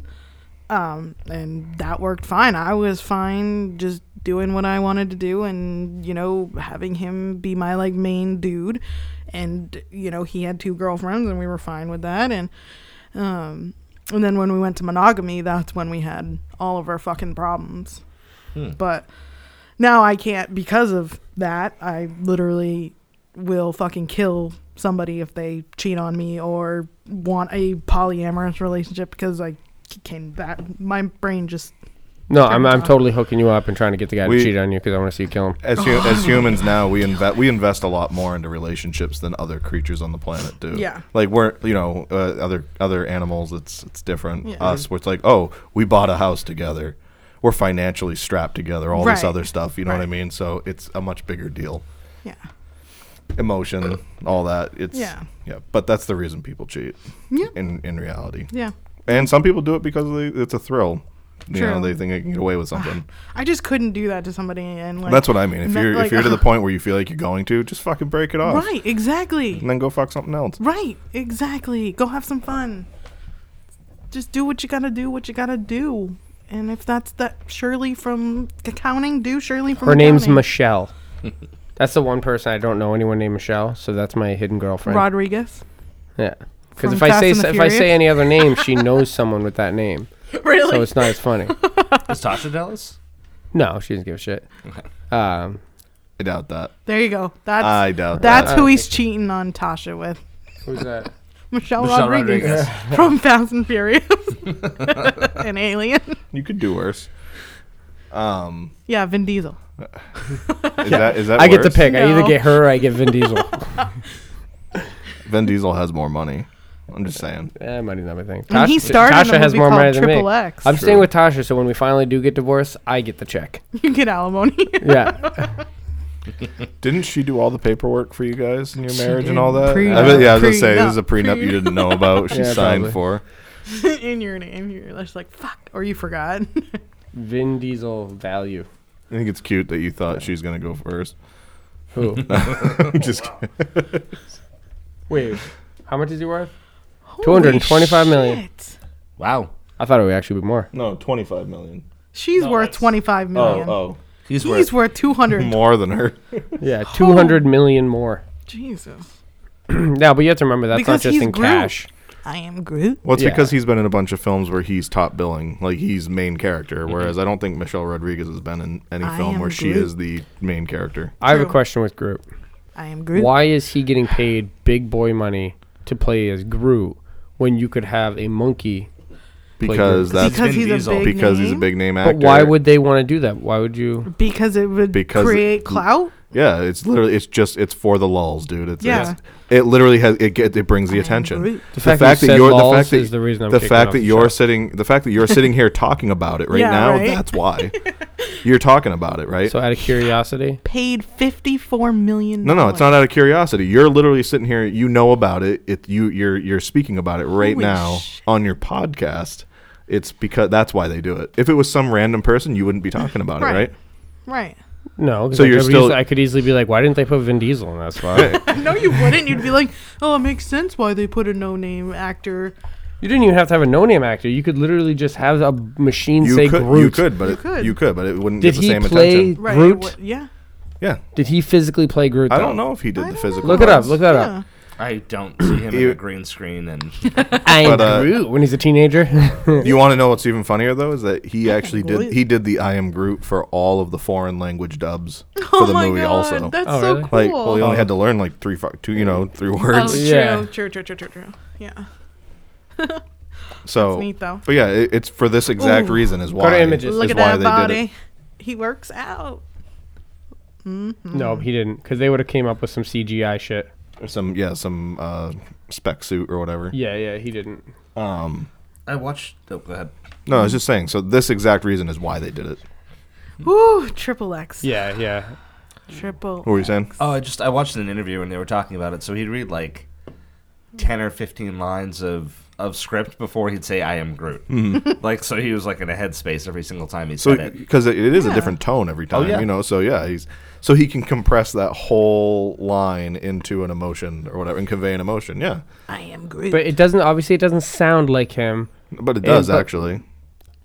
S2: um, and that worked fine. I was fine just doing what I wanted to do and, you know, having him be my like main dude. And, you know, he had two girlfriends and we were fine with that. And, um, and then when we went to monogamy, that's when we had all of our fucking problems. But now I can't because of that. I literally will fucking kill somebody if they cheat on me or want a polyamorous relationship because I can that my brain just
S3: No, I'm, I'm totally hooking you up and trying to get the guy
S1: We-
S3: to cheat on you because I want to see you kill him.
S1: As, hu-
S2: Oh.
S1: as humans now, we invest we invest a lot more into relationships than other creatures on the planet do.
S2: Yeah.
S1: like we're you know uh, other other animals, it's it's different.
S2: Yeah.
S1: Us, where it's like, oh, we bought a house together, we're financially strapped together, all this
S2: Right.
S1: other stuff. You know what I
S2: Right.
S1: mean? So it's a much bigger deal.
S2: yeah
S1: Emotion, all that. It's
S2: Yeah.
S1: yeah. But that's the reason people cheat.
S2: Yeah.
S1: In in reality,
S2: yeah.
S1: and some people do it because they, it's a thrill. You know,
S2: True.
S1: they think they can get away with something.
S2: I just couldn't do that to somebody and [sighs] like
S1: That's what I mean. If
S2: me-
S1: you're if
S2: like,
S1: you're to
S2: [laughs]
S1: the
S2: uh,
S1: point where you feel like you're going to, just fucking break it off.
S2: right exactly
S1: and then go fuck something else.
S2: right exactly go have some fun just do what you gotta do what you gotta do and if that's that Shirley from accounting do Shirley from
S3: Her name's
S2: accounting. [laughs]
S3: Michelle. That's the one person I don't know anyone named Michelle, so that's my hidden girlfriend.
S2: Rodriguez
S3: yeah, because
S2: from
S3: if I
S2: Fast
S3: say
S2: and the
S3: s- if I say
S2: Furious?
S3: any other name,
S2: [laughs]
S3: she knows someone with that name,
S2: really
S3: so it's not
S2: [laughs]
S3: as funny.
S7: Is Tasha jealous?
S3: No, she doesn't give a shit. Um,
S1: I doubt that.
S2: there you go that's
S1: I doubt that.
S2: That's
S3: Uh,
S2: who he's cheating on Tasha with. [laughs]
S3: who's that?
S2: Michelle,
S7: Michelle
S2: Oh, Rodriguez, [laughs]
S7: Rodriguez.
S2: from Fast and Furious [laughs] and Alien. [laughs]
S1: You could do worse. Um,
S2: Yeah, Vin Diesel.
S1: is that is that?
S3: I get to
S1: worse?
S3: pick. I either
S2: No.
S3: get her or I get
S2: [laughs]
S3: Vin Diesel.
S1: Vin Diesel has more money. I'm just saying.
S3: eh, money's not my thing.
S2: And he starred in a movie called Triple
S3: me.
S2: X.
S3: I'm staying with Tasha, so when we finally do get divorced, I get the check.
S2: [laughs] You get alimony. [laughs]
S3: Yeah,
S1: Didn't she do all the paperwork for you guys in your marriage and all
S2: did.
S1: that?
S2: Prenup.
S1: I bet, yeah, I was gonna
S2: Prenup.
S1: say this is a prenup you didn't know about. [laughs] She
S3: Yeah,
S1: signed
S3: probably.
S1: for.
S2: in your name. You're just like, fuck. Or you forgot. [laughs]
S3: Vin Diesel value.
S1: I think it's cute that you thought she's gonna go first.
S3: Who?
S1: [laughs] just kidding.
S3: Wait, how much is he worth?
S2: Holy
S3: 225 million.
S2: shit.
S7: Wow.
S3: I thought it would actually be more.
S1: no, twenty five million.
S2: She's worth
S4: that's-
S2: 25 million.
S1: Oh,
S7: He's,
S2: He's
S7: worth.
S2: worth 200.
S1: oh, more than her.
S2: [laughs]
S3: Yeah, two hundred million more.
S2: Jesus.
S3: No, but you have to remember that's
S2: Because
S3: not just
S2: he's
S3: in
S2: Groot.
S3: cash.
S2: I am Groot.
S1: Well, it's
S3: Yeah.
S1: because he's been in a bunch of films where he's top billing, like he's main character.
S3: Mm-hmm.
S1: Whereas I don't think Michelle Rodriguez has been in any
S2: I
S1: film
S2: am
S1: where she
S2: Groot.
S1: is the main character.
S3: I have a
S2: True.
S3: question with Groot.
S2: I am Groot.
S3: Why is he getting paid big boy money to play as Groot when you could have a monkey?
S1: Because that's
S2: because
S7: Vin
S2: he's
S7: Diesel.
S2: a big
S1: because
S2: name?
S1: he's a big name actor.
S3: But why would they want to do that? Why would you?
S2: Because it would
S1: Because it-
S2: create clout.
S1: Yeah, it's literally it's just it's for the lulls, dude. It's,
S2: Yeah.
S1: it's- it literally has it get, it brings the
S2: am
S1: attention.
S2: Groot.
S3: The fact that you said lulls is the reason I'm
S1: the
S3: kicking
S1: fact
S3: off
S1: that
S3: the
S1: you're
S3: show.
S1: sitting the fact that you're sitting here talking about it right
S2: [laughs] Yeah,
S1: now
S2: right?
S1: that's
S2: [laughs]
S1: why you're talking about it right.
S3: So out of curiosity,
S2: Paid 54 million.
S1: no, no, it's not out of curiosity. You're literally sitting here. You know about it. It you you're you're speaking about it right
S2: Holy
S1: now
S2: shit.
S1: on your podcast. It's because that's why they do it. If it was some random person, you wouldn't be talking about
S2: Right.
S1: it, right?
S2: Right.
S3: no. 'cause
S1: So
S3: I
S1: you're
S3: could
S1: still-
S3: easily- I could easily be like, why didn't they put Vin Diesel in that spot?
S2: No, you wouldn't. You'd be like, oh, it makes sense why they put a no name actor.
S3: you didn't even have to have a no-name actor. You could literally just have a machine
S1: You
S3: say
S1: could,
S3: Groot.
S1: you could, but you, it,
S2: could.
S1: could. you could, but it wouldn't
S3: Did
S1: get the
S3: he
S1: same
S3: play
S1: attention.
S2: Right.
S3: Groot?
S2: What- yeah.
S1: Yeah,
S3: Did he physically play Groot?
S1: I
S3: though?
S1: don't know if he did the physical.
S3: Look it up.
S1: parts.
S3: Look that
S2: Yeah.
S3: up.
S7: I don't see him in
S1: You-
S7: a green screen and
S3: I'm
S1: But, uh,
S3: Groot when he's a teenager. [laughs]
S2: Mm-hmm.
S1: You want to know what's even funnier though is that he actually did
S2: Groot.
S1: he did the I am Groot for all of the foreign language dubs for the movie also.
S2: Oh That's
S3: Oh,
S2: so
S3: really?
S2: cool.
S1: like, well, he only had to learn like three, fu- two, you know, three
S2: oh,
S1: words.
S2: true,
S3: Yeah.
S2: true, true, true, true, true. Yeah.
S1: so,
S2: neat, though.
S1: but yeah, it, it's for this exact
S2: Ooh.
S1: reason is why.
S3: images.
S1: is
S2: Look at
S1: why
S2: that
S1: they Did it.
S2: body. He works out.
S3: no, he didn't, because they would have came up with some CGI shit.
S1: Or some yeah, some uh, spec suit or whatever.
S3: Yeah, yeah, he didn't.
S7: I watched. Oh, go ahead.
S1: No, I was just saying. So this exact reason is why they did it.
S2: Woo, triple X.
S3: Hmm. Yeah, yeah.
S2: Triple.
S1: What were you saying?
S7: Oh, I just I watched an interview and they were talking about it. So he'd read like ten or fifteen lines of of script before he'd say "I am Groot." [laughs] like so, he was like in a headspace every single time he
S1: So
S7: said it.
S1: because it, it is a different tone every
S3: Oh,
S1: time,
S7: yeah.
S1: you know. So yeah, he's so he can compress that whole line into an emotion or whatever and convey an emotion. Yeah,
S2: I am Groot.
S3: But it doesn't. Obviously, it doesn't sound like him.
S1: but it does
S3: but-
S1: actually.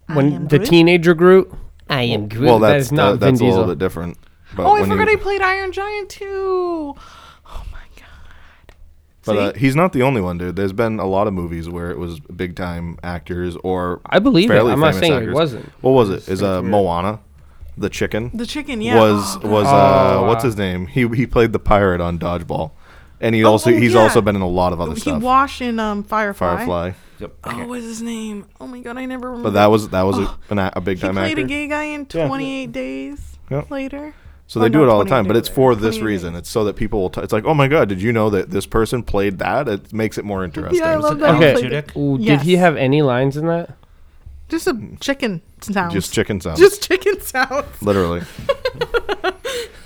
S2: I am
S3: When the
S2: Groot.
S3: teenager Groot, I am Groot.
S1: Well,
S3: that
S1: that's
S3: is
S1: that-
S3: not Vin
S1: that's a
S3: Diesel.
S1: little bit different. But
S2: Oh, I
S1: when you-
S2: forgot he played Iron Giant too.
S1: But uh, he's not the only one, dude. There's been a lot of movies where it was big time actors or
S3: I believe it.
S1: fairly
S3: I'm not
S1: famous
S3: saying it
S1: actors.
S3: wasn't.
S1: What was it? Is uh, Moana, the chicken?
S2: The chicken, yeah.
S1: Was
S2: Oh,
S1: was uh,
S3: Oh,
S1: what's
S3: wow.
S1: his name? He he played the pirate on Dodgeball, and he also
S2: oh,
S1: he's
S2: yeah.
S1: also been in a lot of other
S2: [gasps] he
S1: stuff.
S2: washed in um Firefly.
S1: Firefly,
S7: Yep.
S2: Oh, what's his name? Oh my god, I never remember.
S1: but that was that was a, an, a- a big
S2: he
S1: time
S2: played
S1: actor.
S2: a gay guy in 28 days
S1: Yeah.
S2: later.
S1: So they
S2: Oh,
S1: do
S2: no,
S1: it all the
S2: 28
S1: time, but it's
S2: days.
S1: for this
S2: 28
S1: reason. It's so that people will. T- it's like, oh my god, did you know that this person played that? It makes it more interesting.
S2: Yeah, I love that.
S3: Okay.
S2: He played it.
S3: Ooh,
S2: Yes.
S3: Did he have any lines in that?
S2: Just a chicken sound.
S1: Just chicken sounds.
S2: [laughs] Just chicken sounds. [laughs]
S1: Literally.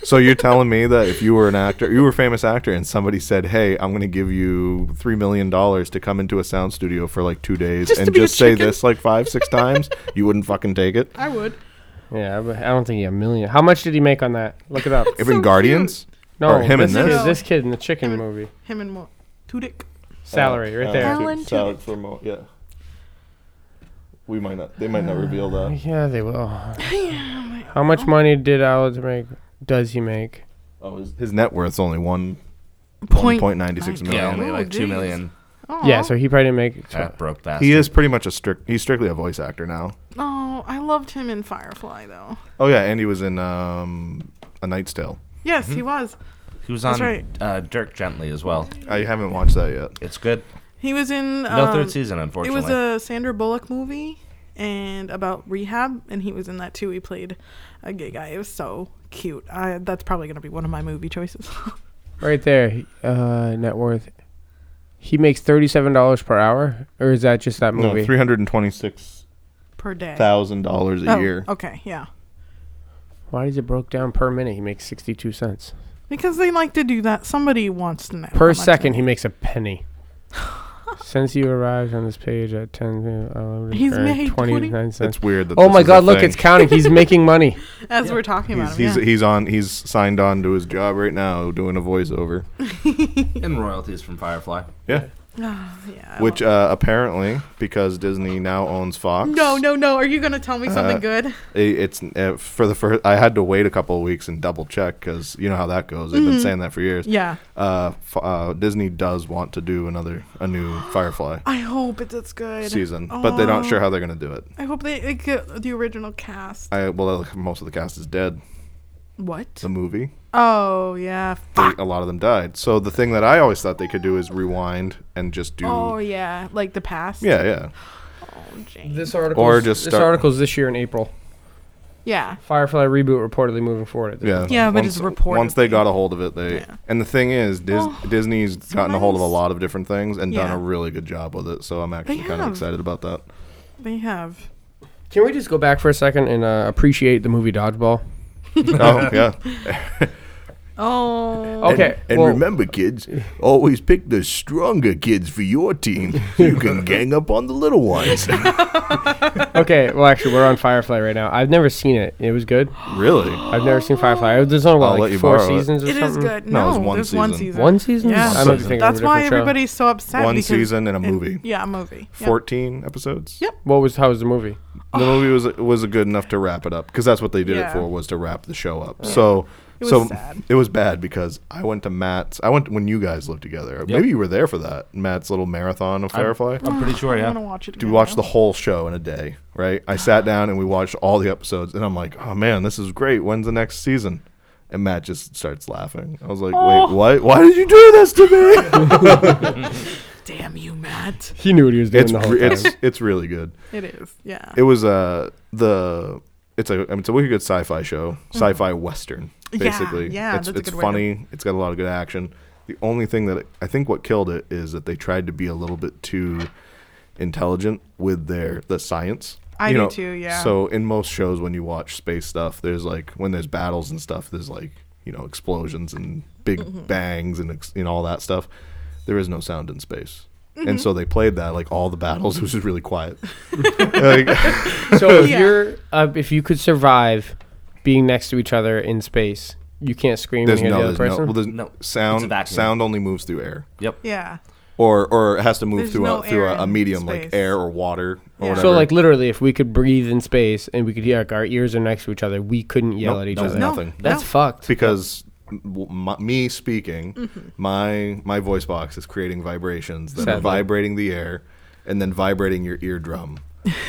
S1: so you're telling me that if you were an actor, you were a famous actor, and somebody said, "Hey, I'm going to give you three million dollars to come into a sound studio for like two days
S2: Just to
S1: and
S2: be a
S1: just say
S2: chicken."
S1: this like five,
S2: [laughs]
S1: six times," you wouldn't fucking take it.
S2: I would.
S3: Yeah, but I don't think he had a million. How much did he make on that? Look [laughs] it up.
S1: Even
S2: so
S1: Guardians.
S3: No,
S1: Or him
S3: this,
S1: in
S3: kid-
S1: this.
S3: this kid in the chicken movie.
S2: Him and more. Tudyk.
S3: Salary right there.
S2: Alan Tudyk. Salad
S1: for mo- yeah. We might not. They might not reveal that.
S3: Yeah, they
S2: [laughs]
S3: will. How much money did Alex make? Does he make?
S1: Oh, his, his net worth's only one one
S2: Point
S1: point ninety six
S7: Yeah,
S1: million.
S7: only
S2: Oh,
S7: like two
S2: geez.
S7: million.
S3: Yeah, so he probably didn't make. tw-
S7: That broke bastard.
S1: He is pretty much a strict. He's strictly a voice actor now.
S2: Oh, I loved him in Firefly though.
S1: Oh yeah, and he was in um, A Knight's Tale.
S2: Yes,
S1: Hmm.
S2: he was.
S7: He was
S2: That's
S7: on
S2: right.
S7: uh, Dirk Gently as well.
S1: I haven't watched that yet.
S7: It's good.
S2: He was in. Um,
S7: No third season,
S2: It
S7: unfortunately.
S2: was a Sandra Bullock movie and about rehab, and he was in that too. He played a gay guy. It was so cute. I, that's probably gonna be one of my movie choices. [laughs]
S3: Right there, he- uh, net worth. He makes thirty-seven dollars per hour, or is that just that
S1: No,
S3: movie?
S1: three hundred and twenty six
S2: per day.
S1: thousand dollars a
S2: Oh,
S1: year.
S2: Okay, yeah.
S3: Why is it broke down per minute? He makes sixty-two cents
S2: Because they like to do that. Somebody wants to know. how
S3: per
S2: much
S3: second.
S2: they-
S3: He makes
S2: [laughs]
S3: a penny. Since you arrived on this page at ten, uh, I'll
S2: He's
S3: return
S2: made
S3: 29 cents.
S1: It's weird. That
S3: Oh
S1: this
S3: my
S1: is a
S3: God! Look,
S1: thing.
S3: it's counting. He's
S2: [laughs]
S3: making money.
S2: as we're talking
S1: He's
S2: about him.
S1: he's,
S2: yeah.
S1: he's on. He's signed on to his job right now, doing a voiceover.
S7: in royalties from Firefly.
S1: Yeah,
S2: [sighs] Yeah, I
S1: which uh, apparently because Disney now owns Fox.
S2: love- no, no, no. Are you gonna tell me something
S1: Uh,
S2: good?
S1: i- it's uh, for the first. I had to wait a couple of weeks and double check because you know how that goes. They've
S2: Mm-hmm.
S1: been saying that for years.
S2: Yeah.
S1: Uh, F- uh, Disney does want to do another a new Firefly
S2: I hope it's it's good.
S1: season, but they're not sure how they're gonna do it.
S2: I hope they it get the original cast.
S1: I well, most of the cast is dead.
S2: What?
S1: The movie.
S2: Oh yeah.
S1: they,
S2: Fuck.
S1: a lot of them died. So the thing that I always thought they could do is rewind and just do.
S2: Oh yeah. Like the past.
S1: Yeah, yeah.
S2: Oh, Jane.
S3: This article.
S1: Or just
S3: this
S1: start-
S3: article's this year in April.
S2: Yeah.
S3: Firefly reboot reportedly moving forward. At this
S1: Yeah,
S2: Yeah, but
S1: once,
S2: it's reported.
S1: Once they got a hold of it, they
S2: Yeah.
S1: and the thing is, Dis-
S2: Oh,
S1: Disney's gotten a hold of a
S2: nice.
S1: lot of different things and done
S2: Yeah.
S1: a really good job with it. So I'm actually kind of
S2: have.
S1: excited about
S2: [laughs]
S1: that.
S2: They have.
S3: Can we just go back for a second and uh, appreciate the movie Dodgeball?
S1: oh yeah.
S2: Oh.
S3: [laughs] Okay. well,
S1: [laughs] kids, always pick the stronger kids for your team. You
S3: [laughs]
S1: can gang up on the little
S2: [laughs]
S1: ones.
S3: okay. Well, actually, we're on Firefly right now. I've never seen it. It was good.
S1: really?
S3: I've never seen Firefly. It was only
S1: I'll
S3: what,
S1: let you
S3: like four
S1: borrow it.
S3: seasons or
S2: It is
S3: something.
S2: good.
S1: No, it
S2: No,
S1: was one
S2: there's one
S1: season.
S2: season.
S3: One season.
S2: Yeah.
S3: I might be
S1: Season.
S3: thinking of
S2: That's
S3: a
S2: why
S3: different show.
S2: everybody's so upset.
S1: One
S2: because-
S1: season and a
S2: and-
S1: movie.
S2: yeah, a movie. Yeah.
S1: Fourteen episodes.
S2: Yep.
S3: What was how was the movie?
S1: the
S2: [sighs]
S1: movie was was good enough to wrap it up because that's what they did it
S2: Yeah.
S1: for was to wrap the show up. So
S2: It was
S1: so
S2: sad.
S1: it was bad because I went to Matt's. I went when you guys lived together. Maybe you were there for that Matt's little marathon of Firefly.
S7: I'm pretty sure,
S2: I want to
S7: yeah.
S2: watch it.
S1: Do
S2: Again
S1: we watch
S2: now.
S1: the whole show in a day? Right. I
S2: [sighs]
S1: sat down and we watched all the episodes, and I'm like, oh man, this is great. When's the next season? And Matt just starts laughing. I was like,
S2: Oh.
S1: wait, what? Why did you do this
S3: [laughs]
S1: to me?
S2: Damn you, Matt.
S3: He knew what he was doing
S1: it's
S3: the whole
S1: re-
S3: time.
S1: it's it's really good.
S2: It is. Yeah.
S1: it was uh the it's a I mean, it's a really good sci-fi show, sci-fi western
S2: Mm-hmm. Yeah,
S1: basically.
S2: yeah,
S1: it's
S2: that's a
S1: it's
S2: good way to-
S1: funny. It's got a lot of good action. The only thing that it, I think what killed it is that they tried to be a little bit too intelligent with their the science.
S2: I
S1: you
S2: do
S1: know,
S2: too, yeah.
S1: So in most shows, when you watch space stuff, there's like when there's battles and stuff, there's like you know explosions and big
S2: Mm-hmm.
S1: bangs and ex- and all that stuff. There is no sound in space.
S2: Mm-hmm.
S1: And so they played that like all the battles. It was just really
S2: [laughs]
S1: quiet. Like-
S3: So if
S2: Yeah.
S3: you're uh, if you could survive being next to each other in space, you can't scream
S1: There's
S3: and hear
S1: no,
S3: the other
S1: there's no,
S3: person.
S1: well, there's
S7: No. It's a
S1: sound.
S7: vacuum.
S1: Sound only moves through air.
S7: Yep.
S2: yeah.
S1: or or it has to move
S2: There's
S1: through
S2: no
S1: a through
S2: air
S1: a, a
S2: in
S1: medium
S2: space.
S1: like air or water or
S2: Yeah.
S1: whatever.
S3: So like literally, if we could breathe in space and we could hear like our ears are next to each other, we couldn't yell
S1: Nope,
S3: at each
S1: no,
S3: other.
S1: no. Nothing.
S3: That's
S2: no. Mm-hmm.
S1: [laughs]
S3: fucked.
S1: because w my, me speaking, my my voice box is creating vibrations that
S3: Sadly.
S1: are vibrating the air and then vibrating your eardrum.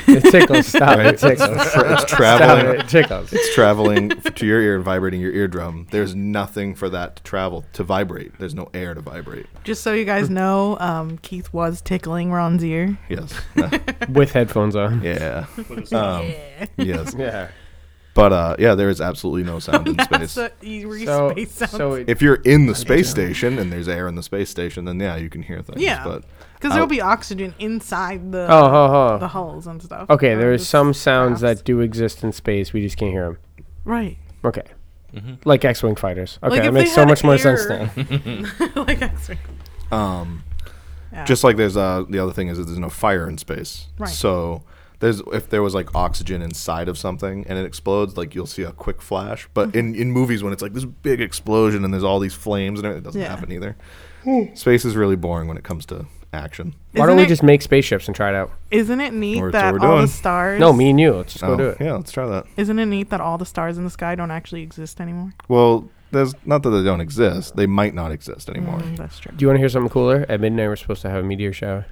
S3: It tickles. Stop
S1: Right?
S3: it.
S1: It's,
S3: Tickles.
S1: [laughs] tra- it's
S3: [laughs] Stop
S1: traveling.
S3: it. It tickles.
S1: It's traveling f- to your ear and vibrating your eardrum. There's nothing for that to travel to vibrate. There's no air to vibrate.
S2: Just so you guys know, um, Keith was tickling Ron's ear. [laughs]
S1: Yes.
S3: With headphones on.
S1: yeah.
S4: With
S1: Um, yes.
S3: Yeah.
S1: But uh, yeah, there is absolutely no sound
S2: [laughs]
S1: in space.
S2: So, you
S3: So,
S2: e-, space sounds.
S3: so it,
S1: if you're in the space station and there's air in the space station, then yeah, you can hear things.
S2: Yeah.
S1: But
S2: Because there'll be oxygen inside the
S3: oh, ho,
S2: the
S3: ho.
S2: hulls and stuff.
S3: Okay,
S2: Or
S3: there is
S2: just
S3: some sounds
S2: crafts.
S3: that do exist in space. We just can't hear them.
S2: right. [laughs]
S3: Okay. Like X-wing fighters. Okay,
S2: Like,
S3: that
S2: if
S3: makes
S2: they
S3: so
S2: had
S3: much more sense
S2: air-
S3: now.
S2: [laughs] like X-ray.
S1: um,
S2: Yeah.
S1: just like there's uh, the other thing is that there's no fire in space.
S2: Right.
S1: So there's if there was like oxygen inside of something and it explodes, like you'll see a quick flash.
S2: Mm-hmm.
S1: But in, in movies when it's like this big explosion and there's all these flames and everything, it doesn't
S2: Yeah.
S1: happen either. space is really boring when it comes to action.
S3: Why don't
S2: Isn't
S3: we
S2: it-
S3: just make spaceships and try it out?
S2: Isn't it neat
S1: Or it's
S2: that
S1: what
S2: all
S1: we're
S2: the
S1: doing.
S2: stars?
S3: No, me and you. Let's just go
S1: Oh,
S3: do it.
S1: Yeah, let's try that.
S2: Isn't it neat that all the stars in the sky don't actually exist anymore?
S1: Well, there's not that they don't exist; they might not exist anymore.
S2: Mm, that's true.
S3: Do you want to hear something cooler? At midnight, we're supposed to have a meteor shower.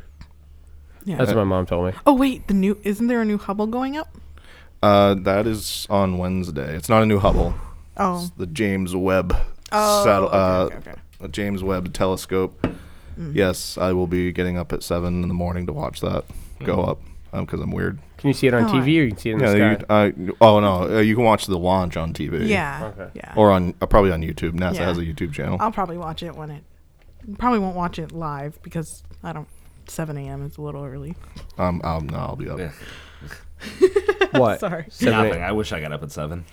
S2: Yeah.
S3: That's what my mom told me.
S2: oh wait, the new isn't there a new Hubble going up?
S1: Uh, that is on Wednesday. It's not a new Hubble.
S2: Oh,
S1: It's the James Webb
S2: Oh,
S1: satel-
S2: okay,
S1: uh,
S2: okay, okay.
S1: the James Webb Telescope.
S2: Mm.
S1: Yes, I will be getting up at seven in the morning to watch that go up because I'm weird.
S3: Can you see it on
S2: Oh,
S3: TV or
S2: I-
S3: you can see it Hmm. in the
S1: Yeah,
S3: sky?
S1: you, I, oh no, uh, you can watch the launch on TV.
S2: yeah, yeah.
S1: or on uh, probably on YouTube. NASA
S2: Yeah.
S1: has a YouTube channel.
S2: I'll probably watch it when it. Probably won't watch it live because I don't. 7 a.m. is a little early.
S1: Um, I'll, no, I'll be up.
S7: Yeah.
S2: [laughs]
S3: what?
S2: Sorry.
S3: Seven,
S7: Nothing.
S3: eight-
S7: I wish I got up at seven.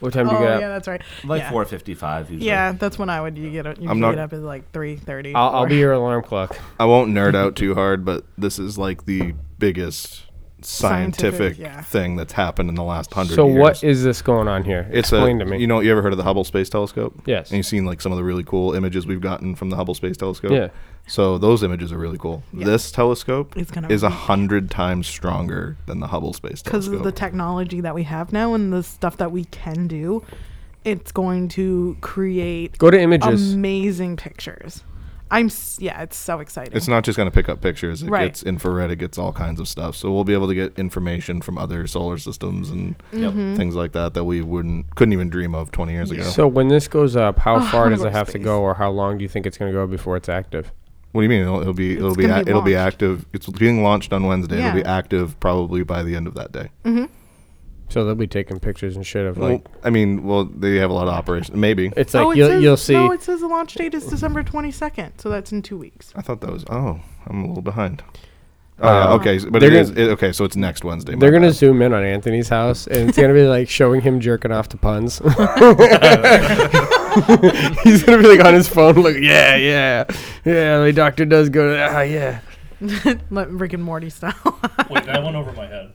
S3: What time do
S2: Oh
S3: you get
S2: yeah,
S3: up?
S2: that's right.
S7: Like
S2: yeah.
S7: four fifty-five usually.
S2: Yeah, that's when I would. You get up. You
S1: I'm
S2: get
S1: not-
S2: up at like 3:30.
S3: I'll, I'll
S2: or-
S3: be your alarm clock.
S1: I won't nerd out too hard, but this is like the biggest scientific,
S2: Scientific, yeah.
S1: thing that's happened in the last hundred.
S3: So
S1: years.
S3: what is this going on here?
S1: It's
S3: Explain
S1: a,
S3: to me.
S1: You know, you ever heard of the Hubble Space Telescope?
S3: Yes.
S1: And you've seen like some of the really cool images we've gotten from the Hubble Space Telescope.
S3: Yeah.
S1: So those images are really cool. This telescope
S2: It's gonna
S1: is a
S2: be-
S1: hundred times stronger than the Hubble Space
S2: because
S1: Telescope.
S2: of the technology that we have now and the stuff that we can do, it's going to create
S3: Go to
S2: Um,
S3: images.
S2: amazing pictures. I'm s- yeah, it's so exciting.
S1: it's not just going to pick up pictures. It
S2: Right.
S1: gets infrared. It gets all kinds of stuff. So we'll be able to get information from other solar systems and things like that that we wouldn't couldn't even dream of 20 years ago.
S3: Mm-hmm. so when this goes up, how far
S2: I'm
S3: does it
S2: going
S3: have to
S2: space.
S3: go, or how long do you think it's going to go before it's active?
S1: what do you mean? It'll, it'll be it'll be,
S2: gonna
S1: a-
S2: be
S1: it'll be
S2: launched.
S1: active. It's being launched on Wednesday. It'll be
S2: Yeah.
S1: active probably by the end of that day.
S3: So they'll be taking pictures and shit of
S1: Well,
S3: like.
S1: I mean, well, they have a lot of operations. Maybe
S3: it's like
S2: oh, it
S3: you'll,
S2: says,
S3: you'll see.
S2: No, it says the launch date is December 22nd, so that's in two weeks.
S3: [laughs]
S1: I thought that was. Oh, I'm a little behind. Oh,
S3: Uh,
S1: yeah, okay, so- but
S3: they're
S1: it
S3: gonna-
S1: is it, okay. So it's next Wednesday. my
S3: They're gonna
S1: bad.
S3: zoom in on Anthony's house, and it's gonna be like showing him jerking off
S2: [laughs]
S3: to puns. [laughs] He's gonna be like on his phone, like yeah, yeah, yeah. The doctor does go to ah, yeah. [laughs]
S2: Let Rick and Morty style. [laughs]
S4: Wait, that went over my head.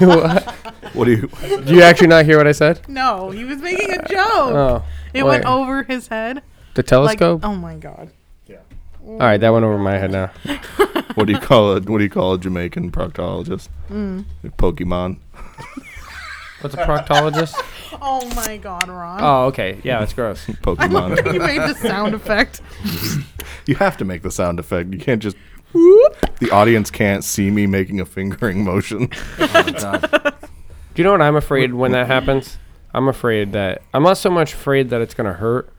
S3: What?
S1: What do you?
S3: Do you actually not hear what I said?
S2: no, he was making a joke.
S3: Oh,
S2: it
S3: wait.
S2: went over his head.
S3: the
S2: Like, um,
S3: telescope.
S2: oh my god.
S3: All right, that went over my head now.
S1: What do you call it? What do you call a Jamaican proctologist? Pokemon.
S3: What's a proctologist?
S2: Oh my god, Ron.
S3: oh, okay. Yeah, that's gross.
S2: I love that
S1: Pokemon.
S2: [laughs] you made the
S3: [laughs]
S2: sound effect.
S1: you have to make the sound effect. You can't just. The audience can't see me making a fingering motion. [laughs]
S7: Oh, God.
S3: Do you know what I'm afraid when that happens? I'm afraid that I'm not so much afraid that it's gonna hurt.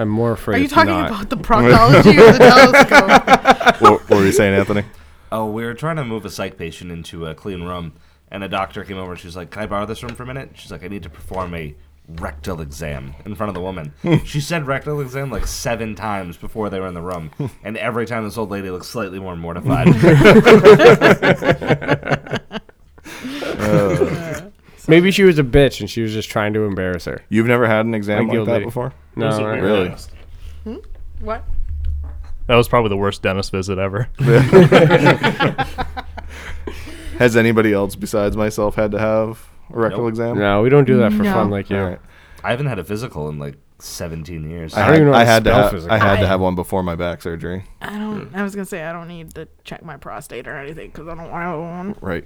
S3: I'm more afraid.
S2: Are you
S3: it's
S2: talking
S3: not.
S2: about
S1: [laughs]
S2: the proctology or the telescope?
S1: what, what were you saying, Anthony?
S7: Oh, we were trying to move a psych patient into a clean room, and a doctor came over and she was like, "Can I borrow this room for a minute?" She's like, "I need to perform a rectal exam in front of the woman." she said rectal exam like seven times before they were in the room, and every time this old lady looks slightly more mortified.
S3: Uh, Maybe she was a bitch and she was just trying to embarrass her.
S1: You've never had an exam
S3: Thank you,
S1: like that
S3: lady.
S1: before?
S3: No,
S4: Those
S3: no,
S4: are
S3: no.
S4: weird.
S1: Really?
S2: What?
S4: That was probably the worst dentist visit ever. Uh,
S1: Has anybody else besides myself had to have a rectal
S7: Nope.
S1: exam?
S3: No, we don't do that for
S2: No.
S3: fun like you.
S1: All right.
S7: I haven't had a physical in like 17 years.
S1: I
S3: don't even
S1: had,
S3: know
S1: I
S3: what
S1: had to
S3: spell
S1: have,
S3: physics
S1: I had to
S2: is.
S1: have one before my back surgery.
S2: I
S1: Hmm.
S2: don't. I was gonna say I don't need to check my prostate or anything because I don't want one.
S1: Right.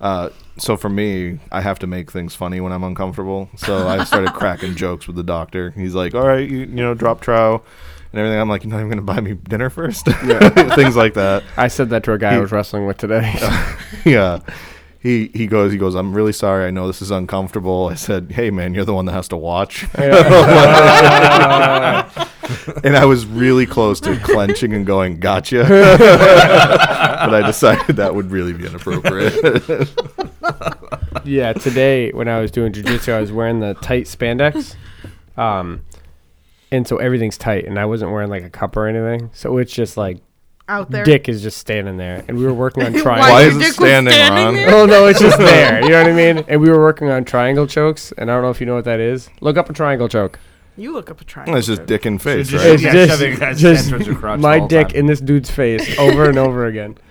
S1: Uh, so for me, I have to make things funny when I'm uncomfortable. So I started cracking jokes with the doctor. He's like, "All right, you, you know, drop trow and everything." I'm like, "You're not even going to buy me dinner first? [laughs] things like that.
S3: I said that to a guy I was wrestling with today.
S1: [laughs] yeah. He he goes he goes. I'm really sorry. I know this is uncomfortable. I said, "Hey man, you're the one that has to watch." [laughs] and I was really close to clenching and going, "Gotcha," [laughs] but I decided that would really be inappropriate. [laughs]
S3: yeah, today when I was doing jujitsu, I was wearing the tight spandex, um, and so everything's tight, and I wasn't wearing like a cup or anything, so it's just like
S2: Out there,
S3: dick is just standing there, and we were working
S2: [laughs]
S3: on
S2: Why
S1: Why
S3: [laughs] triangles.
S1: is
S2: your
S1: it
S2: dick was
S1: standing,
S2: standing
S1: Ron? [laughs]
S2: there?
S3: Oh no, it's just there. You know what I mean? And we were working on triangle chokes, and I don't know if you know what that is. Look up a triangle choke.
S2: you look up a triangle.
S1: It's just dick and face,
S7: just-
S1: right?
S7: Yeah, shoving
S3: It's just,
S7: his hand
S3: just
S7: through your crotch the
S3: my
S7: whole
S3: dick
S7: time.
S3: in this dude's face over and over again. [laughs]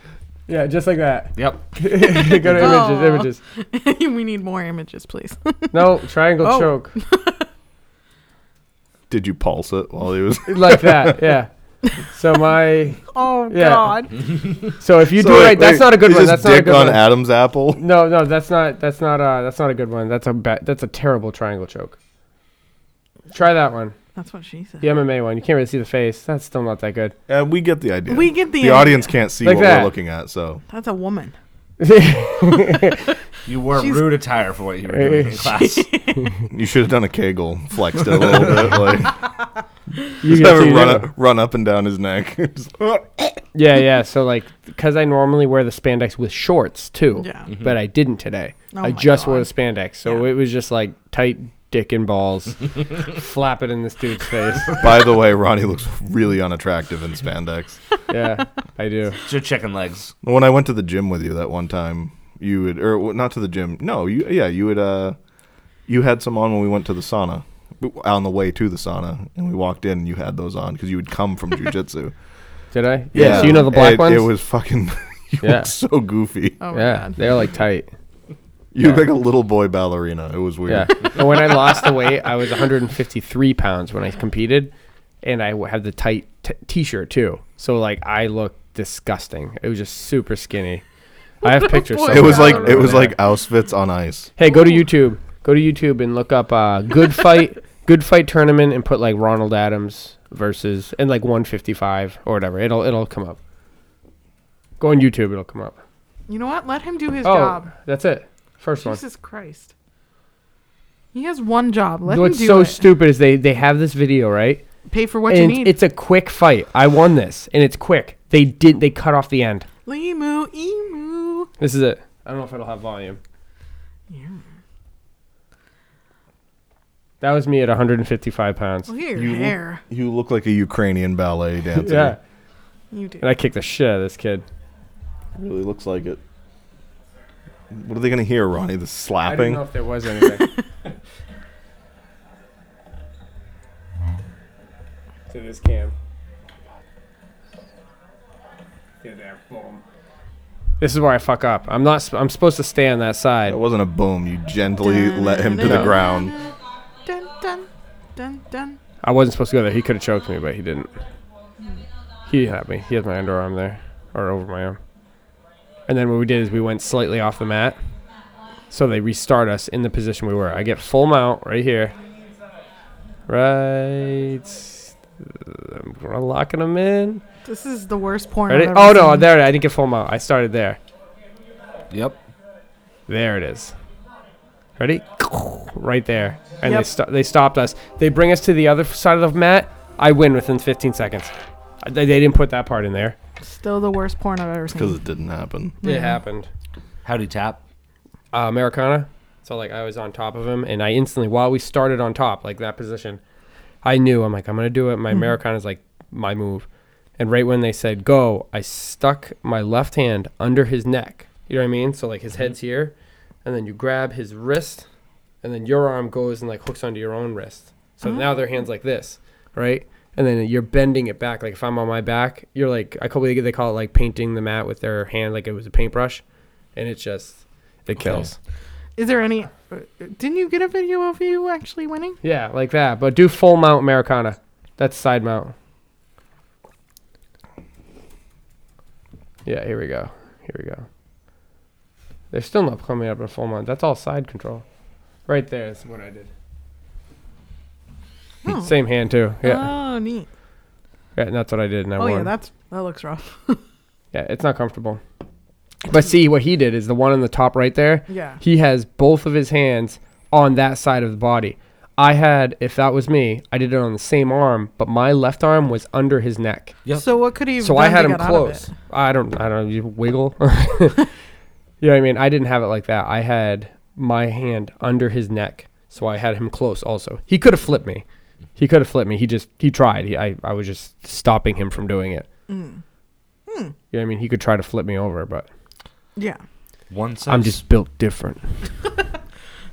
S3: Yeah, just like [laughs] that.
S7: Yep.
S2: [laughs]
S3: Go to
S2: Aw.
S3: images, images.
S2: [laughs] we need more images, please. [laughs]
S3: No, triangle
S2: Oh.
S3: choke.
S1: Did you pulse it while he was?
S3: Like
S2: [laughs]
S3: that, yeah. So my
S2: oh
S3: Yeah.
S2: God,
S1: [laughs]
S3: so if you do it right, that's not a good one. That's not a
S1: dick
S3: good
S1: on
S3: one.
S1: Adam's apple.
S3: No, no, that's not that's not uh that's not a good one. That's a ba- that's a terrible triangle choke. Try that one.
S2: that's what she said.
S3: The MMA one. You can't really see the face. That's still not that good. [laughs]
S1: Uh, we get the idea.
S2: We get the
S1: the
S2: idea.
S1: audience can't see
S3: Like
S1: what
S3: that.
S1: we're looking at, so
S2: That's a woman.
S7: You wore
S2: She's-
S7: rude attire for what you were doing in class.
S1: you should have done a Kegel, flexed it a little bit, like
S3: You
S1: just
S3: can
S1: have
S3: see
S1: it run
S3: that.
S1: up, run up and down his neck. [laughs] Just,
S3: Yeah, yeah. So like, because I normally wear the spandex with shorts too.
S2: Yeah.
S1: Mm-hmm.
S3: But I didn't today.
S2: Oh
S3: I
S2: my
S3: just wore
S2: God.
S3: the spandex, so it was just like tight dick and
S1: [laughs]
S3: balls, flap it in this dude's face.
S1: By the way, Ronnie looks really unattractive in spandex.
S3: Yeah, I do.
S7: Just chicken legs.
S1: When I went to the gym with you that one time, you would or w- not to the gym. No, you yeah, you would uh you had some on when we went to the sauna. On the way to the sauna, and we walked in, and you had those on because you would come from [laughs] jujitsu.
S3: Did I? Yeah. So you know the black
S1: it,
S3: ones?
S1: It was fucking. [laughs] You
S3: Yeah.
S1: look so goofy.
S2: Oh my
S3: Yeah,
S2: God.
S3: they're like tight.
S1: You look like a little boy ballerina. It was
S3: Yeah.
S1: weird.
S3: and when I lost the weight, I was 153 pounds when I competed, and I w- had the tight t- t-shirt too. So like, I looked disgusting. It was just super skinny. I
S2: [laughs]
S3: have pictures.
S2: Boy
S1: It was
S3: somewhere.
S1: like it was like Auschwitz on ice.
S3: Hey, go to YouTube. Go to YouTube and look up uh, good fight, [laughs] good fight tournament, and put like Ronald Adams versus and like 155 or whatever. It'll it'll come up. Go on YouTube. It'll come up.
S2: You know what? Let him do his
S3: Oh,
S2: job.
S3: that's it. First one.
S2: Jesus Christ. He has one job. Let
S3: What's
S2: him do
S3: so
S2: it.
S3: stupid is they they have this video right,
S2: Pay for what you
S3: and
S2: need.
S3: it's a quick fight. I won this, and it's quick. They did. They cut off the end.
S2: Limu, emu.
S3: This is it. I don't know if it'll have volume. That was me at 155 pounds.
S2: Well, here,
S1: You
S2: you
S1: look-
S2: hair.
S1: You look like a Ukrainian
S3: [laughs]
S1: ballet dancer.
S3: Yeah,
S2: You do.
S3: and I kicked the shit out of this kid.
S1: really looks like it. What are they gonna hear, Ronnie? The
S3: I didn't
S1: slapping.
S3: know if there was anything. [laughs] to this cam. Get there, boom. This is where I fuck up. I'm not. sp- I'm supposed to stay on that side.
S1: It wasn't a boom. You gently let him to the
S2: No.
S1: ground.
S2: Dun, dun, dun, dun.
S3: I wasn't supposed to go there. He could have choked me, but he didn't. He had me. He had my underarm there, or over my arm. And then what we did is we went slightly off the mat, so they restart us in the position we were. I get full mount right here, right. I'm locking him in.
S2: This is the worst porn.
S3: Ready?
S2: I've ever
S3: Oh no,
S2: seen.
S3: there it- I didn't get full mount. I started there.
S7: Yep.
S3: There it is. Ready? [laughs] Right there. And they
S2: Yep.
S3: sto- they stopped us. They bring us to the other side of the mat. I win within 15 seconds. Uh, They, they didn't put that part in there.
S2: Still the worst porn I've ever
S1: Because
S2: seen.
S1: it didn't happen.
S3: It happened.
S7: Howdy tap.
S3: Uh, Americana. So like I was on top of him, and I instantly, while we started on top, like that position, I knew I'm like I'm gonna do it. My Americana's like my move, and right when they said go, I stuck my left hand under his neck. You know what I mean? So like his head's here, and then you grab his wrist, and then your arm goes and like hooks onto your own wrist. So now their hands like this, right? And then you're bending it back. Like if I'm on my back, you're like I call they call it like painting the mat with their hand, like it was a paintbrush, and it's just it kills.
S2: Is there any? uh, Didn't you get a video of you actually winning?
S3: Yeah, like that. But do full mount Americana. That's side mount. Yeah, here we go. Here we go. They're still not coming up with full mount. That's all side control. Right there is what I did.
S2: Oh.
S3: Same hand too. Yeah.
S2: Oh, neat.
S3: yeah, and that's what I did and I
S2: Oh
S3: won.
S2: yeah, that's that looks rough.
S3: yeah, it's not comfortable. But see what he did is the one on the top right there.
S2: Yeah.
S3: He has both of his hands on that side of the body. I had, if that was me, I did it on the same arm, but my left arm was under his neck.
S7: Yep.
S2: So what could he? Have
S3: so
S2: done
S3: I had
S2: to
S3: him
S2: get out of
S3: close.
S2: it?
S3: I don't, I don't, you wiggle. [laughs] you know what I mean? I didn't have it like that. I had my hand under his neck, so I had him close. Also, he could have flipped me. He could have flipped me. He just, he tried. He, I, I was just stopping him from doing it.
S2: Mm. Hmm.
S3: You know what I mean? He could try to flip me over, but
S2: Yeah.
S7: One size.
S3: I'm just built different.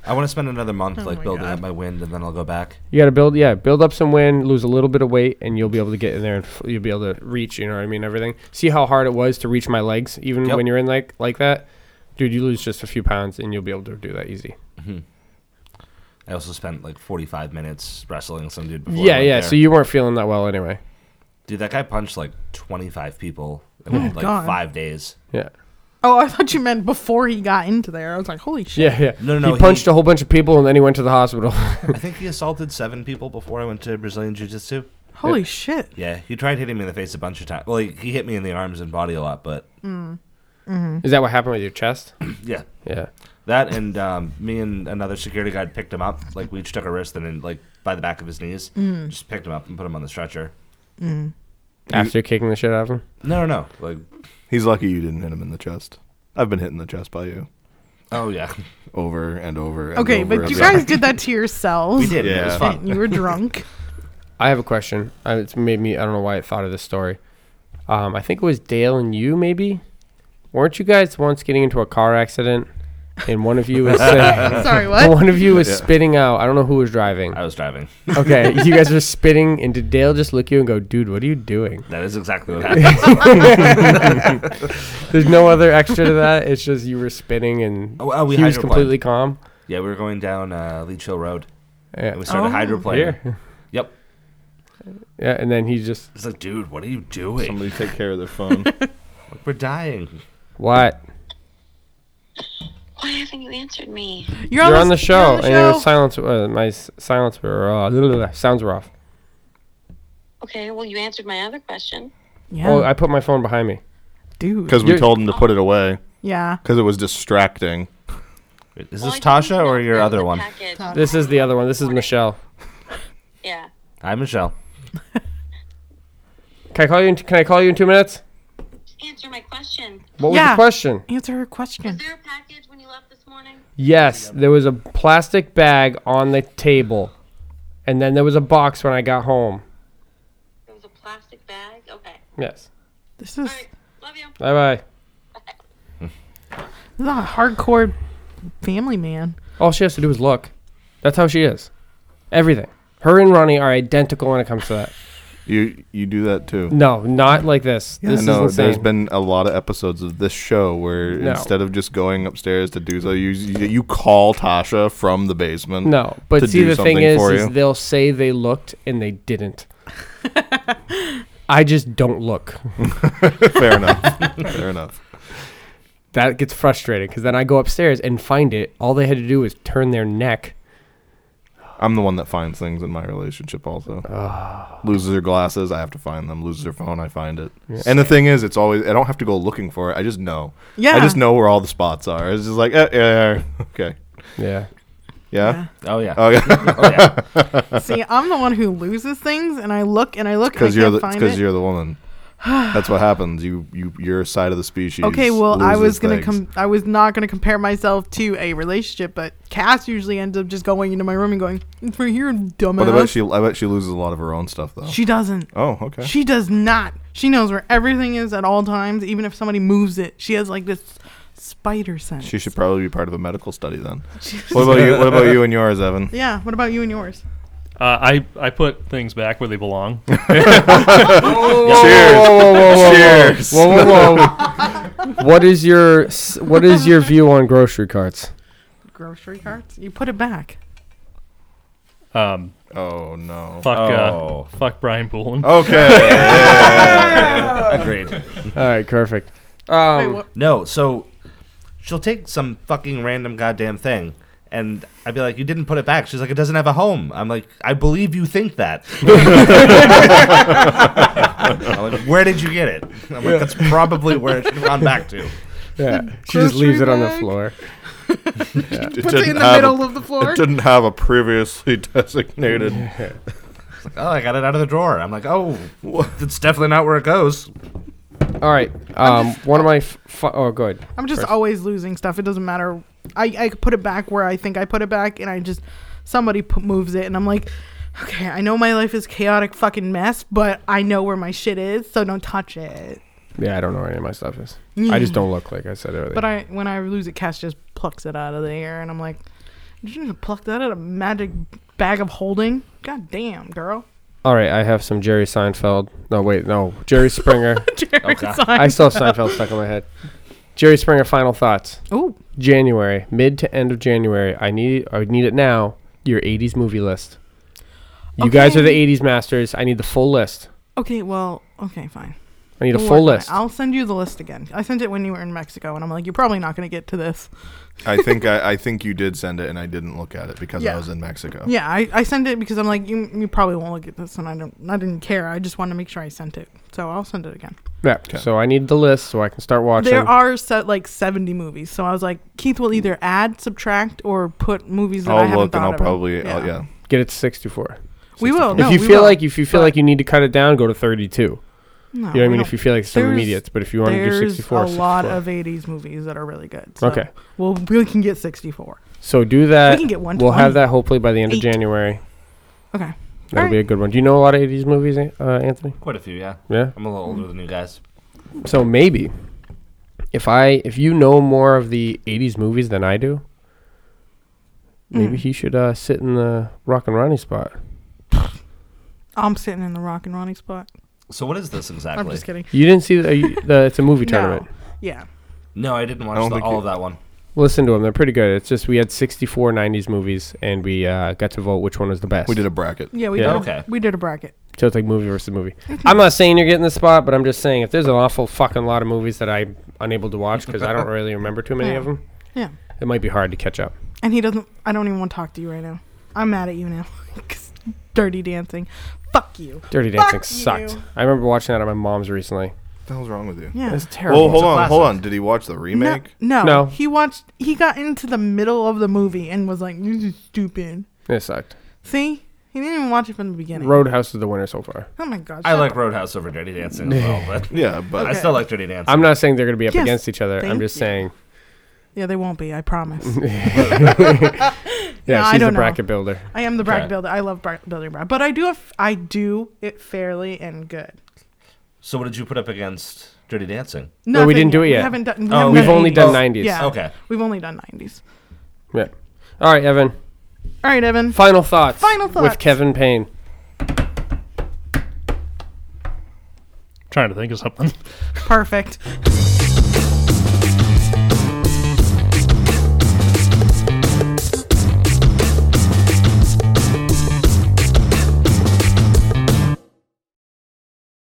S7: I want to spend another month like
S2: Oh my
S7: building
S2: God.
S7: up my wind, and then I'll go back.
S3: You got to build, yeah, build up some wind, lose a little bit of weight, and you'll be able to get in there. and f- You'll be able to reach. You know what I mean? Everything. See how hard it was to reach my legs, even
S7: Yep.
S3: when you're in like like that, dude. You lose just a few pounds, and you'll be able to do that easy.
S7: I also spent like 45 minutes wrestling some dude. Before I
S3: yeah,
S7: went
S3: yeah.
S7: there.
S3: So you weren't feeling that well anyway.
S7: dude, that guy punched like 25 people in like
S2: Oh God.
S7: five days.
S3: Yeah,
S2: Oh, I thought you meant before he got into there. I was like, holy shit.
S3: yeah, yeah.
S7: No, no,
S3: he punched
S7: he- Mm-hmm.
S3: a whole bunch of people, and then he went to the hospital. [laughs]
S7: I think he assaulted seven people before I went to Brazilian Jiu Jitsu.
S2: Holy shit.
S7: Yeah, he tried hitting me in the face a bunch of times. Well, he, he hit me in the arms and body a lot, but
S3: Is that what happened with your chest?
S7: yeah,
S3: Yeah.
S7: that and um, me and another security guard picked him up. Like we each took a wrist and then like by the back of his knees,
S2: Mm.
S7: just picked him up and put him on the stretcher.
S3: After kicking the shit out of him.
S7: No, no, no. Like,
S1: He's lucky you didn't hit him in the chest. I've been hit in the chest by you
S7: oh yeah,
S1: over and over. And
S2: Okay,
S1: over
S2: but
S1: and
S2: you
S1: over.
S2: guys did that to yourselves. [laughs]
S7: we did. and It was
S1: Yeah.
S7: fun.
S2: You were drunk.
S3: I have a question. Uh, it's made me. I don't know why I thought of this story. Um, I think it was Dale and you, maybe. Weren't you guys once getting into a car accident, and one of you
S7: [laughs]
S3: was uh,
S2: Sorry, what?
S3: one of you was spitting out? I don't know who was driving.
S7: I was driving.
S3: Okay, you guys were spitting, and did Dale just look you and go, "Dude, what are you doing?"
S7: That is
S1: [laughs]
S7: exactly what happened.
S3: There's no other extra to that. It's just you were spitting, and
S7: Oh, oh, we
S3: he was
S7: hydroplaned.
S3: completely calm.
S7: yeah, we were going down uh, Leech Hill Road and
S3: Yeah,
S7: we started
S2: Oh.
S7: hydroplaning.
S3: here.
S7: Yep.
S3: Yeah, and then he just
S7: It's like, dude, what are you
S1: [laughs]
S7: doing?
S1: Somebody take care of their [laughs] phone.
S7: We're dying.
S3: what?
S9: Why haven't you answered me?
S2: You're
S3: You're on the
S2: s-
S3: show,
S2: you're on the
S3: and your
S2: show.
S3: silence, uh, my s- silence were uh, [laughs] blah, blah, blah, sounds were off.
S9: Okay, well, you answered my other question.
S2: yeah,
S3: Oh, I put my phone behind me.
S2: dude.
S1: Because we
S3: You're-
S1: told him to put it away
S2: Yeah.
S1: because it was distracting.
S7: Wait, Is
S9: Well,
S7: this
S9: I didn't
S7: Tasha or
S9: know
S7: your
S9: about
S7: other
S9: the
S7: one?
S9: package.
S3: This is the other one. This is Michelle.
S9: Yeah.
S7: Hi, Michelle.
S3: Can I call you? In t- can I call you in two minutes?
S9: Answer my question.
S3: What was
S2: Yeah.
S3: the question?
S2: Answer her
S9: Was
S2: question.
S9: there a package when you left this morning?
S3: Yes, there was a plastic bag on the table, and then there was a box when I got home.
S9: There was a plastic bag? Okay.
S3: Yes.
S2: This is,
S9: All right. Love you.
S3: Bye bye.
S2: this is a hardcore family man.
S3: All she has to do is look. That's how she is. Everything. Her and Ronnie are identical when it comes to that.
S1: You you do that too.
S3: No, not like this. this
S1: no,
S3: is insane.
S1: there's been a lot of episodes of this show where
S3: No.
S1: instead of just going upstairs to do so, you you call Tasha from the basement.
S3: no, but
S1: to
S3: see
S1: do
S3: the thing
S1: something
S3: is,
S1: for
S3: is
S1: you.
S3: they'll say they looked and they didn't. I just don't look.
S1: Fair enough. Fair enough.
S3: that gets frustrating because then I go upstairs and find it. All they had to do was turn their neck.
S1: I'm the one that finds things in my relationship also. loses her glasses, I have to find them. Loses her phone, I find it. And the thing is, it's always I don't have to go looking for it. I just know.
S2: Yeah.
S1: I just know where all the spots are. It's just like, eh, yeah, yeah, okay.
S3: Yeah.
S1: Yeah.
S7: Oh yeah.
S1: Oh
S2: [laughs]
S1: yeah.
S7: Oh,
S1: [laughs]
S7: yeah.
S2: See, I'm the one who loses things, and I look and I look and I
S1: Cuz you're
S2: can't
S1: the
S2: find
S1: cuz
S2: it.
S1: you're the woman. That's what happens. You you your side of the species.
S2: Okay, well, I
S1: loses
S2: was gonna
S1: things.
S2: com- I was not gonna compare myself to a relationship, but Cass usually ends up just going into my room and going, "It's right here, dumbass."
S1: But I bet she I bet she loses a lot of her own stuff though.
S2: She doesn't.
S1: oh, okay.
S2: She does not. She knows where everything is at all times, even if somebody moves it. She has like this spider sense.
S1: She should probably be part of a medical study then. what about you? What about you and yours, Evan?
S2: yeah. What about you and yours?
S4: Uh, I I put things back where they belong.
S1: Cheers.
S3: Whoa, whoa, whoa,
S1: Cheers.
S3: whoa, [laughs] whoa, whoa, whoa. what is your s- What is your view on grocery carts?
S2: grocery carts. You put it back.
S4: Um,
S1: Oh no.
S4: fuck,
S7: Oh.
S4: uh, fuck Brian Poolin.
S1: Oh. Okay.
S7: Agreed.
S3: All right, perfect.
S2: Wait,
S3: Um,
S2: what?
S7: No, so she'll take some fucking random goddamn thing. And I'd be like, you didn't put it back. She's like, it doesn't have a home. I'm like, I believe you think that. [laughs] I'm like, where did you get it? I'm like, that's probably where it should have gone back to.
S3: yeah, she just leaves it on the
S2: bag?
S3: floor.
S1: It
S2: Puts it
S1: didn't
S2: in the
S1: have
S2: middle
S1: a,
S2: of the floor.
S1: It didn't have a previously [laughs] designated.
S7: It's like, oh, I got it out of the drawer. I'm like, oh, it's definitely not where it goes.
S3: All right. Um, one of my f- fu- oh, go ahead.
S2: I'm just always losing stuff. It doesn't matter. I, I put it back where I think I put it back, and I just somebody p- moves it, and I'm like, okay, I know my life is chaotic fucking mess, but I know where my shit is, so don't touch it.
S3: Yeah, I don't know where any of my stuff is. I just don't look like I said earlier.
S2: But I when I lose it, Cass just plucks it out of the air, and I'm like, did you just pluck that out of a magic bag of holding? God damn, girl.
S3: All right, I have some Jerry Seinfeld. No, wait, no, Jerry Springer.
S2: [laughs]
S3: Oh,
S2: Jerry
S3: I still have Seinfeld stuck in my head. Jerry Springer. Final thoughts.
S2: Ooh,
S3: January, mid to end of January. I need I need it now. Your 80s movie list. You guys are the
S2: Okay.
S3: 80s masters. I need the full list.
S2: okay, well, okay, fine.
S3: I need a
S2: We'll
S3: full
S2: work on it.
S3: list.
S2: I'll send you the list again. I sent it when you were in Mexico, and I'm like, you're probably not going to get to this.
S1: I think I, I think you did send it, and I didn't look at it because
S2: Yeah.
S1: I was in Mexico.
S2: Yeah, I, I sent it because I'm like, you, you probably won't look at this, and I don't, I didn't care. I just want to make sure I sent it, so I'll send it again.
S3: Yeah. So I need the list so I can start watching.
S2: There are set like 70 movies, so I was like, Keith will either add, subtract, or put movies that I
S1: I'll
S2: haven't
S1: look and
S2: thought
S1: I'll
S2: of.
S1: probably I'll- yeah.
S3: Get it to 64.
S2: we will. Oh, No,
S3: if you
S2: we
S3: feel
S2: will.
S3: like if you feel
S2: but- Oh,
S3: like you need to cut it down, go to 32.
S2: No,
S3: You know what I
S2: we
S3: mean?
S2: don't-
S3: If you feel like some
S2: There's-
S3: immediates, but if you want to do
S2: there's
S3: 64,
S2: a lot
S3: 64.
S2: of 80s movies that are really good. So
S3: Okay.
S2: well, we can get 64.
S3: So do that.
S2: can get one
S3: We'll have
S2: twenty.
S3: that hopefully by the end
S2: Eight.
S3: of January.
S2: Okay.
S3: That'll
S2: Alright.
S3: be a good one. Do you know a lot of 80s movies, An- uh, Anthony?
S7: Quite a few, yeah.
S3: Yeah.
S7: I'm a little older than you guys.
S3: So maybe if I if you know more of the 80s movies than I do,
S2: Hmm.
S3: maybe he should uh, sit in the Rock and Ronnie spot.
S2: I'm sitting in the Rock and Ronnie spot.
S7: So what is this exactly?
S2: I'm just kidding.
S3: You didn't see the, uh, you- the it's a movie tournament.
S2: [laughs] No. Yeah.
S7: No, I didn't watch
S1: I don't
S7: the,
S1: think
S7: all
S1: you-
S7: of that one.
S3: Listen to them; they're pretty good. It's just we had 64 90s movies, and we uh, got to vote which one was the best.
S1: We did a bracket.
S2: Yeah, we
S3: Yeah.
S2: did. a-
S7: Okay.
S2: We did a bracket.
S3: So it's like movie versus movie. I'm not saying you're getting the spot, but I'm just saying if there's an awful fucking lot of movies that I'm unable to watch because I don't really remember too many of them,
S2: Yeah.
S3: it might be hard to catch up.
S2: And he doesn't. I don't even want to talk to you right now. I'm mad at you now. [laughs] 'Cause Dirty Dancing. Fuck you.
S3: Dirty
S2: Fuck
S3: Dancing sucked.
S2: you.
S3: I remember watching that at my mom's recently.
S1: What the hell's wrong with you?
S2: Yeah.
S3: It's terrible.
S1: Well, hold
S7: a
S1: on, hold
S7: classic.
S1: on. Did he watch the
S2: No,
S1: remake?
S2: no,
S3: No.
S2: He watched. He got into the middle of the movie and was like, "This is stupid."
S3: It sucked.
S2: See, he didn't even watch it from the beginning.
S3: Roadhouse is the winner so far.
S2: oh my god.
S7: I
S2: shut
S7: like
S2: up.
S7: Roadhouse over Dirty Dancing as well,
S1: [laughs]
S7: but
S1: Yeah, but
S7: I still like Dirty Dancing.
S3: I'm not saying they're going to be up
S2: Yes,
S3: against each other. I'm
S2: thank
S3: just
S2: you.
S3: saying,
S2: Yeah, they won't be. I promise.
S3: [laughs] yeah,
S2: No, I
S3: she's a
S2: don't know.
S3: bracket builder.
S2: I am the bracket
S3: Okay.
S2: builder. I love bracket building, bra- but I do. Have, I do it fairly and good.
S7: so what did you put up against Dirty Dancing?
S2: No,
S3: we didn't do it
S2: We
S3: yet.
S2: haven't done. We haven't
S7: Oh, we've
S2: done
S3: only
S2: 80s.
S3: done 90s.
S2: Yeah.
S7: Okay.
S2: We've only done 90s.
S3: Yeah. All right, Evan.
S2: All right, Evan.
S3: Final thoughts.
S2: Final thoughts.
S3: With Kevin Payne.
S4: trying to think of something.
S2: Perfect.